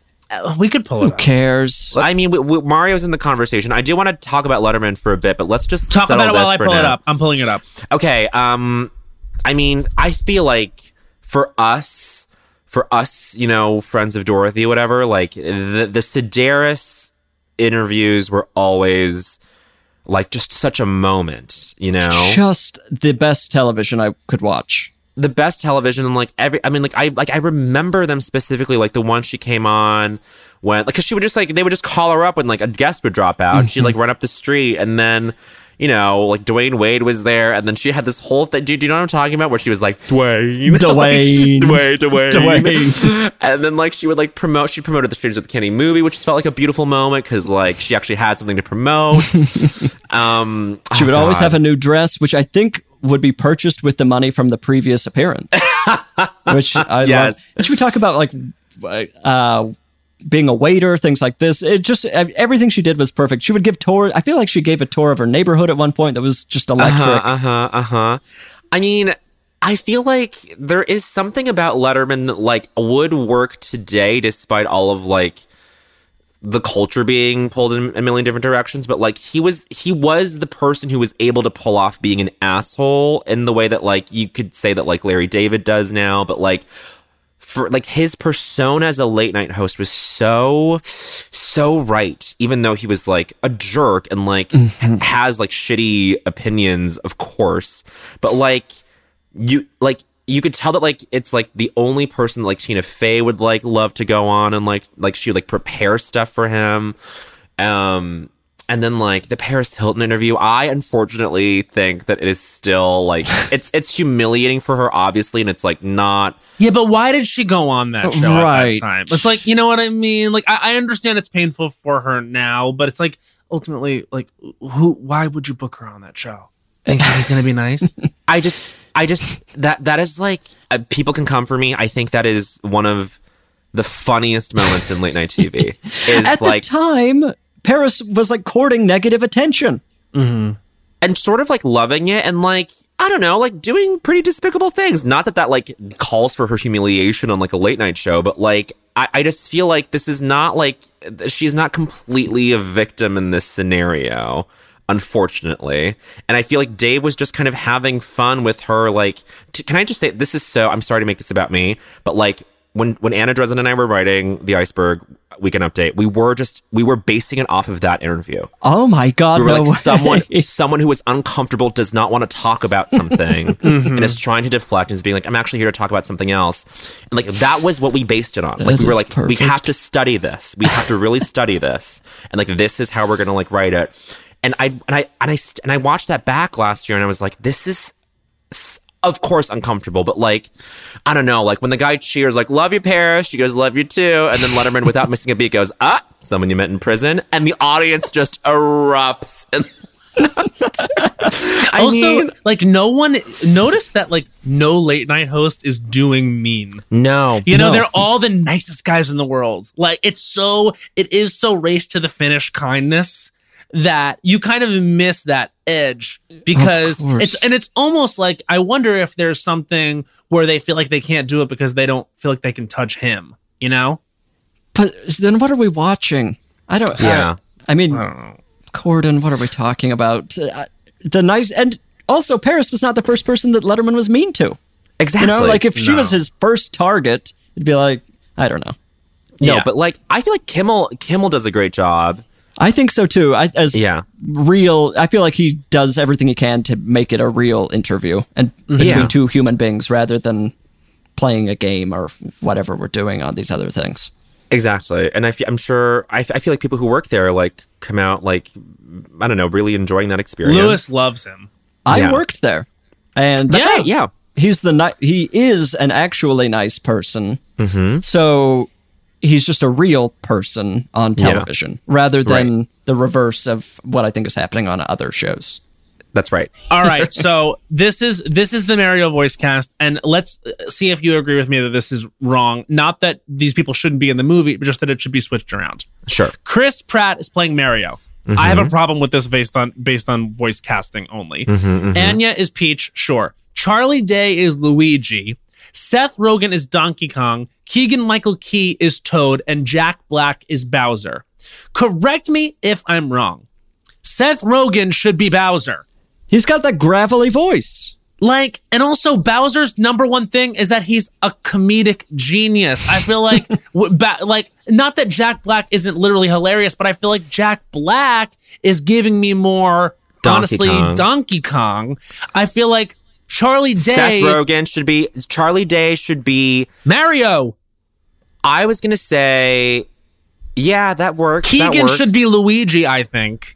S2: We could pull it
S6: Who cares?
S1: I mean, w w Mario's in the conversation. I do want to talk about Letterman for a bit, but let's just
S2: Talk
S1: settle
S2: about it while
S1: this
S2: I
S1: for
S2: pull it
S1: now.
S2: up. I'm pulling it up.
S1: Okay. Um, I mean, I feel like for us, for us, you know, friends of Dorothy, whatever, like the the Sedaris interviews were always like just such a moment, you know.
S6: Just the best television I could watch.
S1: the best television and like every i mean like i like i remember them specifically like the one she came on when like because she would just like they would just call her up when like a guest would drop out she'd
S6: Mm-hmm.
S1: like run up the street and then you know like dwayne wade was there and then she had this whole thing do, do you know what i'm talking about where she was like dwayne [laughs] Like,
S6: Dwayne.
S1: dwayne dwayne
S6: Dwayne.
S1: [laughs] and then like she would like promote she promoted the strangers with kenny movie which felt like a beautiful moment because like she actually had something to
S6: [laughs]
S1: promote um oh,
S6: She would always
S1: God.
S6: have a new dress, which I think would be purchased with the money from the
S1: [laughs]
S6: previous appearance. which I
S1: Yes.
S6: love. And she would talk about like uh, being a waiter, things like this. It just ev- everything she did was perfect. She would give tour. I feel like she gave a tour of her neighborhood at one point that was just electric.
S1: Uh huh. Uh huh. I mean, I feel like there is something about Letterman that like would work today, despite all of like the culture being pulled in a million different directions. But like he was, he was the person who was able to pull off being an asshole in the way that like you could say that like Larry David does now, but like. For like his persona as a late night host was so, so right. Even though he was like a jerk and like has like shitty opinions, of course, but like you like you could tell that like it's like the only person like Tina Fey would like love to go on and like like she would like prepare stuff for him. Um and then like the Paris Hilton interview, I unfortunately think that it is still like it's it's humiliating for her obviously and it's like not
S2: Yeah, but why did she go on that show at
S1: Right.
S2: that time? It's like, you know what I mean? Like I, I understand it's painful for her now, but it's like ultimately like who why would you book her on that show? Thinking he's gonna be nice.
S1: I just, I just that that is like uh, people can come for me. I think that is one of the funniest moments in late night
S6: [laughs]
S1: TV. Is
S6: At
S1: like
S6: the time, Paris was like courting negative attention.
S1: and sort of like loving it and like I don't know, like doing pretty despicable things. Not that that like calls for her humiliation on like a late night show, but like I, I just feel like this is not like th- she's not completely a victim in this scenario, unfortunately. And I feel like Dave was just kind of having fun with her. Like, t- can I just say this is so? I'm sorry to make this about me, but like when when Anna Dresden and I were writing the Iceberg Weekend Update, we were just we were basing it off of that interview.
S6: Oh my God!
S1: We were
S6: no
S1: like
S6: way. [laughs]
S1: someone someone who is uncomfortable does not want to talk about something
S6: Mm-hmm.
S1: and is trying to deflect and is being like, I'm actually here to talk about something else. And like that was what we based it on. Like
S6: That
S1: we were
S6: is
S1: like,
S6: perfect.
S1: we have to study this. We have to really study this. And like this is how we're gonna like write it. And I and I and I st- and I watched that back last year and I was like, this is s- of course uncomfortable, but like, I don't know, like when the guy cheers, like, love you, Paris, she goes, love you too. And then Letterman, without missing a beat, goes, ah, someone you met in prison. And the audience just erupts. [laughs] And [laughs] I
S2: also,
S1: mean-
S2: like no one noticed that like no late night host is doing mean.
S1: no,
S2: You know, they're all the nicest guys in the world. Like it's so it is so race to the finish kindness that you kind of miss that edge because
S5: course.
S2: it's and it's almost like I wonder if there's something where they feel like they can't do it because they don't feel like they can touch him, you know?
S6: But then what are we watching? I don't.
S2: Yeah.
S6: I, I mean, Corden. What are we talking about? Uh, the nice and also Paris was not the first person that Letterman was mean to. You know,
S1: Exactly.
S6: like if she was
S1: No.
S6: his first target, it'd be like I don't know.
S1: No,
S6: Yeah.
S1: but like I feel like Kimmel Kimmel does a great job.
S6: I think so too. I, as
S1: Yeah.
S6: real, I feel like he does everything he can to make it a real interview and between
S1: Mm-hmm. Yeah.
S6: two human beings rather than playing a game or whatever we're doing on these other things.
S1: Exactly, and I f- I'm sure I, f- I feel like people who work there like come out like I don't know, really enjoying that experience.
S2: Lewis loves him.
S6: I
S1: Yeah.
S6: worked there, and
S2: That's Yeah. right,
S1: yeah,
S6: he's the ni- he is an actually nice person.
S1: Mm-hmm.
S6: So he's just a real person on
S1: Yeah.
S6: television rather than the reverse of what I think is happening on other shows.
S1: That's right.
S2: All right, so this is this is the Mario voice cast, and let's uh, see if you agree with me that this is wrong. Not that these people shouldn't be in the movie, but just that it should be switched around.
S1: Sure.
S2: Chris Pratt is playing Mario. I have a
S1: Mhm.
S2: problem with this based on based on voice casting only.
S1: Mhm, mhm.
S2: Anya is Peach, sure. Charlie Day is Luigi. Seth Rogen is Donkey Kong. Keegan Michael Key is Toad, and Jack Black is Bowser. Correct me if I'm wrong. Seth Rogen should be Bowser.
S6: He's got that gravelly voice.
S2: Like, and also Bowser's number one thing is that he's a comedic genius. I
S1: [laughs]
S2: feel like, w- ba- like, not that Jack Black isn't literally hilarious, but I feel like Jack Black is giving me more,
S1: Donkey
S2: honestly,
S1: Kong.
S2: Donkey Kong. I feel like Charlie Day,
S1: Seth Rogen should be Charlie Day should be
S2: Mario.
S1: I was gonna say, yeah, that works. that
S2: Keegan
S1: works.
S2: should be Luigi. I think.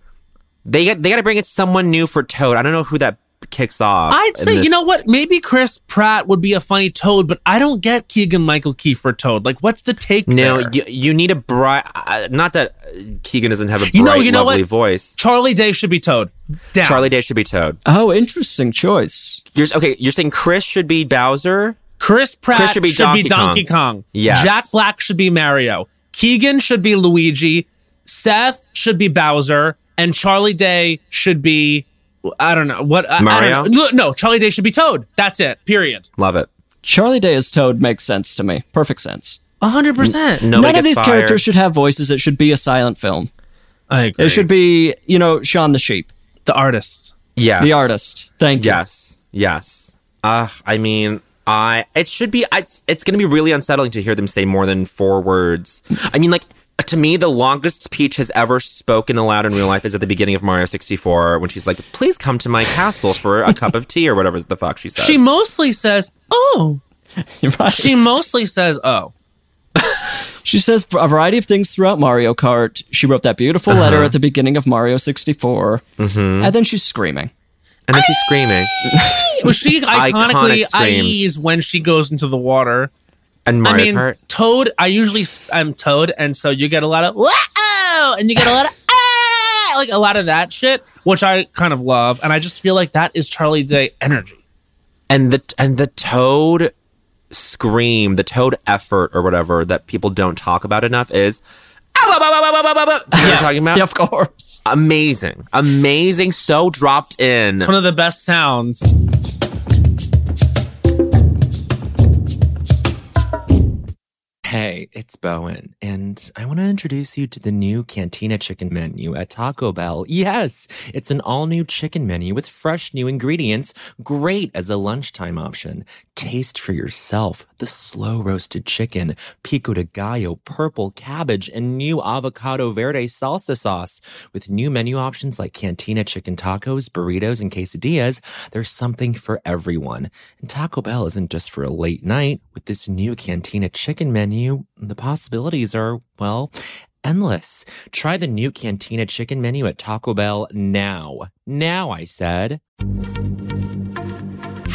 S1: They got they got to bring in someone new for Toad. I don't know who that kicks off.
S2: I'd
S1: in
S2: say,
S1: this-
S2: you know what? Maybe Chris Pratt would be a funny Toad, but I don't get Keegan Michael Key for Toad. Like, what's the take?
S1: No,
S2: there?
S1: you, you need a bright. Uh, not that uh, Keegan doesn't have a bright,
S2: You know- you know
S1: lovely
S2: what?
S1: voice.
S2: Charlie Day should be Toad. Down.
S1: Charlie Day should be Toad.
S6: Oh, interesting choice.
S1: You're okay. You're saying Chris should be Bowser.
S2: Chris Pratt
S1: Chris should be Donkey Kong.
S2: Kong.
S1: Yes.
S2: Jack Black should be Mario. Keegan should be Luigi. Seth should be Bowser, and Charlie Day should be I don't know what I- I,
S1: Mario?
S2: don't know. Look, No, Charlie Day should be Toad. That's it. Period.
S1: Love it.
S6: Charlie Day as Toad makes sense to me. Perfect sense.
S2: hundred percent.
S1: Nobody
S6: None of
S1: gets
S6: these
S1: fired.
S6: characters should have voices. It should be a silent film.
S2: I agree.
S6: It should be, you know, Shaun the Sheep,
S2: the artists.
S1: Yes.
S6: the artist. Thank you.
S1: Yes. Yes. Uh, I mean, I it should be it's, it's going to be really unsettling to hear them say more than four words. I mean, like to me, the longest speech has ever spoken aloud in real life is at the beginning of Mario 64 when she's like, "Please come to my castle for a cup of tea" or whatever the fuck she says.
S2: She mostly says, "Oh."
S6: [laughs] Right.
S2: She mostly says, "Oh."
S6: She says a variety of things throughout Mario Kart. She wrote that beautiful letter at the beginning of Mario 64, and then she's screaming.
S1: and then she's screaming,
S2: Well,
S1: [laughs]
S2: she
S1: Iconic
S2: iconically
S1: screams.
S2: IEs when she goes into the water.
S1: and Mario
S2: I mean,
S1: Kart.
S2: Toad. I usually s- I'm Toad, and so you get a lot of wow, and you get a lot of ah, like a lot of that shit, which I kind of love, and I just feel like that is Charlie Day energy.
S1: and the and the toad scream the toad effort or whatever that people don't talk about enough is "Ah, bah, bah, bah, bah, bah, bah, bah," you know what I'm talking about
S6: Yeah, of course.
S1: amazing amazing so dropped in
S2: It's one of the best sounds.
S1: hey it's bowen and i want to introduce you to the new cantina chicken menu at taco bell yes it's an all-new chicken menu with fresh new ingredients great as a lunchtime option taste for yourself the slow roasted chicken pico de gallo purple cabbage and new avocado verde salsa sauce with new menu options like cantina chicken tacos burritos and quesadillas there's something for everyone and taco bell isn't just for a late night with this new cantina chicken menu the possibilities are well endless try the new cantina chicken menu at taco bell now now i said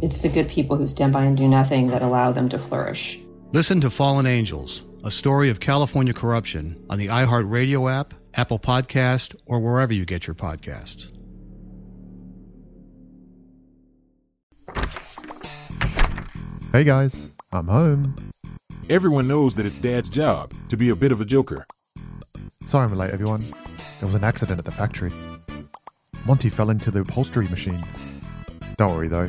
S7: It's the good people who stand by and do nothing that allow them to flourish.
S8: Listen to Fallen Angels, a story of California corruption on the iHeartRadio app, Apple Podcast, or wherever you get your podcasts.
S9: Hey guys, I'm home.
S10: Everyone knows that it's Dad's job to be a bit of a joker.
S9: Sorry I'm late, everyone. There was an accident at the factory. Monty fell into the upholstery machine. Don't worry though,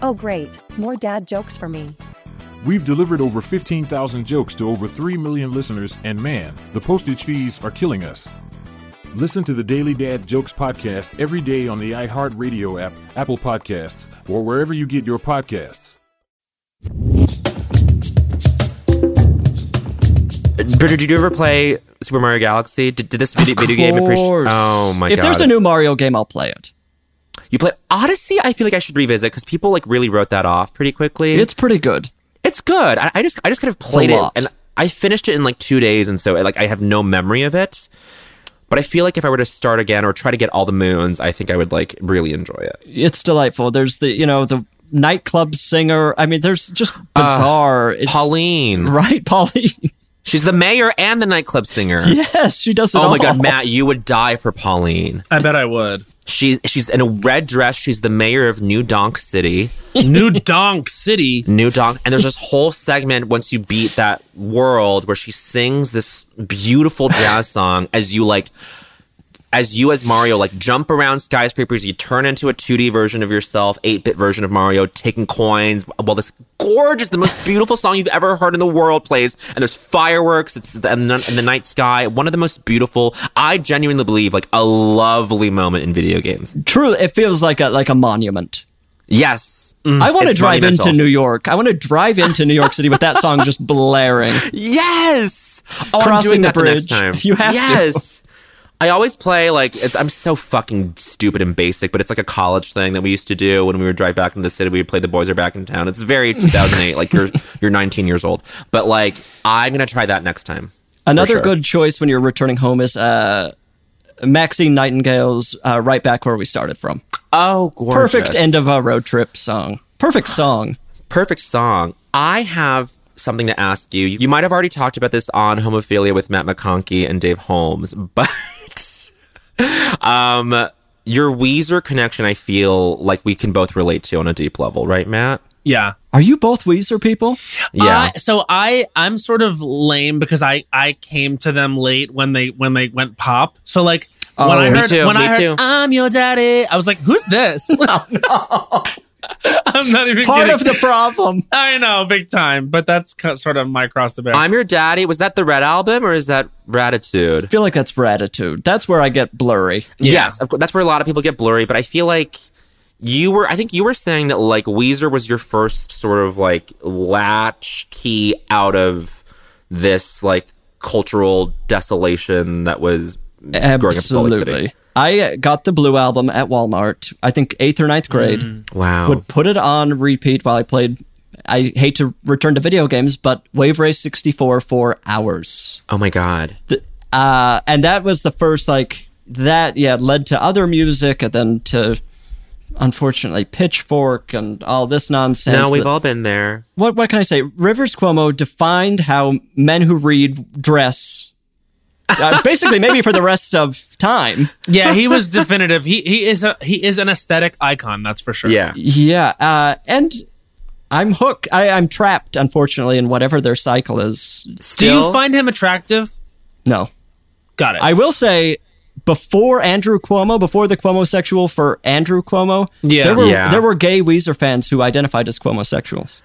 S11: Oh, great. More dad jokes for me.
S10: We've delivered over 15,000 jokes to over 3 million listeners, and man, the postage fees are killing us. Listen to the Daily Dad Jokes podcast every day on the iHeartRadio app, Apple Podcasts, or wherever you get your podcasts.
S1: Bridget, did you ever play Super Mario Galaxy? Did, did this video,
S6: Of
S1: video game appreciate?
S6: course.
S1: Oh my
S6: If
S1: god!
S6: there's a new Mario game, I'll play it.
S1: you play Odyssey. I feel like I should revisit because people like really wrote that off pretty quickly.
S6: It's pretty good.
S1: It's good. I, I just I just kind of played it
S6: lot.
S1: and I finished it in like two days, and so like I have no memory of it. But I feel like if I were to start again or try to get all the moons, I think I would like really enjoy it.
S6: It's delightful. There's the you know the nightclub singer. I mean, there's just bizarre. it's,
S1: Uh, Pauline,
S6: [laughs] right? Pauline. [laughs]
S1: She's the mayor and the nightclub singer.
S6: Yes, she does it.
S1: oh my god,
S6: all.
S1: Matt, you would die for Pauline.
S2: I bet
S1: [laughs]
S2: I would.
S1: She's she's in a red dress. She's the mayor of New Donk City.
S2: New Donk City.
S1: New Donk. And there's this whole segment once you beat that world where she sings this beautiful jazz song as you like as you as Mario like jump around skyscrapers, you turn into a 2D version of yourself, 8-bit version of Mario, taking coins while this gorgeous, the most beautiful song you've ever heard in the world plays, and there's fireworks, it's the, in, the, in the night sky, one of the most beautiful, I genuinely believe, like a lovely moment in video games.
S6: True, it feels like a like a monument.
S1: Yes.
S6: I want to
S1: Mm, It's
S6: drive
S1: monumental.
S6: into New York. I want to drive into New York City with that song just
S1: [laughs]
S6: blaring.
S1: Yes. Oh, I'm
S6: Crossing
S1: doing
S6: the
S1: that the next
S6: bridge.
S1: time.
S6: [laughs] You have to.
S1: yes. I always play like it's, I'm so fucking stupid and basic, but it's like a college thing that we used to do when we would drive back into the city. We would play "The Boys Are Back in Town." It's
S6: [laughs]
S1: very 2008. like you're you're 19 years old, but like I'm gonna try that next time. for
S6: Another
S1: sure.
S6: good choice when you're returning home is uh, Maxine Nightingale's uh, "Right Back Where We Started From."
S1: Oh, gorgeous.
S6: Perfect end of a road trip song. Perfect song.
S1: Perfect song. I have something to ask you. You might have already talked about this on Homophilia with Matt McConkey and Dave Holmes, [laughs] but um, your Weezer connection, I feel like we can both relate to on a deep level, right, Matt?
S2: Yeah.
S6: Are you both Weezer people?
S1: Yeah.
S2: I- so I I'm sort of lame because I I came to them late when they when they went pop. So like
S1: Oh,
S2: when I
S1: me
S2: heard
S1: too,
S2: when
S1: me
S2: I heard
S1: too.
S2: I'm your daddy, I was like, who's
S1: [laughs]
S2: this? [laughs] I'm not even
S6: Part
S2: kidding.
S6: of the problem.
S2: I know, big time. But that's co- sort of my cross to bear.
S1: I'm your daddy. Was that the Red Album or is that Ratitude?
S6: I feel like that's gratitude. That's where I get blurry.
S1: Yes, of course. That's where a lot of people get blurry, but I feel like you were I think you were saying that like Weezer was your first sort of like latch key out of this like cultural desolation that was growing up in Salt Lake City.
S6: Absolutely. I uh, got the blue album
S1: Mm.
S6: at Walmart, I think eighth or ninth grade.
S1: Wow.
S6: Would put it on repeat while I played I hate to return to video games, but Wave Race 64 for hours.
S1: Oh my god.
S6: Th- uh, and that was the first like that. Yeah, led to other music, and then to unfortunately Pitchfork and all this nonsense.
S1: Now we've
S6: that-
S1: all been there.
S6: what what can I say? Rivers Cuomo defined how men who read dress.
S2: [laughs]
S6: Uh, basically, maybe for the rest of time.
S2: Yeah, he [laughs] was definitive. He he is a he is an aesthetic icon. That's for sure.
S1: Yeah.
S6: Yeah, uh, and I'm hooked. I, I'm trapped, unfortunately, in whatever their cycle is.
S2: Do you find him attractive?
S6: no?
S2: Got it.
S6: I will say before Andrew Cuomo, before the Cuomo-sexual for Andrew Cuomo,
S2: Yeah.
S6: there were
S2: Yeah.
S6: there were gay Weezer fans who identified as Cuomo-sexuals.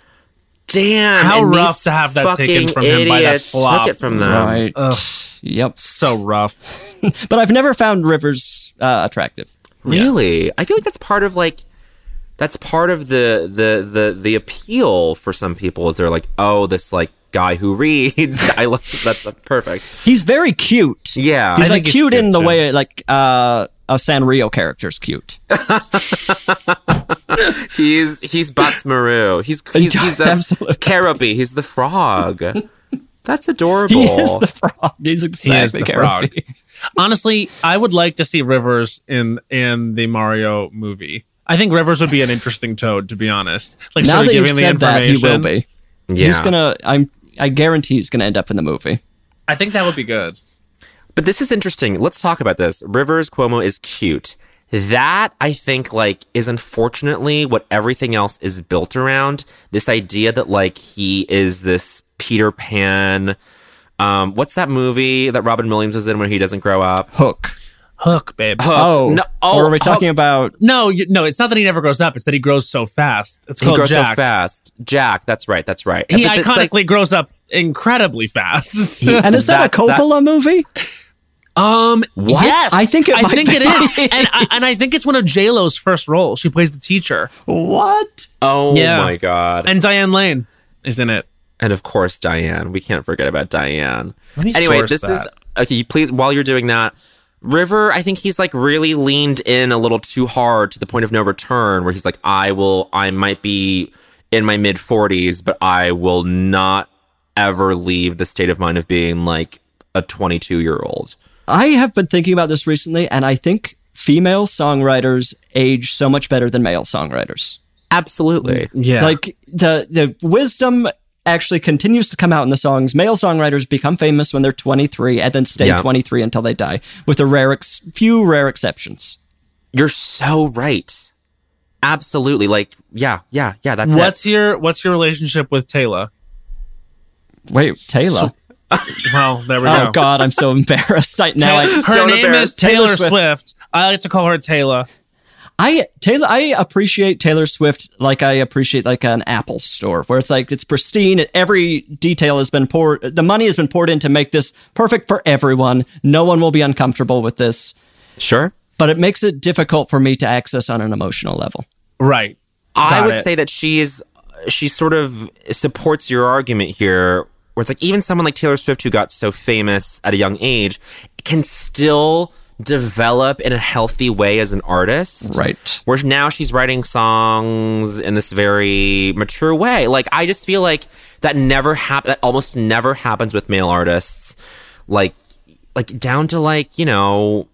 S1: Damn.
S2: How
S1: and
S2: rough
S1: these
S2: to have that
S1: fucking
S2: taken from him by that
S1: idiots
S2: flop.
S1: Took it from them.
S6: Right.
S2: uh,
S6: Yep.
S2: So rough.
S6: but I've never found Rivers uh, attractive.
S1: Really? I feel like that's part of like that's part of the the the the appeal for some people is they're like, "Oh, this like guy who reads. [laughs] I love that's uh, perfect."
S6: He's very cute.
S1: Yeah.
S6: He's like cute, in the way like uh, a Sanrio character's cute.
S1: He's he's Bats Maru. He's
S6: [laughs]
S1: he's he's a
S6: Absolutely.
S1: Caribe. He's the
S6: [laughs]
S1: frog. That's adorable.
S6: He is the frog. He's
S2: He is
S6: exactly
S2: the
S6: Garofalo. [laughs]
S2: frog. Honestly, I would like to see Rivers in in the Mario movie. I think Rivers would be an interesting toad, to be honest. Like
S6: now
S2: sort of
S6: that
S2: giving
S6: you've
S2: the
S6: said that,
S2: information.
S6: he will be. He's
S1: Yeah.
S6: gonna. I'm. I guarantee he's gonna end up in the movie.
S2: I think that would be good.
S1: But this is interesting. Let's talk about this. Rivers Cuomo is cute. That I think like is unfortunately what everything else is built around. This idea that like he is this Peter Pan. Um, what's that movie that Robin Williams was in where he doesn't grow up?
S6: Hook.
S2: Hook, babe.
S1: Hook.
S6: Oh,
S1: no, oh,
S6: or are we
S1: Hook.
S6: talking about?
S2: No, you, no, it's not that he never grows up. It's that he grows so fast. It's
S1: He
S2: called
S1: grows
S2: Oh, Jack.
S1: so fast. Jack. That's right. That's right.
S2: He
S1: But it's
S2: iconically
S1: like-
S2: grows up incredibly fast. [laughs]
S6: And is that a
S1: That's- that's-
S6: Coppola movie?
S2: um,
S1: What?
S2: yes,
S6: I think it
S2: I
S6: might
S2: think
S6: be.
S2: it
S6: [laughs]
S2: is, and I, and I think it's one of J Lo's first roles. She plays the teacher,
S6: What?
S1: oh
S2: Yeah.
S1: my god.
S2: and Diane Lane is in it.
S1: and of course Diane. We can't forget about Diane.
S2: Let me
S1: Anyway,
S2: source
S1: this is
S2: that.
S1: okay. you Please, while you're doing that, River, I think he's like really leaned in a little too hard to the point of no return, where he's like, I will, I might be in my mid 40s, but I will not ever leave the state of mind of being like a 22 year old.
S6: I have been thinking about this recently, and I think female songwriters age so much better than male songwriters.
S1: Absolutely.
S2: Yeah,
S6: Like the the wisdom actually continues to come out in the songs. Male songwriters become famous when they're 23 and then stay
S1: Yeah.
S6: 23 until they die, with a rare ex- few rare exceptions.
S1: You're so right. Absolutely. Like, yeah, yeah, yeah. That's it.
S2: what's your what's your relationship with Taylor?
S6: Wait, Taylor.
S2: Well, there we
S6: oh
S2: go.
S6: God, I'm so [laughs] embarrassed. I, now I,
S2: her
S1: Don't
S2: name
S1: embarrass
S2: is Taylor,
S6: Taylor
S2: Swift.
S6: Swift.
S2: I like to call her Taylor.
S6: I Taylor I appreciate Taylor Swift like I appreciate like an Apple store where it's like it's pristine and every detail has been poured the money has been poured in to make this perfect for everyone. No one will be uncomfortable with this,
S1: Sure.
S6: but it makes it difficult for me to access on an emotional level.
S2: Right.
S1: I
S2: Got
S1: would
S2: it.
S1: say that she is she sort of supports your argument here where it's like even someone like Taylor Swift who got so famous at a young age can still develop in a healthy way as an artist.
S6: Right.
S1: Whereas now she's writing songs in this very mature way. Like I just feel like that never hap- that almost never happens with male artists. Like like down to like, you know,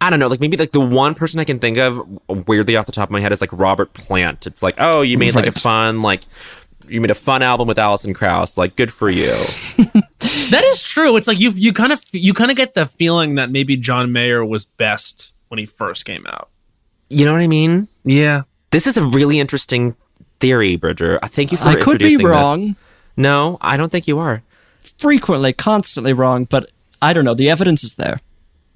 S1: I don't know, like maybe like the one person I can think of weirdly off the top of my head is like Robert Plant. It's like, oh, you made like a
S6: Right.
S1: fun like you made a fun album with Alison Krauss. Like, good for you.
S2: That is true. It's like you you kind of you kind of get the feeling that maybe John Mayer was best when he first came out.
S1: You know what I mean?
S2: Yeah.
S1: This is a really interesting theory, Bridger. I thank you for
S6: I could be
S1: introducing this.
S6: wrong,
S1: No, I don't think you are.
S6: frequently, constantly wrong, but I don't know. The evidence is there.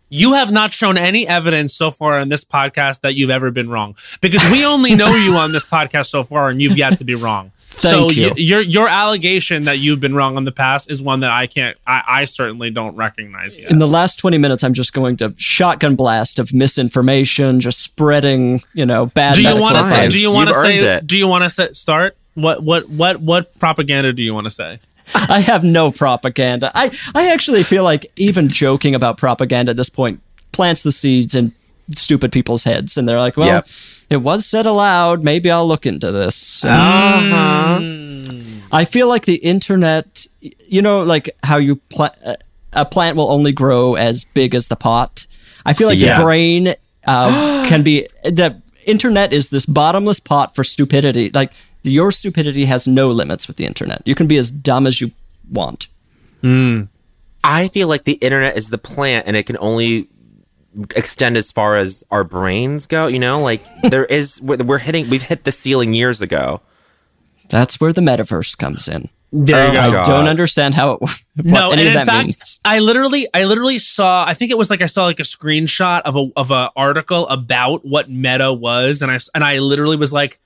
S2: You have not shown any evidence so far on this podcast that you've ever been wrong because we only know you on this podcast so far and you've yet to
S1: [laughs]
S2: be wrong. so
S6: Thank you.
S2: y- your your allegation that you've been wrong in the past is one that I can't I, I certainly don't recognize yet.
S6: In the last 20 minutes, I'm just going to shotgun blast of misinformation, just spreading, you know, bad
S2: do you
S6: medical
S2: want to say
S6: advice.
S2: do you want to
S1: You've
S2: say
S1: earned it.
S2: do you want to start what what what what propaganda do you want to say?
S6: I have no propaganda. I, I actually feel like even joking about propaganda at this point plants the seeds and stupid people's heads, and they're like, "Well,
S1: Yep.
S6: it was said aloud. Maybe I'll look into this." And
S2: Uh-huh.
S1: Mm.
S6: I feel like the internet, y- you know, like how you pla- uh, a plant will only grow as big as the pot. I feel like
S1: Yes.
S6: the brain uh, can be the internet is this bottomless pot for stupidity. Like your stupidity has no limits with the internet. You can be as dumb as you want.
S1: I feel like the internet is the plant and it can only extend as far as our brains go, you know?
S2: [laughs]
S1: Like there is we're we're hitting we've hit the ceiling years ago.
S6: That's where the metaverse comes in.
S1: There you
S6: I
S1: go.
S6: don't understand how [laughs] it, what
S2: no, and
S6: any of
S2: in
S6: that
S2: fact,
S6: means.
S2: I literally, I literally saw. I think it was like I saw like a screenshot of a of a article about what Meta was, and I s- and I literally was like,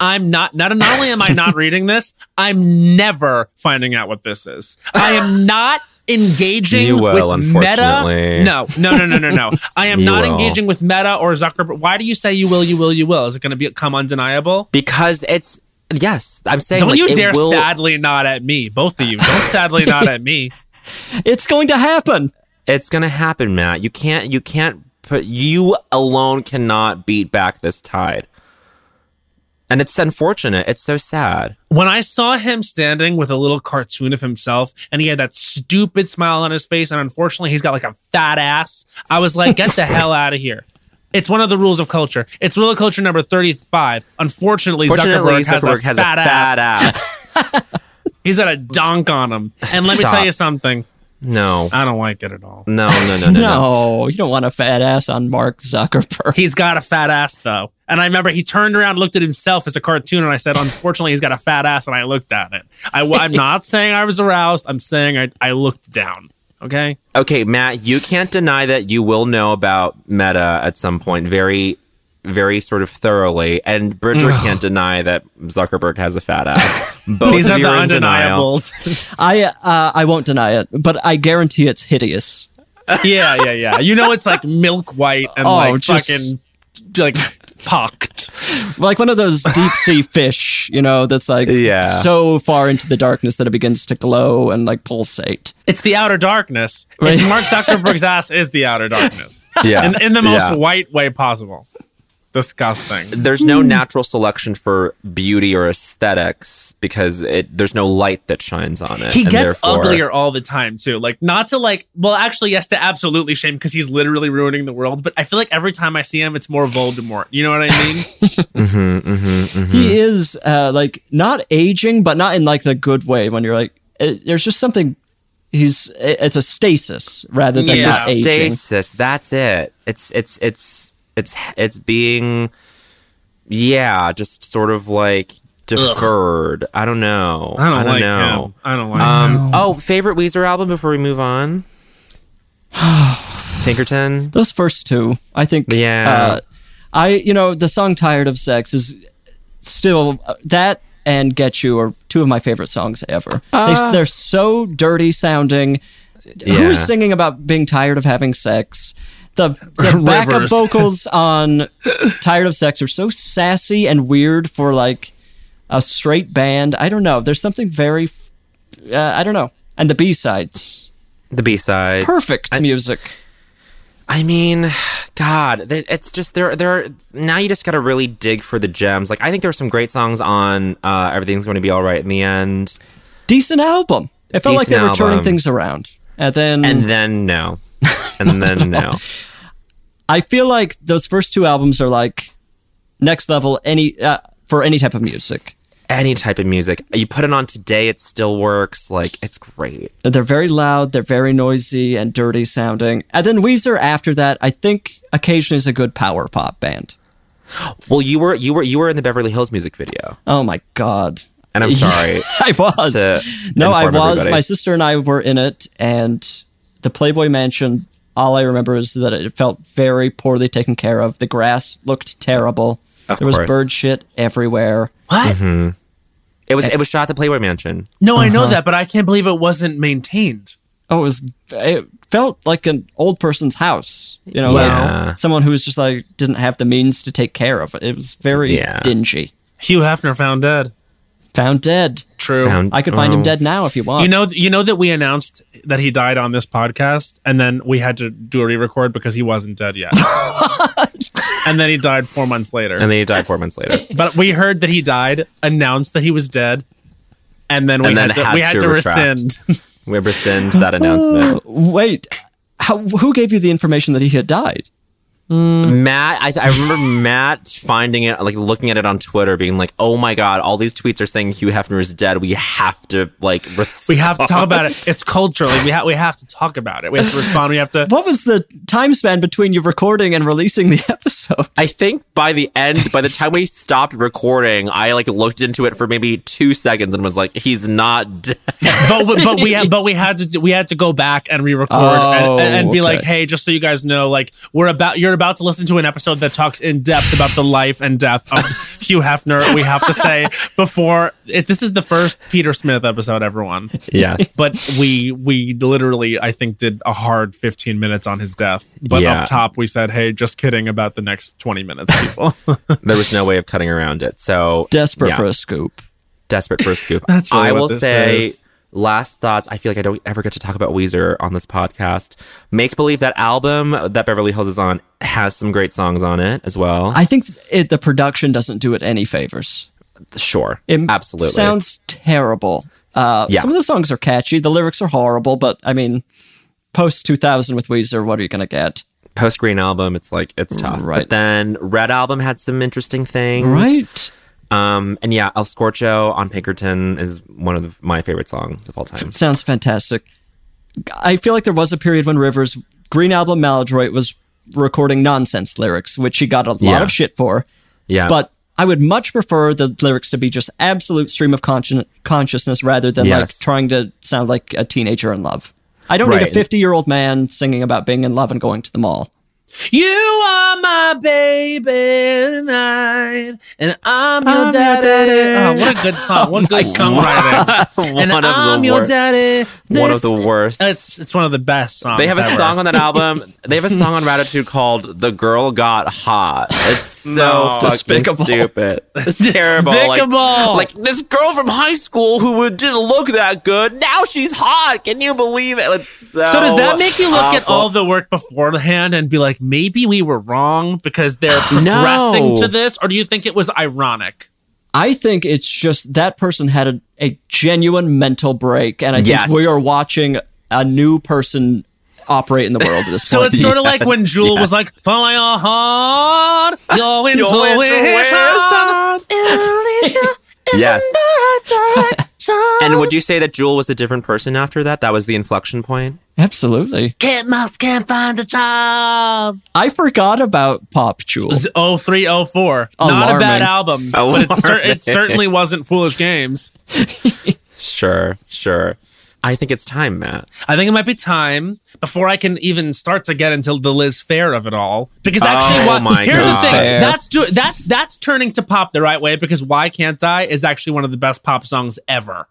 S2: I'm not not not only am I
S1: [laughs]
S2: not reading this, I'm never finding out what this is.
S1: [laughs]
S2: I am not engaging
S1: You will,
S2: with
S1: unfortunately.
S2: Meta. No, no, no, no,
S1: [laughs]
S2: no, no. I am
S1: You
S2: not
S1: will.
S2: engaging with Meta or Zuckerberg. Why do you say you will, you will, you will? Is it going to become undeniable?
S1: Because it's yes, I'm saying
S2: Don't
S1: like,
S2: you
S1: it
S2: dare
S1: will-
S2: sadly nod at me, both of you. Don't sadly
S1: [laughs]
S2: nod at me.
S6: It's going to happen.
S1: It's gonna happen, Matt. You can't you can't put you alone cannot beat back this tide. And it's unfortunate. It's so sad.
S2: when I saw him standing with a little cartoon of himself and he had that stupid smile on his face, and unfortunately he's got like a fat ass, I was like, get the hell out of here. It's one of the rules of culture. It's rule of culture number 35. Unfortunately,
S1: Fortunately,
S2: Zuckerberg, has,
S1: Zuckerberg
S2: a, fat ass. [laughs]
S1: ass.
S2: He's got a donk on him. And let me
S1: Stop.
S2: tell you something.
S1: no.
S2: I don't like it at all.
S1: No, no,
S2: [laughs]
S1: no, no, no.
S6: you don't want a fat ass on Mark Zuckerberg.
S2: He's got a fat ass though. And I remember he turned around, looked at himself as a cartoon, and I said, "Unfortunately, he's got a fat ass." And I looked at it. I, am not saying I was aroused. I'm saying I, I looked down. Okay.
S1: Okay, Matt, you can't deny that you will know about Meta at some point very, very sort of thoroughly. And Bridger
S2: Ugh.
S1: can't deny that Zuckerberg has a fat
S2: [laughs]
S1: ass. Both
S2: These
S1: of
S2: are
S1: you
S2: the
S1: in denial.
S2: undeniables. [laughs]
S6: I uh, I won't deny it, but I guarantee it's hideous.
S2: yeah, yeah, yeah. You know, it's like milk white and
S6: Oh,
S2: like
S6: just-
S2: fucking like pocked.
S6: Like one of those deep sea fish, you know, that's like
S1: Yeah.
S6: so far into the darkness that it begins to glow and like pulsate.
S2: It's the outer darkness.
S6: Right.
S2: It's Mark Zuckerberg's ass is the outer darkness.
S1: Yeah.
S2: In, in the most
S1: Yeah.
S2: white way possible. Disgusting.
S1: There's no natural selection for beauty or aesthetics because it, there's no light that shines on it.
S2: He
S1: and
S2: gets
S1: therefore-
S2: uglier all the time too. Like not to like, well, actually, yes, to absolutely shame because he's literally ruining the world. But I feel like every time I see him, it's more Voldemort. You know what I mean?
S1: Mhm, mhm, mhm.
S6: He is uh, like not aging, but not in like the good way. When you're like, it, there's just something. He's it- it's a stasis rather than
S1: It's
S6: just
S1: a
S6: aging.
S1: stasis. That's it. It's it's it's it's it's being yeah, just sort of like deferred. I don't know.
S2: [laughs] I don't, like
S1: know.
S2: him. I don't like him.
S1: Um, oh, favorite Weezer album before we move
S2: [sighs]
S1: on? Pinkerton.
S6: Those first two, I think.
S1: Yeah.
S6: Uh, I you know the song "Tired of Sex" is still uh, that and "Get You" are two of my favorite songs ever.
S1: Ah.
S6: they, they're so dirty sounding.
S1: Yeah.
S6: Who's singing about being tired of having sex?
S1: [laughs]
S6: The, the backup
S2: Rivers.
S6: vocals on "Tired of Sex" are so sassy and weird for like a straight band. I don't know. There's something very, f- uh, I don't know. And the B sides,
S1: The B side.
S6: perfect
S1: I,
S6: music.
S1: I mean, God, th- it's just there. There now you just gotta really dig for the gems. Like I think there were some great songs on uh, "Everything's Going to Be All Right" in the end,
S6: decent album. It felt like
S1: Decent
S6: they were turning
S1: album.
S6: things around. And then
S1: and
S2: Mm.
S1: then
S2: [laughs]
S1: no, and then no.
S6: I feel like those first two albums are like next level any uh, for any type of music.
S1: any type of music. You put it on today, it still works. Like it's great.
S6: They're very loud, they're very noisy and dirty sounding. And then Weezer after that, I think occasionally is a good power pop band.
S1: Well, you were you were you were in the Beverly Hills music video,
S6: Oh my god.
S1: and I'm sorry.
S6: [laughs] I was.
S1: to
S6: no, I was.
S1: inform everybody.
S6: My sister and I were in it, and the Playboy Mansion. All I remember is that it felt very poorly taken care of. The grass looked terrible.
S1: Of
S6: there was
S1: course.
S6: bird shit everywhere.
S2: What?
S1: it
S2: [laughs]
S1: was it was shot at the Playboy Mansion.
S2: No, I know that, but I can't believe it wasn't maintained.
S6: Oh, it was. It felt like an old person's house. You know,
S1: Yeah.
S6: like someone who was just like didn't have the means to take care of it. It was very
S1: Yeah.
S6: dingy.
S2: Hugh Hefner found dead.
S6: Found dead.
S2: True. Found-
S6: I could find
S1: Mm.
S6: him
S2: oh.
S6: dead now if you want.
S2: You know, you know that we announced that he died on this podcast, and then we had to do a re-record because he wasn't
S1: [laughs]
S2: dead yet. and then he died four months later.
S1: And then he died four months later.
S2: but we heard that he died, announced that he was dead, and then we
S1: And then
S2: had to,
S1: had
S2: we had
S1: to
S2: to,
S1: retract.
S2: rescind. [laughs]
S1: We rescind that announcement.
S6: Wait, how, who gave you the information that he had died?
S1: Matt, I, th- I remember Matt finding it, like looking at it on Twitter, being like, "Oh my god, all these tweets are saying Hugh Hefner is dead. We have to like
S2: We have to talk about it. It's cultural. Like, we have we have to talk about it. We have to respond. We have
S1: [laughs]
S2: to.
S6: What was the time span between you recording and releasing the [laughs] episode?
S1: I think by the end, by the time we stopped recording, I like looked into it for maybe two seconds and was like, "He's not dead."
S2: But we- but we
S1: [laughs]
S2: had but we had to do, we had to go back and re-record
S1: Oh,
S2: and, and, and be
S1: okay.
S2: like, hey, just so you guys know, like we're about you're about to listen to an episode that talks in depth about the life and death
S1: [laughs]
S2: of Hugh Hefner. We have to say before if this is the first Peter Smith episode, everyone. [laughs]
S1: Yes.
S2: but we we literally I think did a hard 15 minutes on his death. But
S1: Yeah.
S2: up top we said, hey, just kidding about the next 20 minutes, people.
S1: [laughs] there was no way of cutting around it. So
S6: desperate
S1: for
S6: a scoop.
S1: Desperate for a scoop.
S2: That's really
S1: I
S2: what
S1: will
S2: this
S1: say.
S2: is.
S1: Last thoughts. I feel like I don't ever get to talk about Weezer on this podcast. Make believe that album that Beverly Hills is on has some great songs on it as well.
S6: I think it, the production doesn't do it any favors.
S1: Sure,
S6: It
S1: absolutely.
S6: sounds terrible. Uh,
S1: Yeah.
S6: Some of the songs are catchy. The lyrics are horrible, but I mean, post 2000 with Weezer, what are you going to get?
S1: post Green album. It's like it's tough.
S6: Right.
S1: But then Red album had some interesting things.
S6: Right.
S1: Um, and yeah, El Scorcho on Pinkerton is one of my favorite songs of all
S6: [laughs]
S1: time.
S6: Sounds fantastic. I feel like there was a period when Rivers' Green Album Maladroit was recording nonsense lyrics, which he got a lot
S1: Yeah.
S6: of shit for.
S1: Yeah.
S6: But I would much prefer the lyrics to be just absolute stream of conscien- consciousness rather than like
S1: Yes.
S6: trying to sound like a teenager in love. I don't need a
S1: Right.
S6: 50 year old man singing about being in love and going to the mall.
S2: You are my baby tonight, and I'm your
S5: I'm your
S2: daddy. Oh, [laughs]
S5: daddy.
S2: what a good song! What a good songwriting! and
S1: One of the
S2: I'm your
S1: worst.
S2: daddy.
S1: one of
S2: This-
S1: the worst.
S2: It's it's one of the best songs.
S1: They have a
S2: ever.
S1: song on that
S2: [laughs]
S1: album. They have a song on Ratitude called "The Girl Got Hot."
S2: [laughs]
S1: It's so
S2: No.
S1: fucking
S2: Despicable. [laughs]
S1: stupid. It's terrible. Like-
S2: Despicable.
S1: Like, this girl from high school who would- didn't look that good. Now she's hot. Can you believe it? It's so.
S2: So does that make you look at
S1: awful.
S2: all the work beforehand and be like, maybe we were wrong because they're
S1: [gasps] No.
S2: progressing to this, or do you think it was ironic?
S6: I think it's just that person had a, a genuine mental break, and I think
S2: Yes.
S6: we are watching a new person operate in the world at this
S2: [laughs] So
S6: point.
S1: [laughs]
S2: it's sort of like when Jewel was like, "Follow your heart,
S1: [laughs]
S2: your intuition."
S1: Yes. [laughs] and would you say that Jewel was a different person after that? That was the inflection point.
S6: Absolutely.
S5: Cat mouse can't find a job.
S6: I forgot about Pop Jewel.
S2: Oh three oh four. Not a
S6: Alarming.
S2: bad album, but it, cer-
S1: Alarming.
S2: it certainly wasn't Foolish Games.
S1: Sure, sure. I think it's time, Matt.
S2: I think it might be time before I can even start to get into the Liz Fair of it all. Because actually,
S1: Oh
S2: what,
S1: my
S2: here's
S1: God.
S2: the
S1: Fair.
S2: thing that's do- that's that's turning to pop the right way. Because "Why Can't I" is actually one of the best pop songs ever,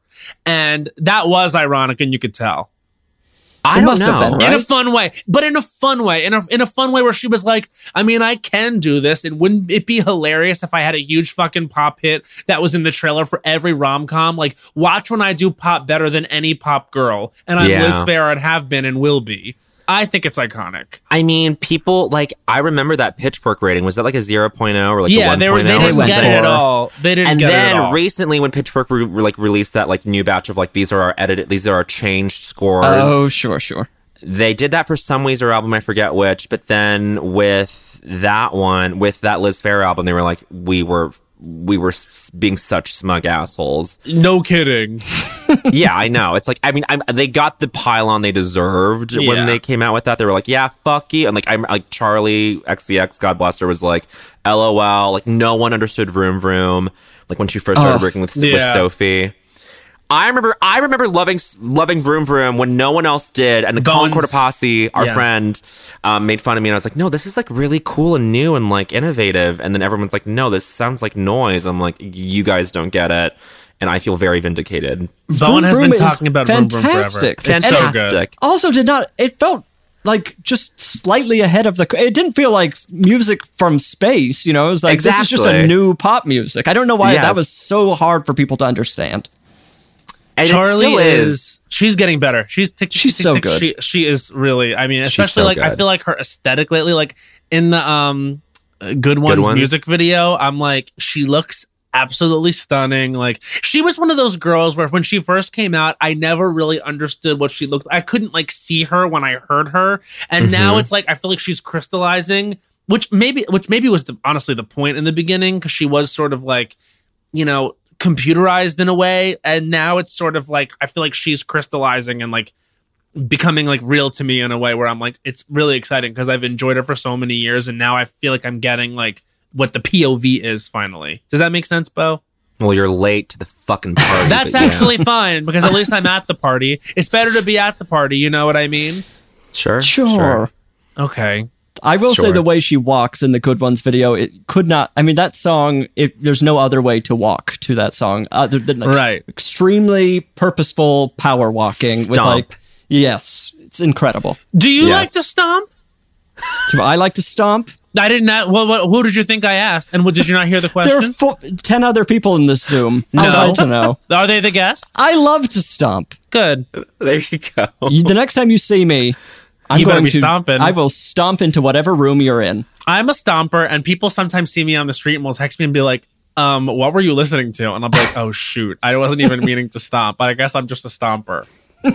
S2: and that was ironic, and you could tell.
S1: I don't know.
S2: In a fun way, but in a fun way, in a in a fun way where she was like, I mean, I can do this, and wouldn't it be hilarious if I had a huge fucking pop hit that was in the trailer for every rom com? Like, watch when I do pop better than any pop girl, and I'm
S1: Yeah.
S2: Liz Fair and have been and will be. I think it's iconic.
S1: I mean, people like I remember that pitchfork rating was that like a 0.0 or like a 1.0
S2: yeah, they were they
S1: or
S2: didn't get it
S1: 1.4?
S2: at all. They didn't
S1: and
S2: get
S1: then
S2: it at all.
S1: recently when pitchfork re- re- like released that like new batch of like these are our edited these are our changed scores
S6: Oh, sure, sure.
S1: they did that for some weezer album i forget which but then with that one with that liz fair album they were like we were we were s- being such smug assholes
S2: no kidding.
S1: yeah i know it's like i mean I'm, they got the pylon they deserved
S2: Yeah.
S1: when they came out with that they were like yeah fuck you and like i'm like charlie xcx god bless her was like lol like no one understood vroom vroom like when she first started
S2: Ugh.
S1: working with,
S2: Yeah.
S1: with sophie I remember, I remember loving loving Vroom Vroom when no one else did, and the Colin
S2: Bones.
S1: Cortopassi, our
S2: Yeah.
S1: friend, um, made fun of me, and I was like, "No, this is like really cool and new and like innovative." And then everyone's like, "No, this sounds like noise." I'm like, "You guys don't get it," and I feel very vindicated.
S2: Bowen has
S6: Vroom
S2: been
S6: Vroom is
S2: talking about Vroom Vroom forever.
S6: fantastic.
S2: It's so good.
S1: Fantastic.
S6: Also, did not. It felt like just slightly ahead of the. It didn't feel like music from space. You know, it was like this is just a
S1: Exactly.
S6: new pop music. I don't know why
S1: Yes.
S6: that was so hard for people to understand.
S1: And it
S2: Charlie
S1: still
S2: is,
S1: is.
S2: she's getting better. She's tick, she's
S6: so good.
S2: She, she is really. I mean,
S1: She's
S2: especially
S1: so
S2: like I
S1: good.
S2: feel like her aesthetic lately, like in the um, uh, Good Ones,
S1: Ones.
S2: music video. I'm like, she looks absolutely stunning. Like she was one of those girls where when she first came out, I never really understood what she looked. I couldn't like see her when I heard her, and now
S1: Mhm.
S2: it's like I feel like she's crystallizing. Which maybe, which maybe was the, honestly the point in the beginning because she was sort of like you know, computerized in a way. And now it's sort of like I feel like she's crystallizing and like becoming like real to me in a way where I'm like, it's really exciting because I've enjoyed her for so many years and now I feel like I'm getting like what the POV is finally. Does that make sense, Bo?
S1: Well, you're late to the fucking
S2: [laughs]
S1: party.
S2: That's
S1: but yeah.
S2: actually fine because at least I'm at the party. It's better to be at the party, you know what I mean?
S1: sure,
S6: sure.
S2: Okay.
S6: I will say
S2: Sure.
S6: the way she walks in the Good Ones video, it could not. I mean, that song. It, there's no other way to walk to that song other than like
S2: Right.
S6: extremely purposeful power walking with
S2: Stomp.
S6: like yes, it's incredible.
S2: Do you
S6: Yes.
S2: like to stomp?
S6: Do I like to stomp?
S2: I didn't. a- Well, what, who did you think I asked? And what, did you not hear the
S6: There are
S2: question?
S6: fo- ten other people in this Zoom. I'd
S2: No.
S6: like
S2: [laughs]
S6: to know.
S2: Are they the guest?
S6: I love to stomp.
S2: Good.
S1: There you go.
S6: You- the next time you see me, I'm
S2: You better
S6: going
S2: be
S6: to
S2: stomping.
S6: I will stomp into whatever room you're in.
S2: I'm a stomper, and people sometimes see me on the street and will text me and be like, um, what were you listening to? And I'll be [laughs] like, oh, shoot. I wasn't even meaning to stomp, but I guess I'm just a stomper.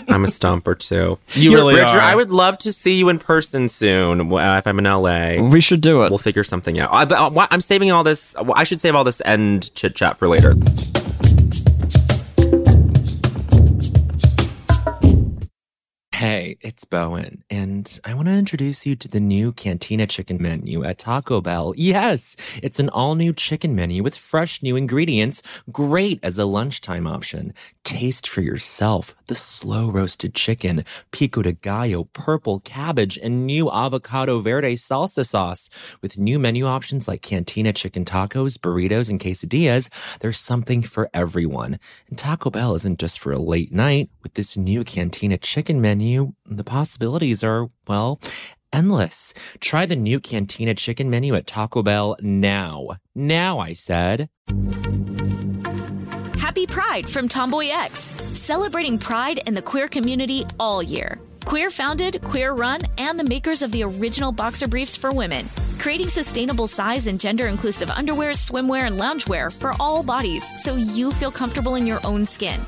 S1: I'm a stomper too.
S2: You really
S1: Bridger,
S2: are.
S1: I would love to see you in person soon uh, if I'm in LA.
S6: We should do it.
S1: We'll figure something out. I, but, uh, why- I'm saving all this. I should save all this end chit chat for later. Hey, it's Bowen, and I want to introduce you to the new Cantina Chicken menu at Taco Bell. Yes, it's an all new chicken menu with fresh new ingredients, great as a lunchtime option. Taste for yourself the slow roasted chicken, pico de gallo, purple cabbage, and new avocado verde salsa sauce. With new menu options like Cantina Chicken Tacos, burritos, and quesadillas, there's something for everyone. And Taco Bell isn't just for a late night. With this new Cantina Chicken menu, the possibilities are, well, endless. Try the new Cantina Chicken menu at Taco Bell now. Now, I said.
S12: Happy Pride from Tomboy X, celebrating pride in the queer community all year. Queer founded, queer run, and the makers of the original boxer briefs for women, creating sustainable size and gender inclusive underwear, swimwear, and loungewear for all bodies so you feel comfortable in your own skin.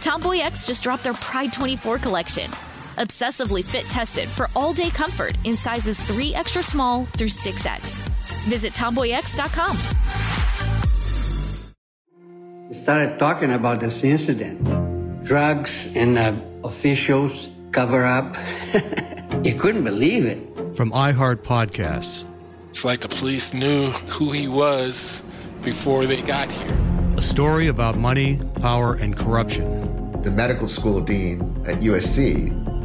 S12: Tomboy X just dropped their Pride 24 collection, obsessively fit tested for all day comfort in sizes 3 extra small through 6X. Visit tomboyx.com.
S13: started talking about this incident. Drugs and uh, officials cover up. [laughs] you couldn't believe it.
S8: From iHeart Podcasts.
S4: It's like the police knew who he was before they got here.
S8: A story about money, power, and corruption.
S14: The medical school dean at USC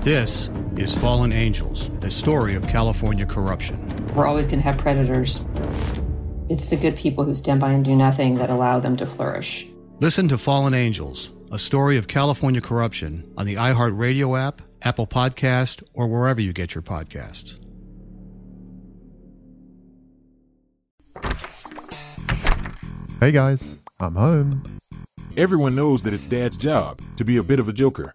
S8: This is Fallen Angels, the story of California corruption.
S7: We're always going to have predators. It's the good people who stand by and do nothing that allow them to flourish.
S8: Listen to Fallen Angels, a story of California corruption on the iHeartRadio app, Apple Podcast, or wherever you get your podcasts.
S9: Hey guys, I'm home.
S10: Everyone knows that it's Dad's job to be a bit of a joker.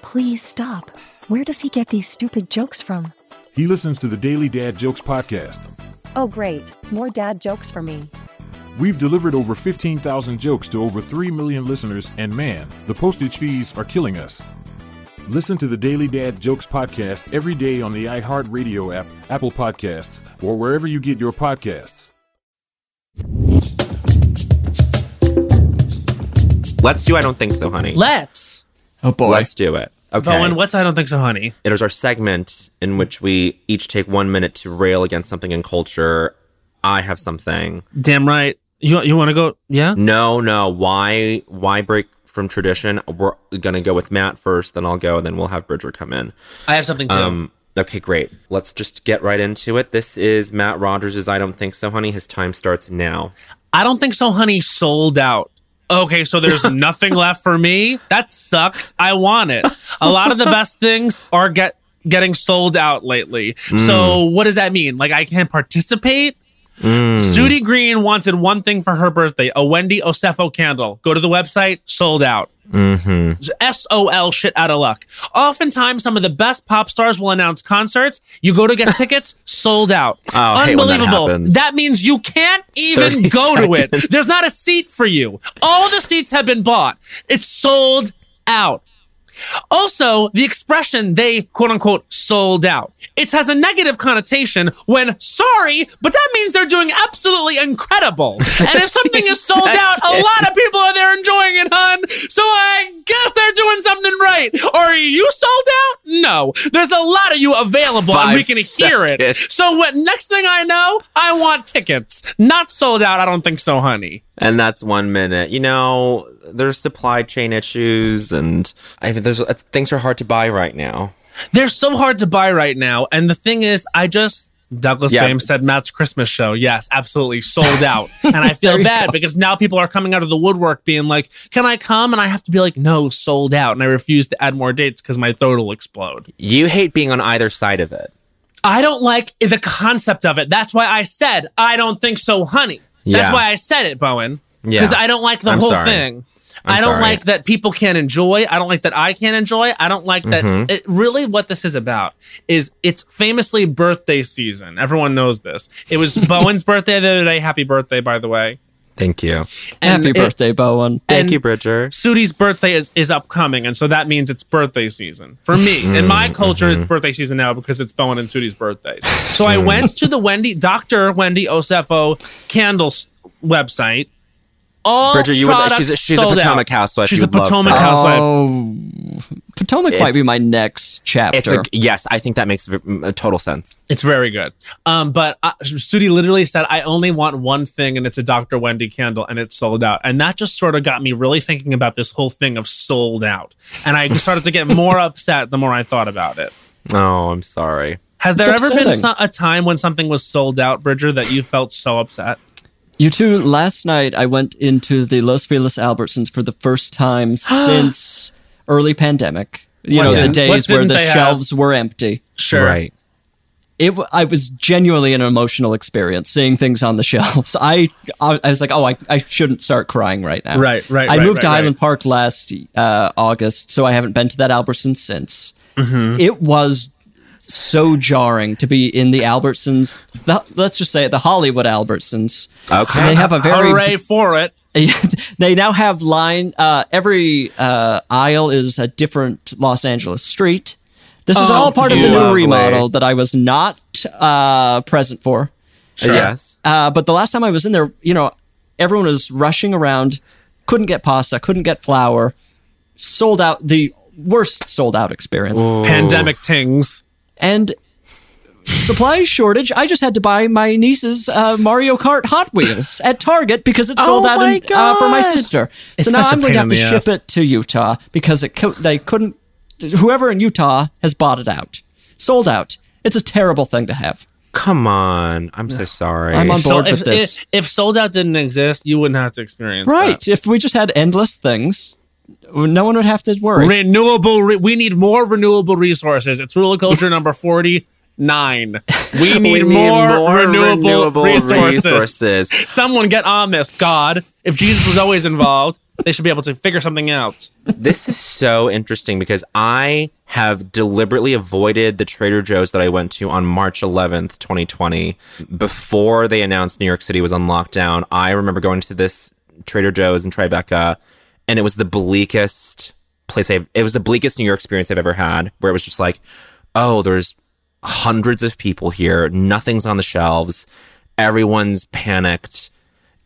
S11: Please stop. Where does he get these stupid jokes from?
S10: He listens to the Daily Dad Jokes podcast.
S11: Oh, great. More dad jokes for me.
S10: We've delivered over 15,000 jokes to over 3 million listeners, and man, the postage fees are killing us. Listen to the Daily Dad Jokes podcast every day on the iHeartRadio app, Apple Podcasts, or wherever you get your podcasts.
S1: Let's do I Don't Think So, Honey.
S2: Let's.
S1: Oh, boy. Let's do it. Okay.
S2: Bowen, what's I don't think so, honey?
S1: It is our segment in which we each take one minute to rail against something in culture. I have something.
S2: Damn right. You you want to go? Yeah.
S1: No, no. Why? Why break from tradition? We're gonna go with Matt first, then I'll go, and then we'll have Bridger come in.
S2: I have something too.
S1: Um. Okay, great. Let's just get right into it. This is Matt Rogers' "I Don't Think So, Honey." His time starts now.
S2: I don't think so, honey. Sold out. Okay,
S1: [laughs]
S2: so there's nothing left for me. That sucks. I want it. A lot of the best things are get getting sold out lately. So
S1: Hmm.
S2: what does that mean? Like I can't participate? Sudie Green wanted one thing for her birthday, a Wendy Osefo candle. Go to the website, sold out.
S1: Mm-hmm.
S2: SOL shit out of luck. Oftentimes, some of the best pop stars will announce concerts. You go
S1: [laughs]
S2: to get tickets, sold out.
S1: Oh, I hate when that
S2: Unbelievable.
S1: happens.
S2: means you can't even
S1: 30
S2: go to
S1: seconds.
S2: it. There's not a seat for you. All the seats have been bought, it's sold out. Also, the expression they quote unquote sold out. It has a negative connotation when sorry, but that means they're doing absolutely incredible. And if something is sold out, a lot of people are there enjoying it, hun. So I guess they're doing something right. Are you sold out? No. There's a lot of you available and we
S1: Five
S2: can hear it. So what next thing I know, I want tickets. Not sold out, I don't think so, honey.
S1: and that's one minute. You know, there's supply chain issues, and I mean, there's uh, things are hard to buy right now.
S2: They're so hard to buy right now. And the thing is, I just Douglas
S1: Yeah.
S2: Bame said Matt's Christmas show. Yes, absolutely sold out. and I feel bad because now people are coming out of the woodwork being like, "Can I come?" And I have to be like, "No, sold out." And I refuse to add more dates because my throat will explode.
S1: You hate being on either side of it.
S2: I don't like the concept of it. That's why I said I don't think so, honey. That's
S1: Yeah.
S2: why I said it, Bowen.
S1: Yeah.
S2: Because I don't like the
S1: I'm
S2: whole
S1: sorry.
S2: thing.
S1: I'm
S2: I do not
S1: sorry.
S2: like that people can't enjoy. I don't like that I can't enjoy. I don't like that.
S1: Mhm.
S2: It, really, what this is about is it's famously birthday season. Everyone knows this.
S1: [laughs]
S2: It was Bowen's birthday the other day. Happy birthday, by the way.
S1: Thank you.
S2: And
S6: Happy
S2: it-
S6: birthday, Bowen.
S2: Thank and- you,
S1: Bridger.
S2: Sudi's birthday is, is upcoming, and so that means it's birthday season. For me,
S1: Hmm,
S2: in my culture, it's birthday season now because it's Bowen and Sudi's birthdays. So
S1: Hmm.
S2: I went to the Wendy, Dr. Wendy Osefo candle s- website. All
S1: Bridger, you would-
S2: products
S1: she's a- she's a
S2: sold out.
S1: Potomac housewife.
S2: She's
S1: You
S2: a
S1: would love
S2: Potomac
S1: that.
S2: housewife.
S6: Oh, Potomac
S1: It's-
S6: might be my next chapter.
S1: It's a, yes, I think that makes v- m- a total sense.
S2: It's very good. Um, but uh, Sudi literally said, I only want one thing, and it's a Dr. Wendy candle, and it's sold out. And that just sort of got me really thinking about this whole thing of sold out. And I started to get more [laughs] upset the more I thought about it.
S1: Oh, I'm sorry.
S2: Has
S6: It's
S2: there ever been
S6: upsetting.
S2: so- a time when something was sold out, Bridger, that you felt so upset?
S6: You two, last night I went into the Los Feliz Albertsons for the first time since early pandemic. You
S2: What
S6: know, the
S2: did- what
S6: days where
S2: didn't
S6: the
S2: they have?
S6: shelves were empty.
S2: Sure.
S1: Right.
S6: It, w- I was genuinely an emotional experience seeing things on the [laughs] shelves. I, I, I was like, oh, I, I shouldn't start crying right now.
S2: Right, right,
S6: I
S2: right,
S6: moved to
S2: right, right.
S6: Highland Park last uh, August, so I haven't been to that Albertson since.
S2: Mm-hmm.
S6: It was so jarring to be in the Albertsons. The, let's just say it, the Hollywood Albertsons.
S1: Okay.
S6: They have a very
S2: Hooray for it.
S6: [laughs] they now have line uh, every uh, aisle is a different Los Angeles street. This is
S2: Oh,
S6: all part of the new
S1: lovely.
S6: remodel that I was not uh, present for.
S1: Sure. Yes.
S6: Uh, but the last time I was in there, you know, everyone was rushing around, couldn't get pasta, couldn't get flour, sold out the worst sold out experience.
S2: Pandemic tings.
S6: And supply shortage, I just had to buy my niece's uh, Mario Kart Hot Wheels at Target because it's sold
S1: Oh
S6: out
S1: my
S6: in, uh, for my
S1: God.
S6: sister.
S2: It's
S6: so now
S2: such a
S6: I'm going to
S2: pain in
S6: have to
S2: the
S6: ship
S2: ass.
S6: it to Utah because it co- they couldn't. Whoever in Utah has bought it out, sold out. It's a terrible thing to have.
S1: Come on. I'm [sighs] so sorry. [laughs]
S6: I'm on
S2: So
S6: board
S2: if,
S6: with this.
S2: If, if sold out didn't exist, you wouldn't have to experience
S6: right?
S2: that.
S6: If we just had endless things, no one would have to worry.
S2: Renewable. Re- we need more renewable resources. It's ruler culture number forty.
S6: [laughs]
S2: nine. We need, more, renewable, resources. Someone get on this, God. If Jesus was always involved, they should be able to figure something out.
S1: this is so interesting because I have deliberately avoided the Trader Joe's that I went to on March 11th, 2020. Before they announced New York City was on lockdown, I remember going to this Trader Joe's in Tribeca, and it was the bleakest place I've, it was the bleakest New York experience I've ever had, where it was just like, oh, there's hundreds of people here, nothing's on the shelves, everyone's panicked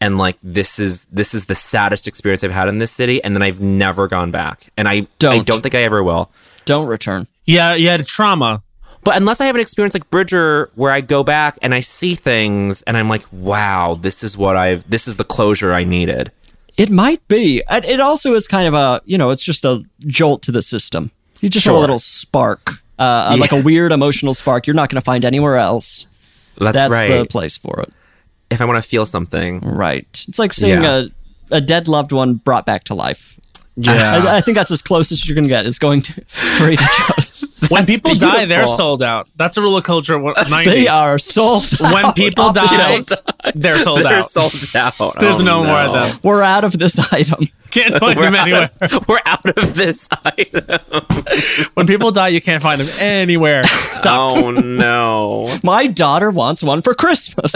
S1: and like this is this is the saddest experience I've had in this city, and then I've never gone back, and I don't. I don't think I ever will.
S6: Don't return.
S2: Yeah, you had trauma,
S1: but unless I have an experience like Bridger, where I go back and I see things, and I'm like, wow, this is what I've. This is the closure I needed.
S6: It might be. It it also is kind of a you know, it's just a jolt to the system. You just have a
S1: Sure.
S6: little spark, uh, like a weird emotional spark. You're not going to find anywhere else.
S1: That's, right.
S6: the place for it.
S1: If I want to feel something,
S6: right? It's like seeing a, a dead loved one brought back to life.
S1: [laughs] Yeah.
S6: I, I think that's as close as you're going to get is going to Trader
S2: [laughs]
S6: Joe's.
S2: When
S6: That's
S2: people die, they're
S6: beautiful.
S2: sold out. That's a rule of culture. wa- 90.
S6: [laughs] They are sold.
S2: [laughs]
S1: [laughs]
S2: When
S6: out
S2: people
S6: off the
S2: die,
S6: shelves.
S2: they're sold
S1: They're
S2: out.
S1: sold out.
S2: [laughs] There's
S1: Oh,
S2: no, more
S1: no.
S2: of them.
S6: We're out of this [laughs] item.
S2: Can't find
S1: We're
S2: them
S1: out
S2: anywhere.
S1: of- [laughs] we're out of this [laughs] item.
S2: when people die, you can't find them anywhere. Sucks.
S1: [laughs] Oh no.
S6: My daughter wants one
S2: [laughs]
S6: for Christmas.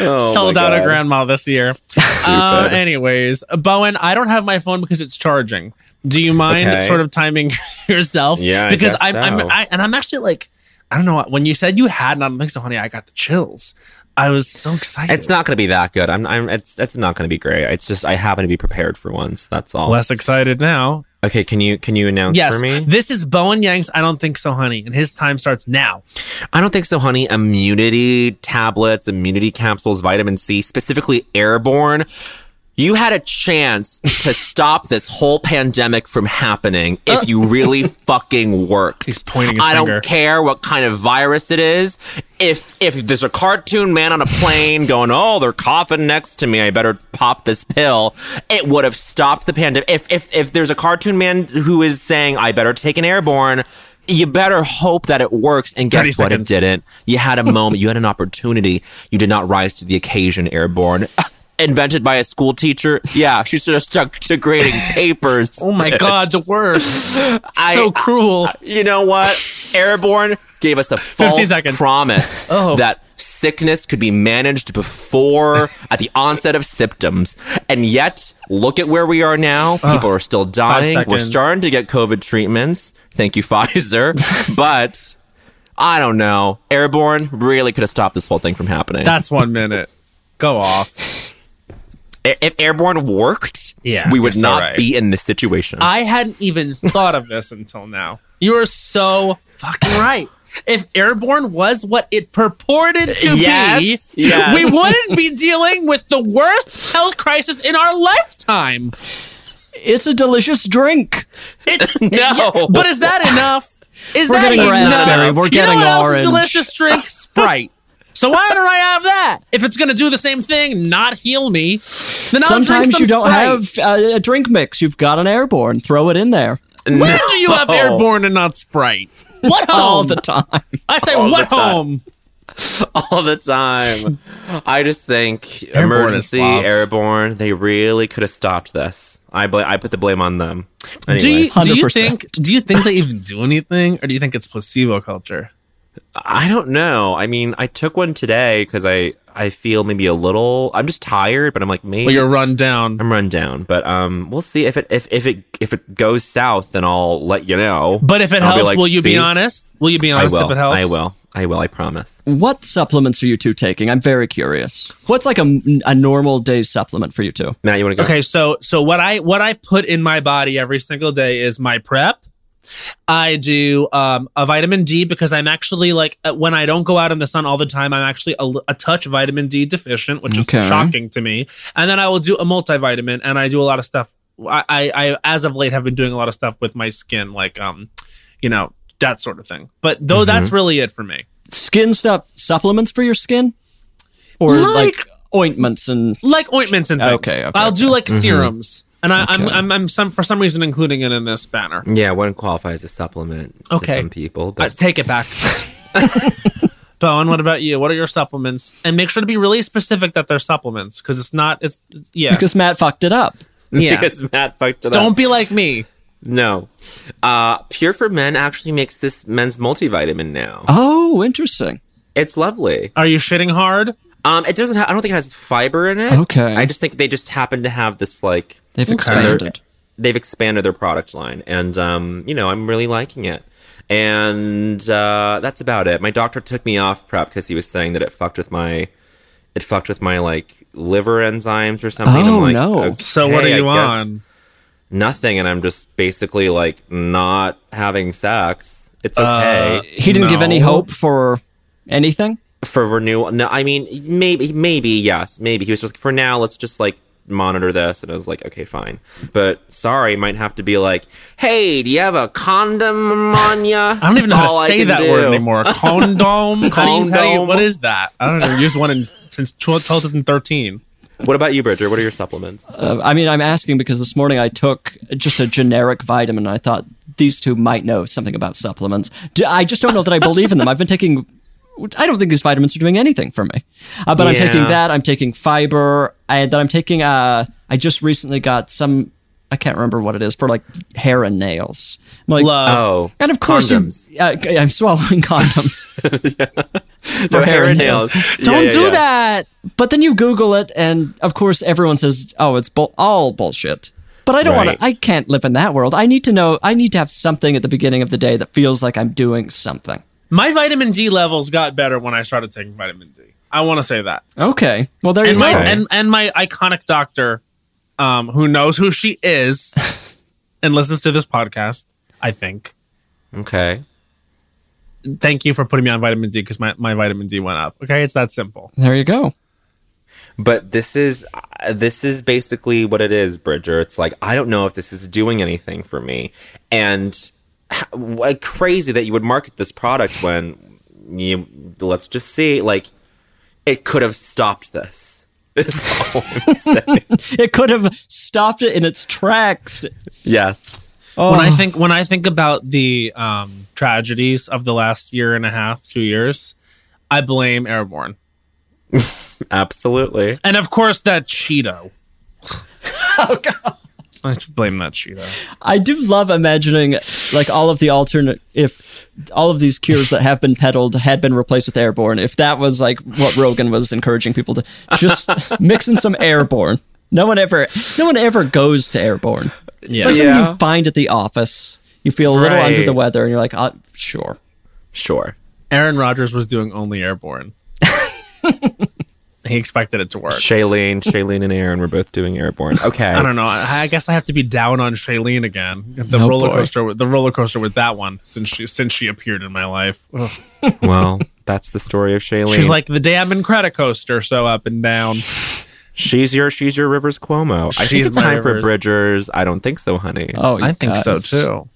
S1: Oh,
S2: sold
S1: my
S2: out a
S1: God.
S2: grandma this year. Uh, anyways, Bowen, I don't have my phone because it's charging. Do you mind
S1: Okay.
S2: sort of timing [laughs] yourself?
S1: Yeah, I
S2: because
S1: guess
S2: I'm, I'm
S1: so.
S2: I, and I'm actually like, I don't know. what- When you said you had, and I'm like, so honey, I got the chills. I was so excited.
S1: It's not going to be that good. I'm. I'm. It's. It's not going to be great. It's just I happen to be prepared for once. That's all.
S2: less excited now.
S1: Okay. Can you can you announce
S2: Yes,
S1: for me?
S2: this is Bowen Yang's. I don't think so, honey, and his time starts now.
S1: I don't think so, honey. Immunity tablets, immunity capsules, vitamin C, specifically airborne. You had a chance
S2: [laughs]
S1: to stop this whole pandemic from happening if you
S2: [laughs]
S1: really fucking worked. He's
S2: pointing his
S1: I
S2: finger.
S1: don't care what kind of virus it is. If if there's a cartoon man on a plane going, "Oh, they're coughing next to me. I better pop this pill." It would have stopped the pandemic. If if if there's a cartoon man who is saying, "I better take an airborne," you better hope that it works and
S2: 30
S1: guess what it
S2: seconds.
S1: didn't. You
S2: [laughs]
S1: had a moment, you had an opportunity. You did not rise to the occasion airborne. [laughs] Invented by a school teacher. Yeah, she should have stuck to grading
S2: [laughs]
S1: papers.
S2: Oh my
S1: bitch.
S2: God, the
S1: [laughs]
S2: worst. so cruel.
S1: You know what? Airborne gave
S2: [laughs]
S1: us a
S2: 50
S1: false
S2: seconds.
S1: promise
S2: Oh.
S1: that sickness could be managed before at the onset of symptoms. And yet, look at where we are now. People are still dying. We're
S2: seconds.
S1: starting to get COVID treatments. Thank you, [laughs] Pfizer. but I don't know. Airborne really could have stopped this whole thing from happening.
S2: That's one minute. Go off.
S1: I- if Airborne worked,
S2: Yeah,
S1: we would
S2: you're so
S1: not
S2: right. Uh,
S1: be in this situation.
S2: I hadn't even thought of this until now. You are so fucking right. If airborne was what it purported to
S1: Yes,
S2: be,
S1: yes.
S2: we wouldn't be dealing with the worst health crisis in our lifetime.
S6: It's a delicious drink.
S1: [laughs] no.
S2: But is that enough? Is
S6: We're
S2: that
S6: getting
S2: enough?
S6: raspberry, we're
S2: you know
S6: getting
S2: what else
S6: orange.
S2: is delicious? Drink Sprite. So why don't I have that? If it's going to do the same thing, not heal me, then I'll drink
S6: Sometimes
S2: some
S6: you don't
S2: Sprite.
S6: have uh, a drink mix. You've got an airborne. Throw it in there.
S2: When do you have
S1: No.
S2: airborne and not Sprite? What home?
S6: All the time.
S2: I say
S1: All the
S2: what
S1: time.
S2: home?
S1: [laughs] all the time. I just think
S2: Airborne is
S1: emergency
S2: slobs.
S1: airborne. They really could have stopped this. I bl- I put the blame on them. Anyway,
S2: do you, do you
S6: 100%.
S2: think do you think they even do anything, or do you think it's placebo culture?
S1: I don't know. I mean, I took one today because I I feel maybe a little. I'm just tired, but I'm like maybe
S2: Well, you're run down.
S1: I'm run down. But um, we'll see if it if if it if it goes south, then I'll let you know.
S2: But if it
S1: I'll be
S2: helps,
S1: like,
S2: will you
S1: "See?
S2: be honest? Will you be
S1: I
S2: honest
S1: will.
S2: if it helps?
S1: I will. I will. I promise.
S6: What supplements are you two taking? I'm very curious. What's like a, a normal day supplement for you two?
S1: Matt, you want to go?
S2: Okay, so so what I what I put in my body every single day is my prep. I do um, a vitamin D because I'm actually like uh, when I don't go out in the sun all the time, I'm actually a, l- a touch vitamin D deficient, which is
S6: Okay.
S2: shocking to me. And then I will do a multivitamin, and I do a lot of stuff. I, I, I as of late have been doing a lot of stuff with my skin, like um, you know that sort of thing. But though
S6: Mm-hmm.
S2: that's really it for me.
S6: Skin stuff, supplements for your skin? Or like,
S2: Like-
S6: ointments and.
S2: like ointments and things.
S6: Okay, Mm-hmm. okay,
S2: I'll do like serums. and I, I'm, I'm I'm some for some reason including it in this banner.
S1: Yeah, wouldn't qualify as a supplement
S2: Okay.
S1: to some people,
S2: I
S1: but
S2: take it back. [laughs] Bowen, what about you? What are your supplements? And make sure to be really specific that they're supplements because it's not. It's, it's yeah.
S6: Because Matt fucked it up.
S1: [laughs]
S2: yeah.
S1: because Matt fucked it up.
S2: Don't be like me.
S1: No. Uh, Pure for Men actually makes this men's multivitamin now.
S6: Oh, interesting.
S1: It's lovely.
S2: Are you shitting hard?
S1: Um, it doesn't. Ha- I don't think it has fiber in it.
S6: Okay.
S1: I just think they just happen to have this like
S6: They've
S1: their-
S6: expanded.
S1: They've expanded their product line, and um, you know, I'm really liking it. And uh, that's about it. My doctor took me off prep because he was saying that it fucked with my, it fucked with my like liver enzymes or something.
S6: Oh,
S1: I'm like,
S6: no.
S2: So what
S1: okay,
S2: are you
S1: I guess
S2: on?
S1: Nothing, and I'm just basically like not having sex. It's
S6: Uh,
S1: okay.
S6: he didn't give any hope for anything.
S1: for renewal. No, I mean maybe maybe yes, maybe he was just like, for now. Let's just like monitor this, and I was like, okay, fine. But sorry, might have to be like, hey, do you have a condom on ya?
S2: I don't even know how to say that word [laughs] anymore. Condom. How do you- how do you- what is that? I don't know. Used one in, since 12, 2013.
S1: What about you, Bridger? What are your supplements?
S6: Uh, I mean, I'm asking because this morning I took just a generic vitamin. I thought these two might know something about supplements. D- I just don't know that I believe in them. I've been taking. I don't think these vitamins are doing anything for me. Uh, but I'm taking
S5: Yeah.
S6: that. I'm taking fiber. And then I'm taking. Uh, I just recently got some. I can't remember what it is for like hair and nails. I'm like,
S1: Love. Oh,
S6: and of course, you-
S1: condoms.
S6: uh, I'm swallowing [laughs] condoms
S1: For hair and nails.
S6: Don't
S1: Yeah,
S6: do
S1: yeah, yeah.
S6: that. But then you Google it, and of course, everyone says, "Oh, it's bull all bullshit." But I don't want
S1: Right.
S6: to. I can't live in that world. I need to know. I need to have something at the beginning of the day that feels like I'm doing something.
S2: My vitamin D levels got better when I started taking vitamin D. I want to say that.
S6: Okay. Well, there
S2: and
S6: you
S2: my
S6: go.
S2: and, and my iconic doctor, um, who knows who she
S6: [laughs]
S2: is, and listens to this podcast. I think.
S1: Okay.
S2: Thank you for putting me on vitamin D because my, my vitamin D went up. Okay, it's that simple.
S6: there you go.
S1: But this is uh, this is basically what it is, Bridger. It's like I don't know if this is doing anything for me, and h- like crazy that you would market this product when you let's just see like it could have stopped this. [laughs] Is all I'm
S2: [laughs]
S1: saying.
S6: it could have stopped it in its tracks.
S1: yes.
S2: When
S6: Oh.
S2: I think when I think about the um, tragedies of the last year and a half, two years, I blame Airborne,
S1: Absolutely.
S2: and of course that Cheeto. [laughs]
S6: Oh,
S2: I just blame that Cheeto.
S6: I do love imagining like all of the alternate if all of these cures that have been peddled had been replaced with airborne. If that was like what Rogan was encouraging people to [laughs] just mix in some airborne. No one ever no one ever goes to airborne. It's like something
S1: Yeah.
S6: you find at the office. You feel a little under
S1: Right.
S6: the weather and you're like, uh, sure.
S1: Sure.
S2: Aaron Rodgers was doing only
S6: [laughs]
S2: Airborne. he expected it to work.
S1: Shailene, Shailene, and Aaron were both doing
S2: [laughs]
S1: airborne. Okay.
S2: I don't know. I, I guess I have to be down on Shailene again. The
S1: Oh,
S2: roller
S1: boy.
S2: coaster, with- the roller coaster with that one since she since she appeared in my life. Ugh.
S1: Well, that's the story of Shailene.
S2: She's like the damn in credit coaster, so up and down.
S1: She's your she's your Rivers Cuomo. I
S2: She's
S1: think it's
S2: my
S1: time for
S2: Rivers.
S1: Bridgers. I don't think so, honey.
S6: Oh, you I think so, guys. too.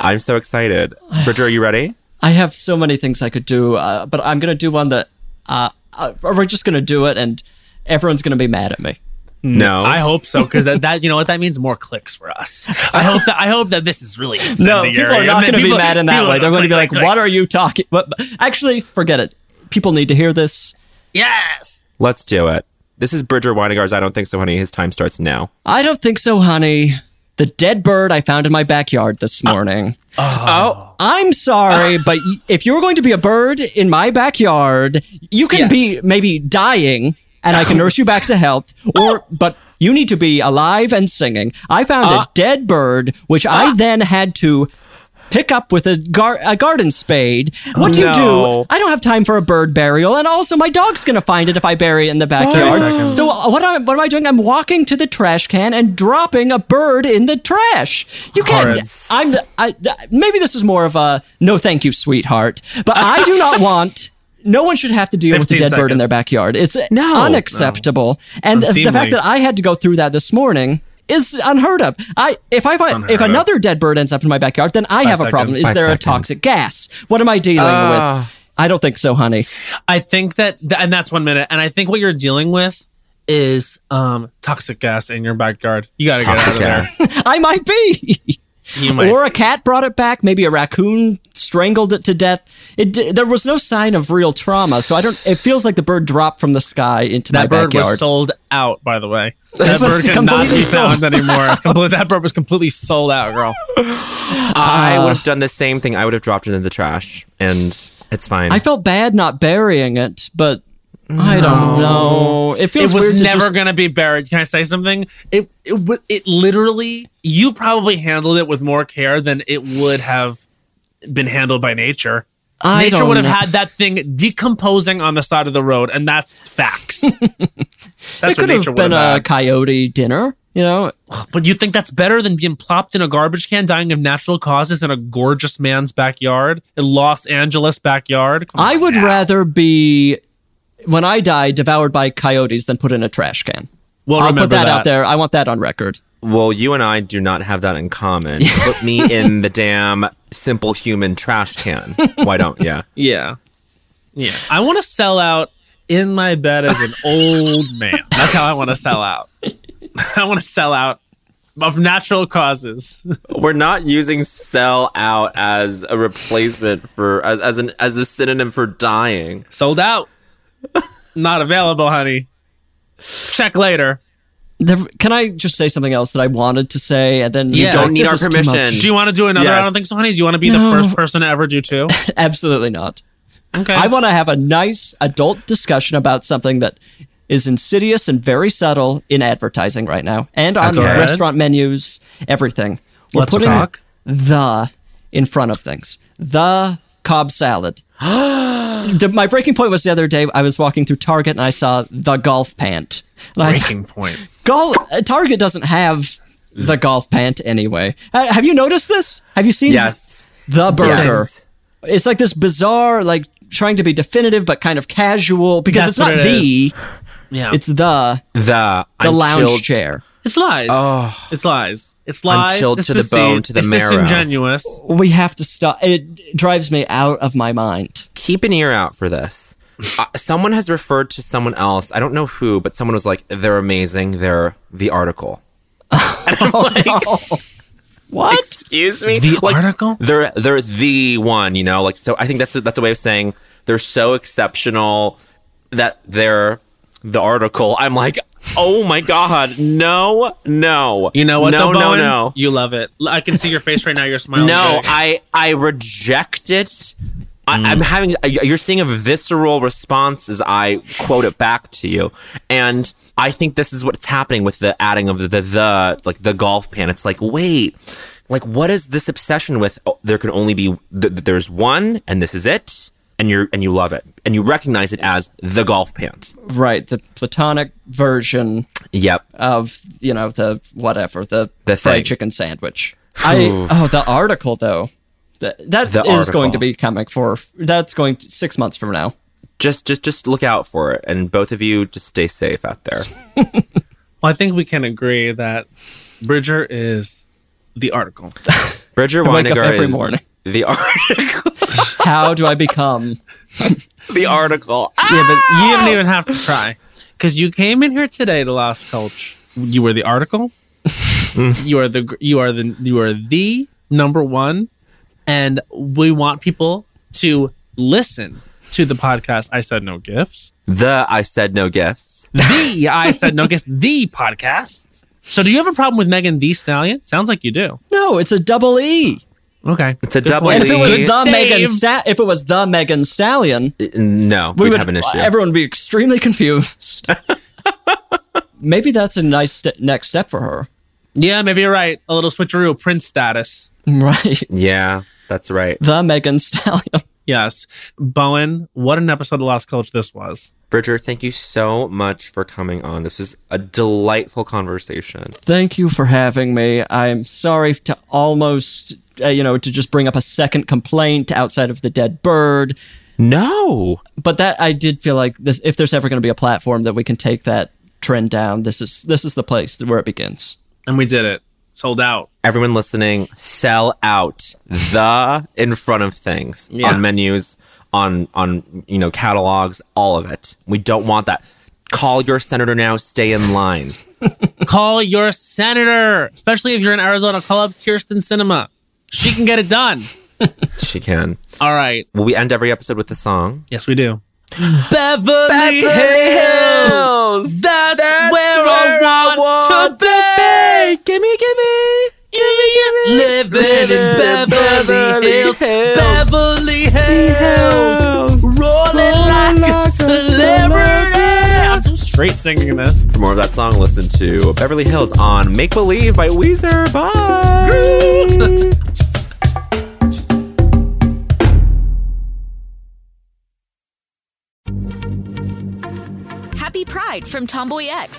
S1: I'm so excited. Bridger, are you
S6: [sighs]
S1: ready?
S6: I have so many things I could do, uh, but I'm gonna do one that uh, uh, we're just gonna do it, and everyone's gonna be mad at me.
S1: No.
S2: I hope so because that, that you know what that means more clicks for us. I hope that I hope that this is really
S6: No,
S2: incendiary.
S6: people are
S2: I mean,
S6: not going to be
S2: people-
S6: mad in that
S2: people
S6: way. They're going to be like,
S2: click,
S6: "What
S2: click.
S6: are you talking?" But actually, forget it. People need to hear this.
S2: Yes.
S1: Let's do it. This is Bridger Weinegar's I don't think so, honey. His time starts now.
S6: I don't think so, honey. The dead bird I found in my backyard this
S2: Ah.
S6: morning.
S1: Oh,
S6: I'm sorry, but y- if you're going to be a bird in my backyard, you can be maybe dying, and I can nurse you back to
S2: [laughs]
S6: health. Or, but you need to be alive and singing. I found
S2: Ah.
S6: a dead bird, which I then had to pick up with a, gar- a garden spade. What do you
S1: No.
S6: do? I don't have time for a bird burial, and also my dog's gonna find it if I bury it in the backyard. So uh, what am, what am I doing? I'm walking to the trash can and dropping a bird in the trash. You can't.
S5: Horrid.
S6: I'm. The, I, th- maybe this is more of a no, thank you, sweetheart. But I do not want. No one should have to deal with a
S5: 15
S6: dead bird in their
S5: seconds.
S6: backyard. It's unacceptable. And the- the
S5: Unseemly.
S6: fact that I had to go through that this morning is unheard of. I if I find if
S5: of.
S6: another dead bird ends up in my backyard, then I
S2: Five
S6: have a problem.
S2: seconds.
S6: Is
S2: Five
S6: there
S2: seconds.
S6: a toxic gas? What am I dealing
S2: Ah.
S6: with? I don't think so, honey.
S2: I think that, th- and that's one minute. And I think what you're dealing with is um, toxic gas in your backyard. You got to get out of
S6: Toxic
S2: there.
S6: gas. I might be.
S2: You might-
S6: Or a cat brought it back. Maybe a raccoon strangled it to death. It d- there was no sign of real trauma, so I don't. It feels like the bird dropped from the sky into my
S2: That bird
S6: backyard.
S2: was sold out, by the
S6: [laughs]
S2: way. That
S6: It was
S2: bird cannot
S6: completely
S2: be found
S6: sold [laughs]
S2: anymore.
S6: out.
S2: Comple- that bird was completely sold out, girl.
S1: I
S6: Uh,
S1: would have done the same thing. I would have dropped it in the trash, and it's fine.
S6: I felt bad not burying it, but I don't know. It feels
S2: was
S6: weird to
S2: never
S6: just-
S2: going to be buried. Can I say something? It, it w- it literally you probably handled it with more care than it would have been handled by nature.
S6: I
S2: nature
S6: don't
S2: would have
S6: know.
S2: had that thing decomposing on the side of the road, and that's
S6: [laughs]
S2: facts. that's
S6: it
S2: what nature
S6: could have
S2: would have
S6: been a
S2: had.
S6: coyote dinner. You know,
S2: But you think that's better than being plopped in a garbage can, dying of natural causes in a gorgeous man's backyard, in Los Angeles backyard? Come on.
S6: I would rather be when I die devoured by coyotes than put in a trash can.
S2: Well,
S6: I'll put
S1: remember
S6: that,
S1: that.
S6: out there. I want that on record.
S1: Well, you and I do not have that in common. Put
S6: [laughs]
S1: me in the damn simple human trash can. Why don't you?
S2: Yeah. Yeah. I want to sell out in my bed as an old man. That's how I want to sell out. [laughs] I want to sell out of natural causes.
S1: We're not using sell out as a replacement for as, as an as a synonym for dying.
S2: Sold out. Not available, honey. Check later.
S6: There, can I just say something else that I wanted to say? And then
S2: You don't need
S6: This
S2: our
S6: is too much.
S2: Do you want to do another? I don't think so, honey. Do you want to be the
S6: No.
S2: first person to ever do
S6: [laughs]
S2: two?
S6: [laughs] Absolutely not.
S2: Okay.
S6: I want to have a nice adult discussion about something that is insidious and very subtle in advertising right now and on
S2: Okay.
S6: restaurant menus, everything. We're
S2: Let's
S6: putting
S2: talk.
S6: the in front of things. The
S2: [gasps]
S6: Cobb salad. The- my breaking point was the other day. I was walking through Target and I saw the golf pant. And I-
S2: Breaking point.
S6: Golf uh, Target doesn't have the golf pant anyway. Uh, have you noticed this? Have you seen
S1: Yes.
S6: the burger?
S1: Yes.
S6: It's like this bizarre, like trying to be definitive but kind of casual because
S1: That's
S6: it's not
S1: what it
S6: the.
S1: is. Yeah.
S6: It's the
S1: The
S6: the
S1: I'm
S6: lounge
S1: chilled-
S6: chair.
S2: It's lies.
S1: Oh.
S2: It's lies. It's
S1: I'm
S2: lies.
S1: chilled
S2: it's
S1: to the bone, to the
S2: it's
S1: marrow.
S2: disingenuous.
S6: We have to stop. It drives me out of my mind.
S1: Keep an ear out for this. Uh, someone has referred to someone else. I don't know who, but someone was like, "They're amazing. They're the
S2: [laughs]
S1: article."
S2: Oh,
S6: What?
S1: Excuse me. The article. They're they're the one. You know, like so. I think that's a, that's a way of saying they're so exceptional that they're the article. I'm like, oh my god, no, no.
S2: You know what?
S1: No,
S2: though,
S1: no,
S2: Bowen?
S1: no.
S2: You love it. I can see your face right now. You're smiling.
S1: No,
S2: big.
S1: I I reject it.
S6: Hmm.
S1: I, I'm having uh, you're seeing a visceral response as I quote it back to you, and I think this is what's happening with the adding of the the, the like the golf pan. It's like wait, like what is this obsession with? Oh, there can only be th- th- there's one, and this is it. And you're and you love it, and you recognize it as the golf pant.
S6: Right, the platonic version.
S1: Yep.
S6: Of you know the whatever the,
S1: The
S6: fried
S1: thing.
S6: chicken sandwich.
S1: Phew.
S6: I oh the article though. That that
S1: The
S6: is going
S1: article.
S6: to be coming for that's going to, six months from now.
S1: Just just just look out for it, and both of you just stay safe out there.
S2: Well, I think we can agree that Bridger is the article.
S1: Bridger
S6: I [laughs] wake up
S1: Weiniger
S6: every
S1: is
S6: morning.
S1: the [laughs] article.
S6: How do I become?
S1: the article.
S2: [laughs] yeah, but you didn't even have to try because you came in here today to Lost Coach. You were the [laughs] article. you are the gr- you are the you are the number one, and we want people to listen to the podcast. I said no gifts.
S1: The I said no gifts.
S2: The I said no gifts. The podcast. So, do you have a problem with Megan the Stallion? Sounds like you do.
S6: No, it's a double E.
S2: Okay,
S1: it's a double
S6: And if it was
S1: E.
S6: the
S2: Save.
S6: Megan, Sta- if it was the Megan Stallion,
S1: No,
S6: we
S1: we'd
S6: would
S1: have an issue.
S6: Everyone would be extremely confused. [laughs] Maybe that's a nice st- next step for her. [laughs]
S2: Yeah, maybe you're right. A little switcheroo, Prince status.
S6: Right.
S1: yeah, that's right.
S6: The Megan Stallion.
S2: Yes. Bowen, what an episode of Lost Coach this was.
S1: Bridger, thank you so much for coming on. This was a delightful conversation.
S6: Thank you for having me. I'm sorry to almost, uh, you know, to just bring up a second complaint outside of the dead bird.
S1: No.
S6: But that I did feel like this. If there's ever going to be a platform that we can take that trend down, this is this is the place where it begins.
S2: And we did it. Sold out.
S1: Everyone listening, sell out the in front of things
S2: Yeah.
S1: on menus, on on you know catalogs, all of it. We don't want that. Call your senator now. Stay in line.
S2: call your senator, especially if you're in Arizona. Call up Kirsten Cinema. She can get it done.
S1: she can.
S2: All right.
S1: Will we end every episode with a song?
S2: Yes, we do. Beverly, Hills. That's, where, I, want to be. Gimme, gimme. Gimme, gimme. Living in Beverly, Hills. Beverly Hills. Rolling, like, a celebrity. I'm so straight singing this.
S1: For more of that song, listen to Beverly Hills on Make Believe by Weezer. Bye.
S12: Happy Pride from Tomboy X,